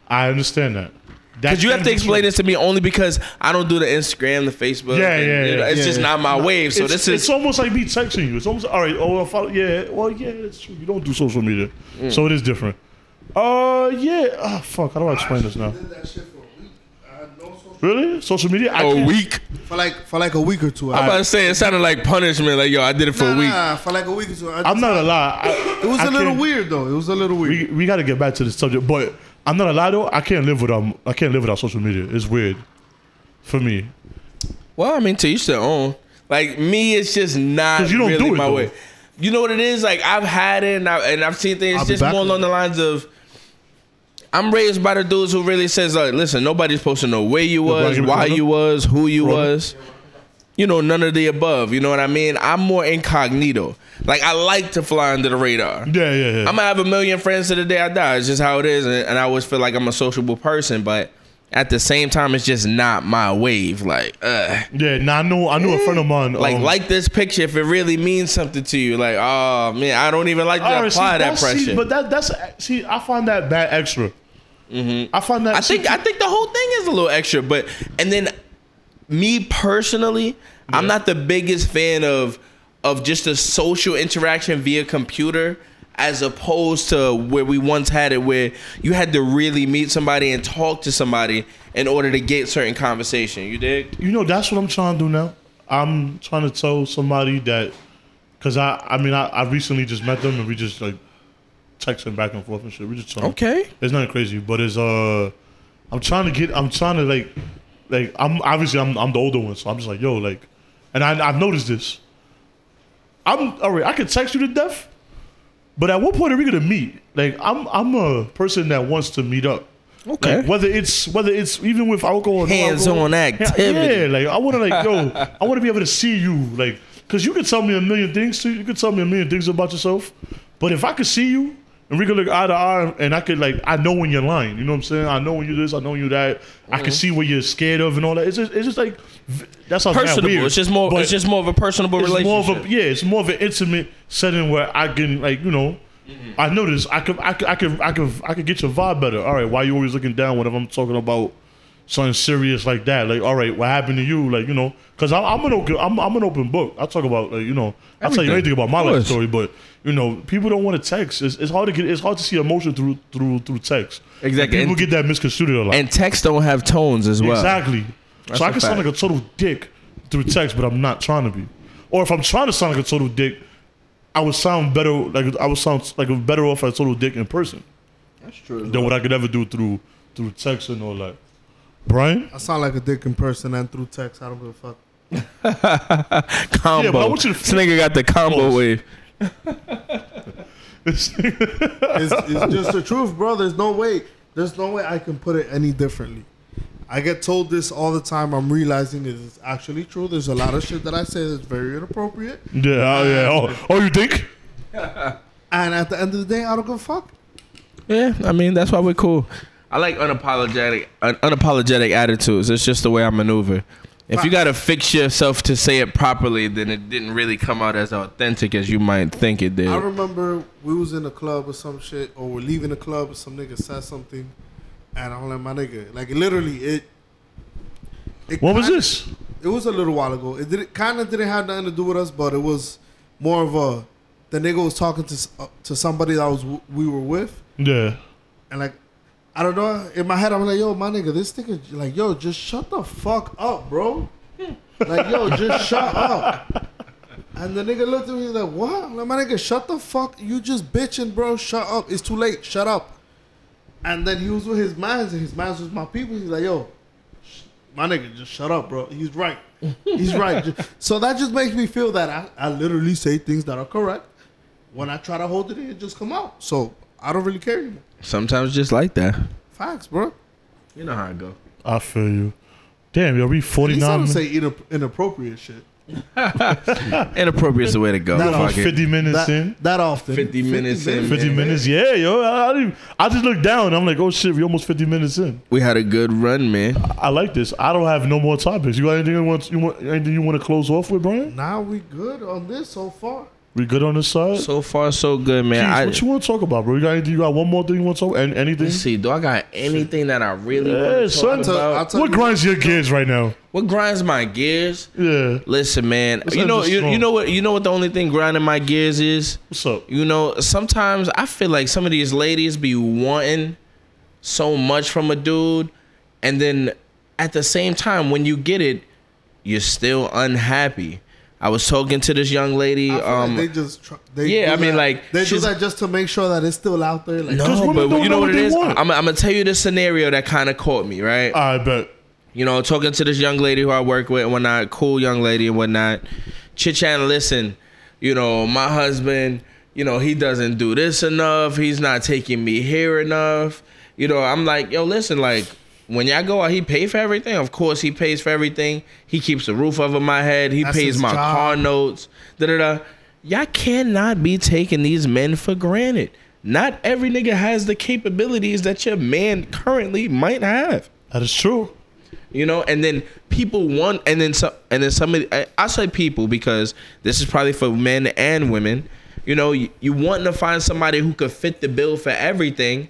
[SPEAKER 1] I understand that.
[SPEAKER 2] Because you have to explain this to me only because I don't do the Instagram, the Facebook.
[SPEAKER 1] Yeah,
[SPEAKER 2] and,
[SPEAKER 1] yeah,
[SPEAKER 2] you know,
[SPEAKER 1] yeah,
[SPEAKER 2] It's
[SPEAKER 3] yeah,
[SPEAKER 2] just
[SPEAKER 3] yeah.
[SPEAKER 2] not my wave. So
[SPEAKER 1] it's,
[SPEAKER 2] this is
[SPEAKER 1] it's almost like me texting you. It's almost all right. Oh, if I, yeah. Well, yeah, it's true. You don't do social media,
[SPEAKER 2] Mm.
[SPEAKER 1] so it is different. Uh, yeah. Ah, fuck. How do I explain this now?
[SPEAKER 3] did that shit for a week. I had no social-
[SPEAKER 1] Really? Social media? I
[SPEAKER 2] a
[SPEAKER 1] can't-
[SPEAKER 2] week.
[SPEAKER 3] For like for like a week or two.
[SPEAKER 2] I'm about to say it sounded like punishment. Like yo, I did it for
[SPEAKER 3] nah,
[SPEAKER 2] a week.
[SPEAKER 3] nah, for like a week or two. I
[SPEAKER 1] I'm
[SPEAKER 3] just-
[SPEAKER 1] not a lie. I-
[SPEAKER 3] It was
[SPEAKER 1] I
[SPEAKER 3] a little
[SPEAKER 1] can't-
[SPEAKER 3] weird though. It was a little weird.
[SPEAKER 1] We, we got to get back to the subject, but I'm not a lie though. I can't live without I can't live without social media. It's weird for me.
[SPEAKER 2] Well, I mean, to each their own. Like me, it's just not
[SPEAKER 1] 'Cause you don't
[SPEAKER 2] really
[SPEAKER 1] do it,
[SPEAKER 2] my
[SPEAKER 1] though.
[SPEAKER 2] way. You know what it is? Like I've had it, and, I, and I've seen things
[SPEAKER 3] I'll be
[SPEAKER 2] just
[SPEAKER 3] back
[SPEAKER 2] more
[SPEAKER 3] with
[SPEAKER 2] along the lines of. I'm raised by the dudes who really says like, listen, nobody's supposed to know where you was,
[SPEAKER 1] give me
[SPEAKER 2] why
[SPEAKER 1] the
[SPEAKER 2] you was, who you
[SPEAKER 1] Corona?
[SPEAKER 2] was. You know, none of the above. You know what I mean? I'm more incognito. Like I like to fly under the radar.
[SPEAKER 1] Yeah, yeah, yeah.
[SPEAKER 2] I'm gonna have a million friends to the day I die. It's just how it is, and, and I always feel like I'm a sociable person, but at the same time, it's just not my wave. Like, uh,
[SPEAKER 1] yeah. Now I know I knew a friend of mine.
[SPEAKER 2] like
[SPEAKER 1] um,
[SPEAKER 2] like this picture if it really means something to you. Like, oh man, I don't even like to
[SPEAKER 1] all right, see,
[SPEAKER 2] apply that
[SPEAKER 1] that's- see,
[SPEAKER 2] pressure.
[SPEAKER 1] but that that's see I find that bad extra. I find that
[SPEAKER 2] Mm-hmm. I think I think the whole thing is a little extra, but and then me personally, I'm not the biggest fan of of just a social interaction via computer as opposed to where we once had it where you had to really meet somebody and talk to somebody in order to get certain conversation. You dig?
[SPEAKER 1] you know that's what I'm trying to do now. I'm trying to tell somebody that because I I mean I, I recently just met them and we just like texting back and forth and shit. We just chilling.
[SPEAKER 2] Okay.
[SPEAKER 1] It's nothing crazy, but it's uh, I'm trying to get, I'm trying to like, like I'm obviously I'm I'm the older one, so I'm just like yo like, and I I've noticed this. I'm all right. I could text you to death, but at what point are we gonna meet? Like I'm I'm a person that wants to meet up.
[SPEAKER 2] Okay.
[SPEAKER 1] Like, whether it's whether it's even with alcohol, or no alcohol,
[SPEAKER 2] Hands-on activity.
[SPEAKER 1] Yeah, like I want to like yo, I want to be able to see you like because you could tell me a million things too. You could tell me a million things about yourself, but if I could see you and we could look eye to eye and I could like I know when you're lying. You know what I'm saying? I know when you this. I know when you that. I
[SPEAKER 2] Mm-hmm.
[SPEAKER 1] can see what you're scared of and all that. It's just it's just like v- that's how
[SPEAKER 2] Personable.
[SPEAKER 1] Weird,
[SPEAKER 2] It's just more
[SPEAKER 1] but
[SPEAKER 2] it's just more of a personable
[SPEAKER 1] it's more
[SPEAKER 2] relationship.
[SPEAKER 1] of a yeah. It's more of an intimate setting where I can like you know. I know this. I could, I could, I could, I could, I could get your vibe better. All right, why you always looking down whenever I'm talking about something serious like that? Like, all right, what happened to you? Like, you know, because I'm, I'm an open, I'm, I'm an open book. I talk about, like, you know, I tell you anything
[SPEAKER 2] Everything.
[SPEAKER 1] about my
[SPEAKER 2] Of
[SPEAKER 1] life
[SPEAKER 2] course.
[SPEAKER 1] story, but you know, people don't want to text. It's, it's hard to get, it's hard to see emotion through, through, through text.
[SPEAKER 2] Exactly.
[SPEAKER 1] And people get
[SPEAKER 2] And-
[SPEAKER 1] that misconstrued a lot.
[SPEAKER 2] and texts don't have tones as well.
[SPEAKER 1] Exactly. so I
[SPEAKER 2] a
[SPEAKER 1] can sound
[SPEAKER 2] fact.
[SPEAKER 1] like a total dick through text, but I'm not trying to be. Or if I'm trying to sound like a total dick, I would sound better. Like I would sound like a better off as a total dick in person
[SPEAKER 3] That's true.
[SPEAKER 1] than what I could ever do through through text and all that. Brian.
[SPEAKER 3] I sound like a dick in person and through text. I don't give a fuck.
[SPEAKER 2] Combo.
[SPEAKER 1] Yeah, but I want you to
[SPEAKER 2] this nigga got the combo
[SPEAKER 1] Close.
[SPEAKER 2] wave.
[SPEAKER 1] oh,
[SPEAKER 3] It's, it's just the truth, bro. There's no way. There's no way I can put it any differently. I get told this all the time. I'm realizing it is actually true. There's a lot of shit that I say that's very inappropriate.
[SPEAKER 1] yeah, oh, yeah. Oh, oh, you think?
[SPEAKER 3] And at the end of the day, I don't give a fuck.
[SPEAKER 2] Yeah, I mean that's why we're cool. I like unapologetic un- unapologetic attitudes. It's just the way I maneuver. If you gotta fix yourself to say it properly, then it didn't really come out as authentic as you might think it did.
[SPEAKER 3] I remember we was in a club or some shit, or we're leaving a club, and some nigga said something, and I'm like, my nigga, like literally, it. it
[SPEAKER 1] When was
[SPEAKER 3] kinda-
[SPEAKER 1] this?
[SPEAKER 3] It was a little while ago. It didn't kind of didn't have nothing to do with us, but it was more of a the nigga was talking to s- uh, to somebody that was w- we were with,
[SPEAKER 1] Yeah.
[SPEAKER 3] and like I don't know. In my head, I'm like, yo, my nigga, this nigga, like, yo, just shut the fuck up, bro. like, yo, just shut up. And the nigga looked at me like, what? I'm like, my nigga, shut the fuck. You just bitching, bro. Shut up. It's too late. Shut up. And then he was with his mans, and his mans was my people. He's like, yo, sh- my nigga, just shut up, bro. He's right. He's right. Ju- so that just makes me feel that I, I literally say things that are correct. When I try to hold it in, it just come out. So I don't really care anymore.
[SPEAKER 2] Sometimes just like that.
[SPEAKER 3] Facts, bro.
[SPEAKER 2] You know how it go.
[SPEAKER 1] I feel you. Damn, yo, we
[SPEAKER 3] At
[SPEAKER 1] forty
[SPEAKER 3] least I
[SPEAKER 1] nine.
[SPEAKER 3] don't say inap- inappropriate shit.
[SPEAKER 2] Inappropriate's the way to go.
[SPEAKER 3] Not
[SPEAKER 2] Fuck
[SPEAKER 3] on
[SPEAKER 2] it.
[SPEAKER 1] Fifty minutes
[SPEAKER 3] That,
[SPEAKER 1] in.
[SPEAKER 3] that often.
[SPEAKER 2] 50 minutes in, man.
[SPEAKER 1] 50 minutes, yeah, yo. I, I, didn't, I just looked down. I'm like, oh shit, we almost 50 minutes in.
[SPEAKER 2] We had a good run, man.
[SPEAKER 1] I like this. I don't have no more topics. You got anything you want? You want anything you want to close off with, Brian?
[SPEAKER 3] Now we good on this so far.
[SPEAKER 1] We good on this side?
[SPEAKER 2] So far, so good, man.
[SPEAKER 1] Keith,
[SPEAKER 2] I,
[SPEAKER 1] what you want to talk about, bro? You got anything? You got one more thing you want to talk? And anything?
[SPEAKER 2] Let's see, do I got anything that I really
[SPEAKER 1] Yeah,
[SPEAKER 2] want to
[SPEAKER 1] son.
[SPEAKER 2] talk
[SPEAKER 1] I'll
[SPEAKER 3] tell-
[SPEAKER 2] about?
[SPEAKER 3] I'll tell
[SPEAKER 1] What
[SPEAKER 3] you-
[SPEAKER 1] grinds your gears right now?
[SPEAKER 2] what grinds my gears?
[SPEAKER 1] Yeah.
[SPEAKER 2] Listen, man. you
[SPEAKER 1] end
[SPEAKER 2] know,
[SPEAKER 1] this
[SPEAKER 2] you, you
[SPEAKER 1] song.
[SPEAKER 2] know what? You know what? The only thing grinding my gears is,
[SPEAKER 1] What's up?
[SPEAKER 2] you know, sometimes I feel like some of these ladies be wanting so much from a dude, and then at the same time, when you get it, you're still unhappy. I was talking to this young lady.
[SPEAKER 3] I feel like
[SPEAKER 2] Um,
[SPEAKER 3] they just tr- they
[SPEAKER 2] yeah,
[SPEAKER 3] do
[SPEAKER 2] I mean,
[SPEAKER 3] that-
[SPEAKER 2] like,
[SPEAKER 3] they do
[SPEAKER 2] she's-
[SPEAKER 3] that just to make sure that it's still out there. Like,
[SPEAKER 1] Because
[SPEAKER 2] no,
[SPEAKER 1] women
[SPEAKER 2] but
[SPEAKER 1] don't
[SPEAKER 2] you
[SPEAKER 1] know
[SPEAKER 2] know what
[SPEAKER 1] what
[SPEAKER 2] it
[SPEAKER 1] they
[SPEAKER 2] is.
[SPEAKER 1] want.
[SPEAKER 2] I'm, I'm gonna tell you the scenario that kind of caught me right.
[SPEAKER 1] I bet.
[SPEAKER 2] you know, talking to this young lady who I work with and whatnot, cool young lady and whatnot, chit chat and listen, you know, my husband, you know, he doesn't do this enough. He's not taking me here enough. You know, I'm like, yo, listen, like, when y'all go out, he pay for everything. Of course, he pays for everything. He keeps the roof over my head. He
[SPEAKER 3] That's
[SPEAKER 2] pays
[SPEAKER 3] his
[SPEAKER 2] my
[SPEAKER 3] job.
[SPEAKER 2] car notes. Da da da. Y'all cannot be taking these men for granted. Not every nigga has the capabilities that your man currently might have
[SPEAKER 1] That is true.
[SPEAKER 2] you know and then people want and then some and then somebody I, I say people because this is probably for men and women you know you, you want to find somebody who could fit the bill for everything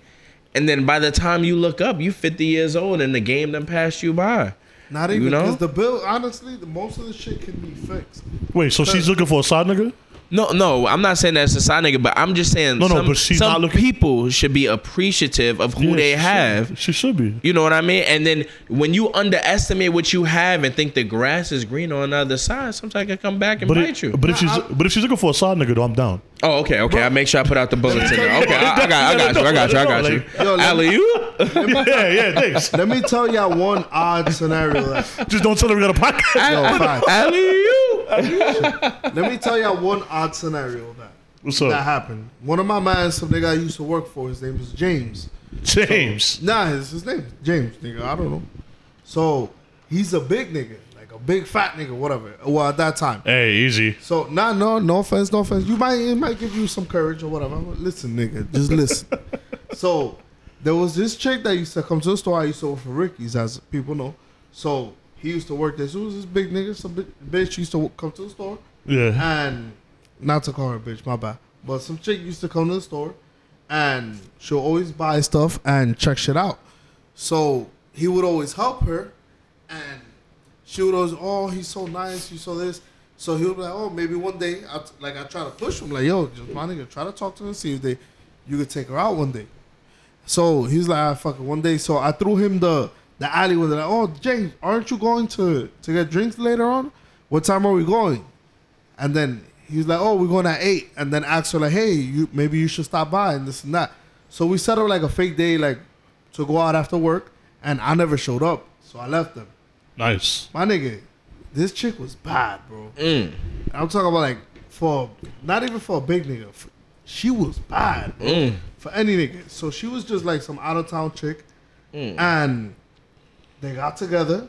[SPEAKER 2] and then by the time you look up you 50 years old and the game done passed you by
[SPEAKER 3] not
[SPEAKER 2] you
[SPEAKER 3] even
[SPEAKER 2] know?
[SPEAKER 3] because the bill. Honestly, the, most of the shit can be fixed.
[SPEAKER 1] Wait, so she's looking for a side nigga?
[SPEAKER 2] no no i'm not saying that's a side nigga but i'm just saying
[SPEAKER 1] No, no,
[SPEAKER 2] some,
[SPEAKER 1] but she's
[SPEAKER 2] some
[SPEAKER 1] not looking-
[SPEAKER 2] people should be appreciative of
[SPEAKER 1] Yeah,
[SPEAKER 2] who
[SPEAKER 1] she
[SPEAKER 2] they
[SPEAKER 1] should-
[SPEAKER 2] have
[SPEAKER 1] She should be.
[SPEAKER 2] You know what I mean? And then when you underestimate what you have and think the grass is green on the other side, sometimes it can come back and
[SPEAKER 1] But,
[SPEAKER 2] bite
[SPEAKER 1] it,
[SPEAKER 2] you.
[SPEAKER 1] but if she's
[SPEAKER 3] I-
[SPEAKER 1] but if she's looking for a side nigga, though, I'm down.
[SPEAKER 2] oh, okay, okay. I make sure I put out the bulletin. now. Okay, I, I got, I got you, I got you, I got you.
[SPEAKER 3] Yo, let me-
[SPEAKER 2] Alley, you?
[SPEAKER 1] yeah, yeah, thanks.
[SPEAKER 3] Let me tell y'all one odd scenario. That,
[SPEAKER 1] Just don't tell her we got a podcast.
[SPEAKER 3] yo, facts.
[SPEAKER 2] Alley, you?
[SPEAKER 3] Let me tell y'all one odd scenario that
[SPEAKER 1] What's
[SPEAKER 3] that
[SPEAKER 1] up,
[SPEAKER 3] happened. One of my man, some nigga I used to work for, his name was James.
[SPEAKER 1] James?
[SPEAKER 3] Nah, his, his name is James, nigga. I don't know. So he's a big nigga, like a big fat nigga, whatever. Well, at that time.
[SPEAKER 1] Hey, easy.
[SPEAKER 3] So nah, no, no offense, no offense. You might it might give you some courage or whatever. Listen, nigga, just listen. so there was this chick that used to come to the store. I used to work for Ricky's, as people know. So he used to work there. So it was this big nigga, some bi- bitch used to come to the store,
[SPEAKER 1] Yeah.
[SPEAKER 3] and not to call her a bitch, my bad. But some chick used to come to the store, and she'll always buy stuff and check shit out. So he would always help her, and she would always, oh, he's so nice, he's so this. So he would be like, oh, maybe one day, I t- like I try to push him, like, yo, just my nigga, try to talk to her, see if they, you could take her out one day. So he's like, ah, fuck it, one day. So I threw him the the alley with like, oh, James, aren't you going to to get drinks later on? What time are we going? And then he's like, "Oh, we're going at 8. And then asked her like, "Hey, you maybe you should stop by and this and that." So we set up like a fake day, like to go out after work, and I never showed up, so I left them.
[SPEAKER 1] Nice.
[SPEAKER 3] My nigga, this chick was bad, bro.
[SPEAKER 2] Mm.
[SPEAKER 3] I'm talking about like for not even for a big nigga, f she was bad, bro,
[SPEAKER 2] Mm.
[SPEAKER 3] for any nigga. So she was just like some out of town chick,
[SPEAKER 2] Mm.
[SPEAKER 3] and they got together.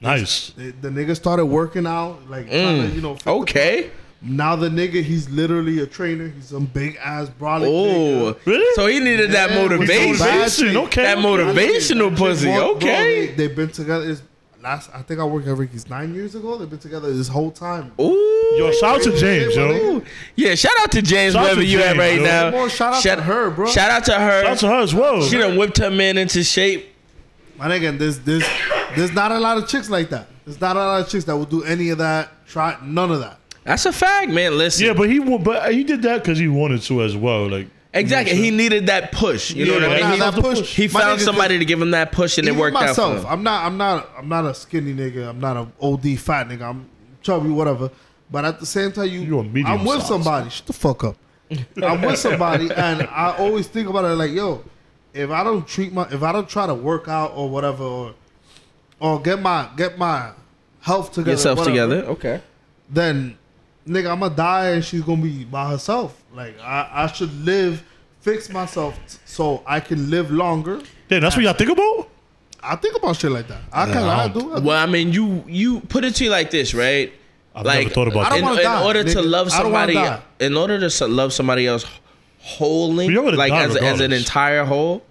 [SPEAKER 1] Nice.
[SPEAKER 3] The, the nigga started working out, like trying
[SPEAKER 2] Mm.
[SPEAKER 3] to, you know, fit the
[SPEAKER 2] Okay.
[SPEAKER 3] now the nigga, he's literally a trainer. He's some big ass brolic
[SPEAKER 2] Oh,
[SPEAKER 3] nigga.
[SPEAKER 1] Really?
[SPEAKER 2] so he needed that
[SPEAKER 3] Yeah, we
[SPEAKER 2] motivation.
[SPEAKER 3] going back.
[SPEAKER 1] Motivation. Okay.
[SPEAKER 2] That
[SPEAKER 1] okay.
[SPEAKER 2] motivational pussy.
[SPEAKER 3] Bro, bro,
[SPEAKER 2] Okay.
[SPEAKER 3] they, have been together. It's last. I think I worked at Ricky's nine years ago. They've been together this whole time.
[SPEAKER 2] Ooh.
[SPEAKER 1] Yo, shout out to James, yo.
[SPEAKER 2] Yeah, shout out to James,
[SPEAKER 1] Shout out
[SPEAKER 2] wherever
[SPEAKER 1] to
[SPEAKER 2] you at
[SPEAKER 1] James,
[SPEAKER 2] right
[SPEAKER 1] yo.
[SPEAKER 2] now.
[SPEAKER 3] Come on, shout out to her, bro.
[SPEAKER 2] Shout out to her.
[SPEAKER 1] Shout out to her as well.
[SPEAKER 2] She done whipped her man into shape.
[SPEAKER 3] My nigga, there's there's there's not a lot of chicks like that. There's not a lot of chicks that will do any of that. Try none of that.
[SPEAKER 2] That's a fact, man. Listen.
[SPEAKER 1] Yeah, but he wa- but he did that because he wanted to as well. Like
[SPEAKER 2] Exactly. He needed that push. You know
[SPEAKER 1] Yeah,
[SPEAKER 2] what
[SPEAKER 1] nah,
[SPEAKER 2] I mean?
[SPEAKER 1] nah,
[SPEAKER 2] He-
[SPEAKER 1] push.
[SPEAKER 2] He,
[SPEAKER 3] My
[SPEAKER 2] found
[SPEAKER 3] nigga,
[SPEAKER 2] somebody to give him that push and it
[SPEAKER 3] even
[SPEAKER 2] worked out.
[SPEAKER 3] myself,
[SPEAKER 2] For him.
[SPEAKER 3] I'm not. I'm not. I'm not a skinny nigga. I'm not an OD fat nigga. I'm chubby, whatever. But at the same time, you,
[SPEAKER 1] You a medium
[SPEAKER 3] I'm with
[SPEAKER 1] size.
[SPEAKER 3] somebody. Shut the fuck up. I'm with somebody, and I always think about it like, yo, if I don't treat my, if I don't try to work out or whatever, or or get my get my health together,
[SPEAKER 2] Yourself
[SPEAKER 3] whatever,
[SPEAKER 2] together. Okay.
[SPEAKER 3] then nigga, I'ma die and she's gonna be by herself. Like I, I should live, fix myself t- so I can live longer.
[SPEAKER 1] Damn, that's what y'all think about?
[SPEAKER 3] I think about shit like that. I can I do. I do.
[SPEAKER 2] Well, I mean, you you put it to you like this, right?
[SPEAKER 1] I've never thought about
[SPEAKER 3] I don't
[SPEAKER 2] in,
[SPEAKER 3] wanna
[SPEAKER 2] in
[SPEAKER 3] die,
[SPEAKER 2] order to
[SPEAKER 3] nigga.
[SPEAKER 2] love
[SPEAKER 3] I don't wanna
[SPEAKER 2] somebody,
[SPEAKER 3] die.
[SPEAKER 2] in order to so- love somebody else wholly,
[SPEAKER 1] But you already
[SPEAKER 2] like
[SPEAKER 1] died
[SPEAKER 2] as, a- as an
[SPEAKER 1] regardless.
[SPEAKER 2] entire whole.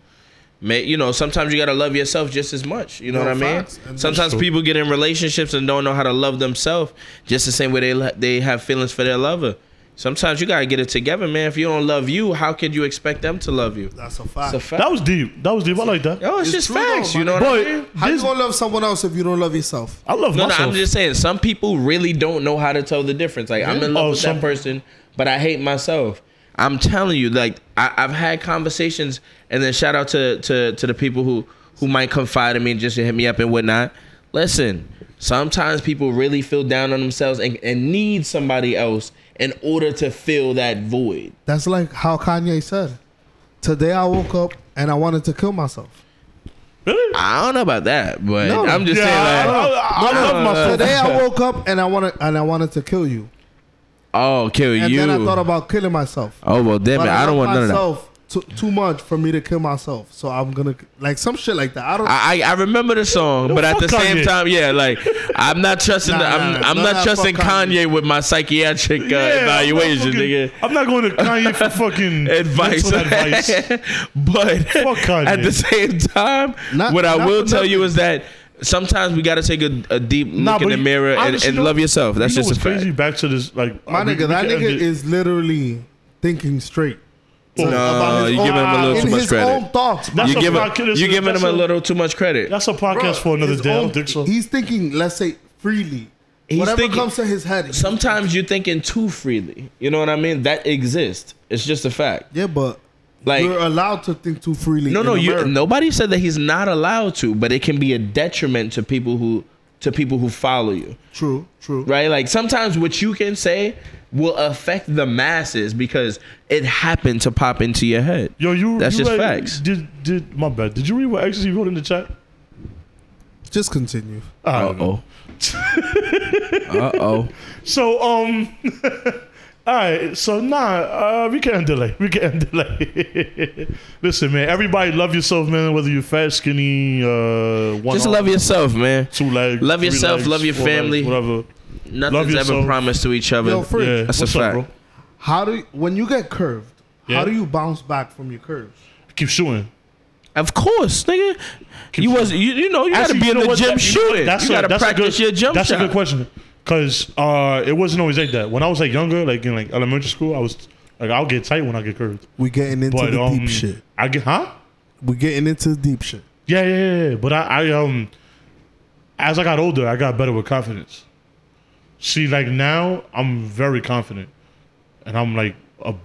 [SPEAKER 2] May, you know, sometimes you gotta love yourself just as much. You know
[SPEAKER 3] Yeah,
[SPEAKER 2] what I mean?
[SPEAKER 3] facts. And
[SPEAKER 2] Sometimes
[SPEAKER 1] that's-
[SPEAKER 2] people get in relationships and don't know how to love themselves, just the same way they le- they have feelings for their lover. Sometimes you gotta get it together, man. If you don't love you, how could you expect them to love you?
[SPEAKER 3] That's a
[SPEAKER 2] It's
[SPEAKER 3] fact.
[SPEAKER 2] a fact.
[SPEAKER 1] That was deep. That was deep. I like that.
[SPEAKER 2] Yo, it's,
[SPEAKER 3] It's
[SPEAKER 2] just
[SPEAKER 3] true, though,
[SPEAKER 2] facts.
[SPEAKER 3] my
[SPEAKER 2] you know what I mean?
[SPEAKER 1] But
[SPEAKER 3] How you
[SPEAKER 1] this,
[SPEAKER 3] gonna love someone else if you don't love yourself?
[SPEAKER 1] I love
[SPEAKER 2] No, no,
[SPEAKER 1] myself.
[SPEAKER 2] I'm just saying some people really don't know how to tell the difference. Like I'm in love
[SPEAKER 1] Oh,
[SPEAKER 2] with
[SPEAKER 1] some-
[SPEAKER 2] that person, but I hate myself. I'm telling you, like I, I've had conversations, and then shout out to to to the people who who might confide in me and just hit me up and whatnot. Listen, sometimes people really feel down on themselves and, and need somebody else in order to fill that void.
[SPEAKER 3] That's like how Kanye said. Today I woke up and I wanted to kill myself.
[SPEAKER 1] really?
[SPEAKER 2] I don't know about that, but
[SPEAKER 3] No.
[SPEAKER 2] I'm just
[SPEAKER 1] Yeah, I,
[SPEAKER 2] saying like,
[SPEAKER 1] I- I love myself.
[SPEAKER 3] Today I woke up and I wanted and I wanted to kill you.
[SPEAKER 2] oh, kill
[SPEAKER 3] And
[SPEAKER 2] you.
[SPEAKER 3] then I thought about killing myself.
[SPEAKER 2] oh well, damn it,
[SPEAKER 3] But
[SPEAKER 2] I don't
[SPEAKER 3] love
[SPEAKER 2] want none of that.
[SPEAKER 3] myself Too, too much for me to kill myself, so I'm gonna like some shit like that. I don't.
[SPEAKER 2] I, I I remember the song, but at the
[SPEAKER 1] fuck
[SPEAKER 2] same
[SPEAKER 1] Kanye.
[SPEAKER 2] time, yeah, like I'm not trusting.
[SPEAKER 3] Nah,
[SPEAKER 2] the,
[SPEAKER 3] nah,
[SPEAKER 2] I'm,
[SPEAKER 3] nah,
[SPEAKER 2] I'm
[SPEAKER 3] nah,
[SPEAKER 2] not
[SPEAKER 3] nah,
[SPEAKER 2] trusting
[SPEAKER 3] fuck
[SPEAKER 2] Kanye.
[SPEAKER 3] Kanye.
[SPEAKER 2] with my psychiatric uh,
[SPEAKER 1] Yeah,
[SPEAKER 2] evaluation,
[SPEAKER 1] I'm not
[SPEAKER 2] nigga.
[SPEAKER 1] fucking- I'm not going to Kanye for fucking
[SPEAKER 2] Advice,
[SPEAKER 1] mental advice.
[SPEAKER 2] but
[SPEAKER 1] Kanye.
[SPEAKER 2] at the same time,
[SPEAKER 3] Not-
[SPEAKER 2] what I
[SPEAKER 3] not
[SPEAKER 2] will
[SPEAKER 3] for
[SPEAKER 2] tell you
[SPEAKER 3] nothing.
[SPEAKER 2] is that sometimes we got to take a, a deep look
[SPEAKER 1] Nah,
[SPEAKER 2] in
[SPEAKER 1] but
[SPEAKER 2] the
[SPEAKER 1] you-
[SPEAKER 2] mirror and,
[SPEAKER 1] honestly,
[SPEAKER 2] and
[SPEAKER 1] though,
[SPEAKER 2] love yourself. That's
[SPEAKER 1] you know
[SPEAKER 2] just a
[SPEAKER 1] what's crazy.
[SPEAKER 2] fact.
[SPEAKER 1] Back to this, like
[SPEAKER 3] my
[SPEAKER 1] we-
[SPEAKER 3] nigga,
[SPEAKER 1] we
[SPEAKER 3] that
[SPEAKER 1] can end
[SPEAKER 3] nigga
[SPEAKER 1] it.
[SPEAKER 3] is literally thinking straight.
[SPEAKER 1] No,
[SPEAKER 3] About his
[SPEAKER 2] you
[SPEAKER 3] own-
[SPEAKER 2] giving him a little
[SPEAKER 3] in
[SPEAKER 2] too much
[SPEAKER 3] his
[SPEAKER 2] credit.
[SPEAKER 3] own thoughts. bro.
[SPEAKER 1] That's
[SPEAKER 2] You
[SPEAKER 1] a
[SPEAKER 2] give
[SPEAKER 1] fact.
[SPEAKER 2] you
[SPEAKER 1] That's
[SPEAKER 2] giving him
[SPEAKER 1] a-
[SPEAKER 2] a little too much credit.
[SPEAKER 1] That's a podcast
[SPEAKER 3] Bro,
[SPEAKER 1] for another
[SPEAKER 3] his
[SPEAKER 1] day. I
[SPEAKER 3] own-
[SPEAKER 1] don't think so.
[SPEAKER 3] He's thinking, let's say, freely.
[SPEAKER 2] He's
[SPEAKER 3] Whatever
[SPEAKER 2] thinking-
[SPEAKER 3] comes to his head.
[SPEAKER 2] Sometimes you're thinking too freely. You know what I mean? That exists. It's just a fact.
[SPEAKER 3] yeah, but
[SPEAKER 2] Like-
[SPEAKER 3] you're allowed to think too freely.
[SPEAKER 2] No,
[SPEAKER 3] in
[SPEAKER 2] no, you,
[SPEAKER 3] America.
[SPEAKER 2] nobody said that he's not allowed to, but it can be a detriment to people who to people who follow you,
[SPEAKER 3] True, true.
[SPEAKER 2] right? Like sometimes what you can say will affect the masses because it happened to pop into your head.
[SPEAKER 1] Yo, you.
[SPEAKER 2] That's
[SPEAKER 1] you
[SPEAKER 2] just
[SPEAKER 1] read-
[SPEAKER 2] facts.
[SPEAKER 1] Did did my bad? Did you read what actually wrote in the chat? Ah,
[SPEAKER 3] Just continue.
[SPEAKER 1] I
[SPEAKER 2] Uh
[SPEAKER 1] don't know.
[SPEAKER 2] oh. uh oh.
[SPEAKER 1] So um, all right. So nah, uh, we can't delay. We can't delay. Listen, man. Everybody love yourself, man. Whether you're fat, skinny, uh, one.
[SPEAKER 2] Just
[SPEAKER 1] arm,
[SPEAKER 2] love yourself, man.
[SPEAKER 1] Two legs.
[SPEAKER 2] love
[SPEAKER 1] three
[SPEAKER 2] yourself,
[SPEAKER 1] legs,
[SPEAKER 2] love your
[SPEAKER 1] four legs,
[SPEAKER 2] family.
[SPEAKER 1] whatever. Love
[SPEAKER 2] Nothing's ever
[SPEAKER 1] yourself.
[SPEAKER 2] promised to each other.
[SPEAKER 3] Yo, for- Freak.
[SPEAKER 1] Yeah.
[SPEAKER 2] That's a
[SPEAKER 1] what's
[SPEAKER 2] fact.
[SPEAKER 1] Up, bro?
[SPEAKER 3] How do you, when you get curved?
[SPEAKER 1] Yeah.
[SPEAKER 3] How do you bounce back from your curves?
[SPEAKER 1] Keep shooting.
[SPEAKER 2] Of course, nigga. You was you, you know you
[SPEAKER 1] Actually,
[SPEAKER 2] gotta be
[SPEAKER 1] you
[SPEAKER 2] in
[SPEAKER 1] know
[SPEAKER 2] the
[SPEAKER 1] what?
[SPEAKER 2] gym
[SPEAKER 1] That- you know what?
[SPEAKER 2] shooting.
[SPEAKER 1] That's
[SPEAKER 2] you
[SPEAKER 1] a-
[SPEAKER 2] gotta
[SPEAKER 1] that's a
[SPEAKER 2] practice
[SPEAKER 1] good-
[SPEAKER 2] your jump
[SPEAKER 1] That's
[SPEAKER 2] shot.
[SPEAKER 1] a good question. Cause uh, it wasn't always like that. When I was like younger, like in like elementary school, I was like I'll get tight when I get curved.
[SPEAKER 3] We getting into
[SPEAKER 1] But
[SPEAKER 3] the
[SPEAKER 1] um,
[SPEAKER 3] deep shit.
[SPEAKER 1] I get huh?
[SPEAKER 3] We getting into the deep shit.
[SPEAKER 1] Yeah, yeah, yeah, yeah. But I, I um, as I got older, I got better with confidence. See, like now, I'm very confident, and I'm like a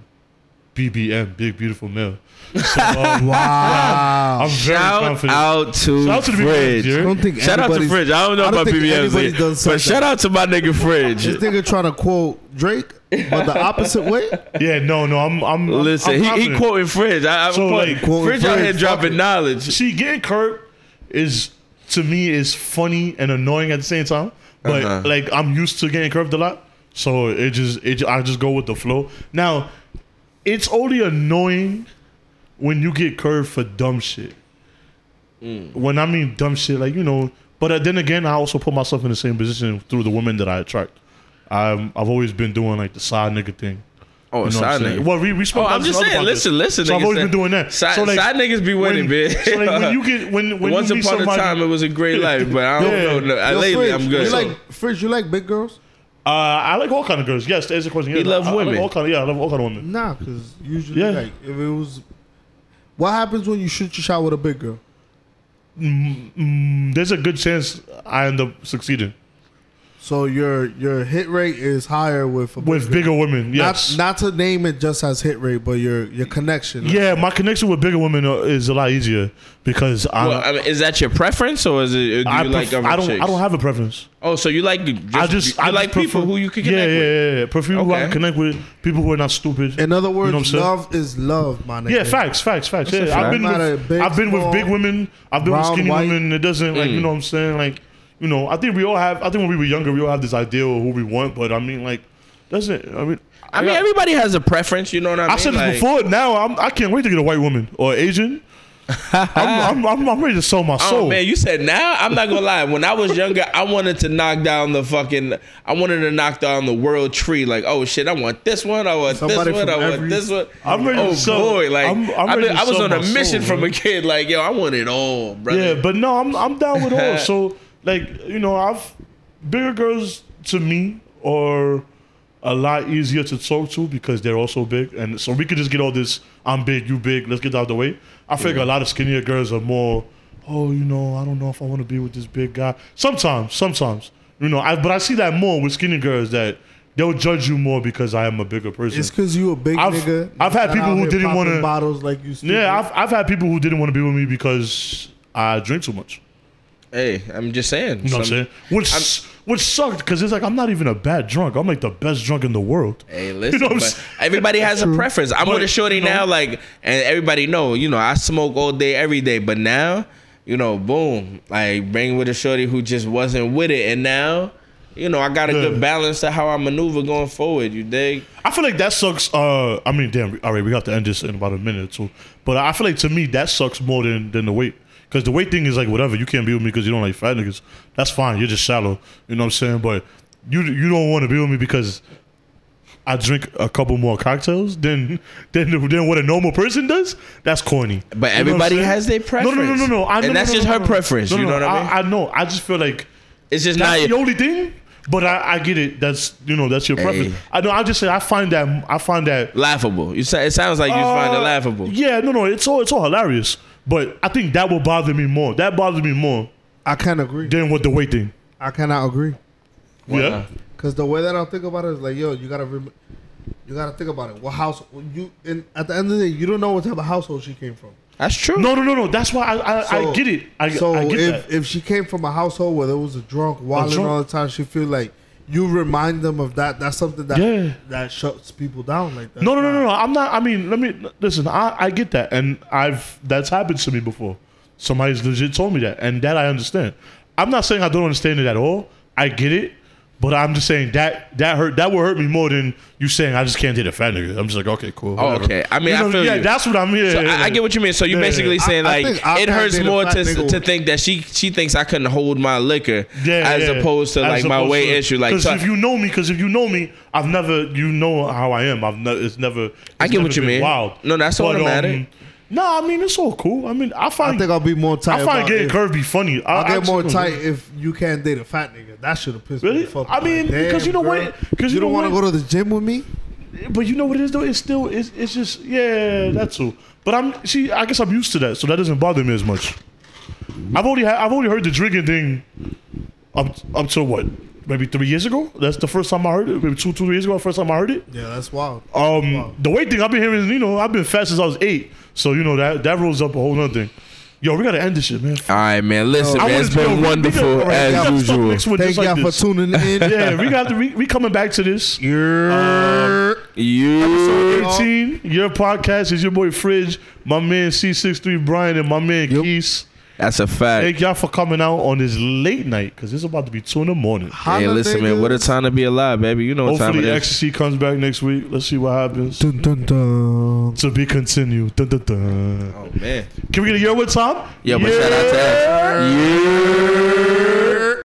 [SPEAKER 1] BBM, big beautiful male. So, um,
[SPEAKER 3] Wow.
[SPEAKER 1] I'm very
[SPEAKER 2] Shout
[SPEAKER 1] confident.
[SPEAKER 2] out to
[SPEAKER 1] Shout out to the
[SPEAKER 2] Fridge.
[SPEAKER 1] BBMs,
[SPEAKER 3] I
[SPEAKER 1] yeah.
[SPEAKER 3] don't think
[SPEAKER 2] Shout out to
[SPEAKER 3] anybody's-
[SPEAKER 2] Fridge. I don't know
[SPEAKER 3] I don't
[SPEAKER 2] about
[SPEAKER 3] think
[SPEAKER 2] BBM's,
[SPEAKER 3] anybody's done
[SPEAKER 2] but
[SPEAKER 3] said that.
[SPEAKER 2] shout out to my nigga
[SPEAKER 3] This
[SPEAKER 2] Fridge.
[SPEAKER 3] nigga trying to quote Drake, but the opposite way.
[SPEAKER 1] Yeah, no, no, I'm, I'm. I'm-
[SPEAKER 2] Listen,
[SPEAKER 1] I'm
[SPEAKER 2] he, he
[SPEAKER 1] confident.
[SPEAKER 2] quoting Fridge. I, I'm
[SPEAKER 1] So,
[SPEAKER 2] quoting,
[SPEAKER 1] like,
[SPEAKER 3] quoting
[SPEAKER 2] Fridge, out
[SPEAKER 3] Fridge,
[SPEAKER 2] here
[SPEAKER 3] fuck
[SPEAKER 2] dropping
[SPEAKER 3] it.
[SPEAKER 2] knowledge.
[SPEAKER 1] See, getting curved is to me is funny and annoying at the same time. But
[SPEAKER 2] Uh-huh.
[SPEAKER 1] like I'm used to getting curved a lot, so it just it I just go with the flow. Now, it's only annoying when you get curved for dumb shit. When I mean dumb shit, like you know. But uh, then again, I also put myself in the same position through the women that I attract. I'm, I've always been doing like the side nigga thing.
[SPEAKER 2] Oh,
[SPEAKER 1] You know what I'm
[SPEAKER 2] side
[SPEAKER 1] saying?
[SPEAKER 2] nigga.
[SPEAKER 1] Well, we, we spoke
[SPEAKER 2] Oh,
[SPEAKER 1] about
[SPEAKER 2] I'm
[SPEAKER 1] this
[SPEAKER 2] just
[SPEAKER 1] in other
[SPEAKER 2] saying,
[SPEAKER 1] podcasts.
[SPEAKER 2] listen, listen,
[SPEAKER 1] So I've
[SPEAKER 2] niggas
[SPEAKER 1] always
[SPEAKER 2] say-
[SPEAKER 1] been doing that.
[SPEAKER 2] Side-
[SPEAKER 1] so like,
[SPEAKER 2] side niggas be winning,
[SPEAKER 1] when,
[SPEAKER 2] bitch.
[SPEAKER 1] So like when you get when when
[SPEAKER 2] Once
[SPEAKER 1] you meet
[SPEAKER 2] upon a
[SPEAKER 1] somebody,
[SPEAKER 2] time, it was a great life, but I don't
[SPEAKER 1] Yeah.
[SPEAKER 2] know. No, I-
[SPEAKER 3] Yo,
[SPEAKER 2] lately,
[SPEAKER 3] Fridge,
[SPEAKER 2] I'm good.
[SPEAKER 3] You like Fridge? You like big girls?
[SPEAKER 1] uh, I like all kind of girls. Yes, there's a question. Yeah,
[SPEAKER 2] He love
[SPEAKER 1] I- I like
[SPEAKER 2] women.
[SPEAKER 1] all kind of, yeah, I love all kind of women.
[SPEAKER 3] Nah, because usually,
[SPEAKER 1] Yeah.
[SPEAKER 3] like, if it was, what happens when you shoot your shot with a big girl?
[SPEAKER 1] Mm, there's a good chance I end up succeeding
[SPEAKER 3] So your your hit rate is higher with a big
[SPEAKER 1] with
[SPEAKER 3] girl.
[SPEAKER 1] bigger women. Yes.
[SPEAKER 3] Not, not to name it just as hit rate, but your your connection. Like,
[SPEAKER 1] yeah, my connection with bigger women uh, is a lot easier because I
[SPEAKER 2] well, I mean, is that your preference or is it or do
[SPEAKER 1] I,
[SPEAKER 2] you like
[SPEAKER 1] pref-
[SPEAKER 2] other
[SPEAKER 1] I don't
[SPEAKER 2] chicks?
[SPEAKER 1] I don't have a preference.
[SPEAKER 2] oh, so you like just,
[SPEAKER 1] I just
[SPEAKER 2] you
[SPEAKER 1] I
[SPEAKER 2] like
[SPEAKER 1] just
[SPEAKER 2] people
[SPEAKER 1] prefer-
[SPEAKER 2] who you can connect
[SPEAKER 1] yeah,
[SPEAKER 2] with.
[SPEAKER 1] Yeah, yeah, yeah. Prefer people who I
[SPEAKER 2] Okay.
[SPEAKER 1] can connect with, people who are not stupid.
[SPEAKER 3] In other
[SPEAKER 1] You know what I'm
[SPEAKER 3] words,
[SPEAKER 1] saying?
[SPEAKER 3] love is love, my nigga.
[SPEAKER 1] Yeah, facts, facts, facts.
[SPEAKER 2] That's a
[SPEAKER 1] Yeah, I've
[SPEAKER 2] fact.
[SPEAKER 1] been
[SPEAKER 3] No matter
[SPEAKER 1] with,
[SPEAKER 3] big,
[SPEAKER 1] I've been with
[SPEAKER 3] small,
[SPEAKER 1] big women. I've been with
[SPEAKER 3] brown,
[SPEAKER 1] skinny
[SPEAKER 3] white.
[SPEAKER 1] women. It doesn't like
[SPEAKER 2] Mm.
[SPEAKER 1] you know what I'm saying. Like you know, I think we all have. I think when we were younger, we all have this idea of who we want. But I mean, like Doesn't I mean?
[SPEAKER 2] I mean,
[SPEAKER 1] got-
[SPEAKER 2] everybody has a preference. You know what I mean?
[SPEAKER 1] I said this
[SPEAKER 2] Like,
[SPEAKER 1] before. Now I'm, I can't wait to get a white woman or Asian. I'm, I'm, I'm, I'm ready to sell my
[SPEAKER 2] Oh
[SPEAKER 1] soul.
[SPEAKER 2] man, you said now. I'm not gonna lie. When I was younger, I wanted to knock down the fucking. I wanted to knock down the world tree. Like, oh shit, I want this one. I want
[SPEAKER 3] Somebody
[SPEAKER 2] this one.
[SPEAKER 3] from
[SPEAKER 2] I want
[SPEAKER 3] every-
[SPEAKER 2] this one.
[SPEAKER 1] I'm ready to
[SPEAKER 2] oh
[SPEAKER 1] sell-
[SPEAKER 2] boy, like
[SPEAKER 1] I'm- I'm
[SPEAKER 2] I
[SPEAKER 1] ready
[SPEAKER 2] been-
[SPEAKER 1] to
[SPEAKER 2] I was
[SPEAKER 1] sell
[SPEAKER 2] on a
[SPEAKER 1] my
[SPEAKER 2] mission
[SPEAKER 1] soul,
[SPEAKER 2] from a kid. Like, yo, I want it all,
[SPEAKER 1] Yeah,
[SPEAKER 2] brother.
[SPEAKER 1] but no, I'm I'm down with all. so like you know, I've bigger girls to me are a lot easier to talk to because they're also big, and so we could just get all this. I'm big, you big. Let's get out of the way. I figure a lot of skinnier girls are more. Oh, you know, I don't know if I want to be with this big guy. Sometimes, sometimes, you know, I but I see that more with skinny girls that they'll judge you more because I am a bigger person.
[SPEAKER 3] It's because you a big
[SPEAKER 1] I've-
[SPEAKER 3] nigga.
[SPEAKER 1] I've had
[SPEAKER 3] Not
[SPEAKER 1] people
[SPEAKER 3] out
[SPEAKER 1] who
[SPEAKER 3] here
[SPEAKER 1] didn't
[SPEAKER 3] popping
[SPEAKER 1] wanna-
[SPEAKER 3] bottles like you. Stupid.
[SPEAKER 1] yeah, I've I've had people who didn't want to be with me because I drink too much.
[SPEAKER 2] Hey, I'm just saying.
[SPEAKER 1] You know
[SPEAKER 2] Some-
[SPEAKER 1] what I'm saying? Which which sucked because it's like I'm not even a bad drunk. I'm like the best drunk in the world.
[SPEAKER 2] Hey,
[SPEAKER 1] You
[SPEAKER 2] listen,
[SPEAKER 1] know what I'm
[SPEAKER 2] but
[SPEAKER 1] saying?
[SPEAKER 2] everybody has a preference. I'm with a shorty
[SPEAKER 1] you know-
[SPEAKER 2] now, like, and everybody know, you know, I smoke all day, every day, but now, you know, boom, like, bring with a shorty who just wasn't with it, and now, you know, I got a
[SPEAKER 1] Yeah.
[SPEAKER 2] good balance to how I maneuver going forward. You dig?
[SPEAKER 1] I feel like that sucks. Uh, I mean, damn. All right, we have to end this in about a minute or two. But I feel like to me that sucks more than than the weight. Because the weight thing is like whatever. You can't be with me because you don't like fat niggas. That's fine. You're just shallow. You know what I'm saying? But you you don't want to be with me because I drink a couple more cocktails than than than what a normal person does. That's corny.
[SPEAKER 2] But
[SPEAKER 1] You know what I'm
[SPEAKER 2] everybody
[SPEAKER 1] saying?
[SPEAKER 2] has their preference.
[SPEAKER 1] No, no, no, no, no. I,
[SPEAKER 2] and
[SPEAKER 1] no,
[SPEAKER 2] that's
[SPEAKER 1] no, no,
[SPEAKER 2] just
[SPEAKER 1] no,
[SPEAKER 2] her
[SPEAKER 1] no.
[SPEAKER 2] preference.
[SPEAKER 1] No,
[SPEAKER 2] you
[SPEAKER 1] no,
[SPEAKER 2] know what I mean?
[SPEAKER 1] I, I know. I just feel like
[SPEAKER 2] it's just not
[SPEAKER 1] that's
[SPEAKER 2] your.
[SPEAKER 1] the only thing. But I, I get it. That's you know that's your preference.
[SPEAKER 2] Hey.
[SPEAKER 1] I know. I just say I find that I find that.
[SPEAKER 2] laughable. You sa- it sounds like you find it
[SPEAKER 1] Uh,
[SPEAKER 2] laughable.
[SPEAKER 1] Yeah, no, no, it's all it's all hilarious. But I think that will bother me more. That bothers me more
[SPEAKER 3] I can agree.
[SPEAKER 1] than what the weight thing.
[SPEAKER 3] I cannot agree.
[SPEAKER 2] Why
[SPEAKER 1] yeah,
[SPEAKER 2] not?
[SPEAKER 3] Cause the way that I think about it is like, yo, you gotta, rem- you gotta think about it. What house you? And at the end of the day, you don't know what type of household she came from.
[SPEAKER 2] That's true.
[SPEAKER 1] no, no, no, no. That's why I I,
[SPEAKER 3] So-
[SPEAKER 1] I get it. I,
[SPEAKER 3] so
[SPEAKER 1] I get
[SPEAKER 3] if
[SPEAKER 1] that.
[SPEAKER 3] if she came from a household where there was a drunk wilding
[SPEAKER 1] drunk.
[SPEAKER 3] all the time, she feel like you remind them of that. That's something that
[SPEAKER 1] Yeah.
[SPEAKER 3] that shuts people down like that.
[SPEAKER 1] No, no, no, no, no. I'm not. I mean, let me listen. I, I get that, and I've that's happened to me before. Somebody's legit told me that, and that I understand. I'm not saying I don't understand it at all. I get it, but I'm just saying that that hurt. That will hurt me more than you saying I just can't hit a fat nigga. I'm just like, okay, cool.
[SPEAKER 2] Oh,
[SPEAKER 1] whatever.
[SPEAKER 2] okay. I mean, I feel
[SPEAKER 1] yeah,
[SPEAKER 2] you.
[SPEAKER 1] that's what I'm here.
[SPEAKER 2] So I, I get what you mean. So you
[SPEAKER 1] Yeah.
[SPEAKER 2] basically
[SPEAKER 1] I-
[SPEAKER 2] saying
[SPEAKER 3] I
[SPEAKER 2] like
[SPEAKER 3] think I
[SPEAKER 2] it hurts
[SPEAKER 3] paid a
[SPEAKER 2] more
[SPEAKER 3] fat
[SPEAKER 2] to
[SPEAKER 3] nigga.
[SPEAKER 2] to think that she she thinks I couldn't hold my liquor as opposed to like my weight issue. Like
[SPEAKER 1] because
[SPEAKER 2] so-
[SPEAKER 1] if you know me, because if you know me, I've never, you know how I am. I've never, it's never. It's
[SPEAKER 2] I get what
[SPEAKER 1] never
[SPEAKER 2] you
[SPEAKER 1] been
[SPEAKER 2] mean.
[SPEAKER 1] Wild.
[SPEAKER 2] No, that's automatic.
[SPEAKER 1] no, I mean it's all cool. I mean, I
[SPEAKER 3] I
[SPEAKER 1] find
[SPEAKER 3] think I'll be more tight.
[SPEAKER 1] I find
[SPEAKER 3] about
[SPEAKER 1] getting
[SPEAKER 3] it.
[SPEAKER 1] curvy funny. I,
[SPEAKER 3] I'll
[SPEAKER 1] I
[SPEAKER 3] get more
[SPEAKER 1] just-
[SPEAKER 3] tight if you can't date a fat nigga. That should have pissed me
[SPEAKER 1] Really?
[SPEAKER 3] the fuck
[SPEAKER 1] I
[SPEAKER 3] off.
[SPEAKER 1] mean,
[SPEAKER 3] Like,
[SPEAKER 1] because you know
[SPEAKER 3] damn,
[SPEAKER 1] what?
[SPEAKER 3] girl,
[SPEAKER 1] Because you
[SPEAKER 3] You
[SPEAKER 1] know
[SPEAKER 3] don't want to go
[SPEAKER 1] what?
[SPEAKER 3] to the gym with me?
[SPEAKER 1] But you know what it is though. It's still it's it's just yeah that's true. But I'm see I guess I'm used to that, so that doesn't bother me as much. I've only had I've only heard the drinking thing up up to what maybe three years ago. That's the first time I heard it. Maybe two two years ago. The first time I heard it.
[SPEAKER 3] Yeah, that's wild.
[SPEAKER 1] Um, the weight thing I've been hearing, is, you know, I've been fat since I was eight, so you know that that rolls up a whole nother thing. Yo, we gotta end this shit, man.
[SPEAKER 2] all right, man. Listen,
[SPEAKER 3] I
[SPEAKER 2] man,
[SPEAKER 1] wanna-
[SPEAKER 2] it's
[SPEAKER 1] yo,
[SPEAKER 2] been
[SPEAKER 1] we- we
[SPEAKER 2] wonderful
[SPEAKER 1] gotta- Oh, all right, we
[SPEAKER 2] as
[SPEAKER 1] gotta stop
[SPEAKER 2] usual.
[SPEAKER 1] next one
[SPEAKER 3] Thank
[SPEAKER 1] just like
[SPEAKER 3] y'all for
[SPEAKER 1] this.
[SPEAKER 3] tuning in.
[SPEAKER 1] Yeah, we got to, we, we coming back to this.
[SPEAKER 2] You're,
[SPEAKER 1] Um,
[SPEAKER 2] you
[SPEAKER 1] 18, your podcast is your boy Fridge, my man C63 Brian, and my man
[SPEAKER 3] Yep.
[SPEAKER 1] Keys.
[SPEAKER 2] that's a fact.
[SPEAKER 1] Thank y'all for coming out on this late night because it's about to be 2 in the morning.
[SPEAKER 2] Hey,
[SPEAKER 3] Holla,
[SPEAKER 2] listen, man.
[SPEAKER 3] nigga.
[SPEAKER 2] What a time to be alive, baby. You know what time it
[SPEAKER 1] Hopefully,
[SPEAKER 2] is.
[SPEAKER 1] Ecstasy comes back next week. Let's see what happens.
[SPEAKER 3] Dun, dun, dun.
[SPEAKER 1] To be continued. Dun, dun, dun.
[SPEAKER 2] Oh man.
[SPEAKER 1] Can we get a year with Tom?
[SPEAKER 2] Yo, but shout out to us. Yeah.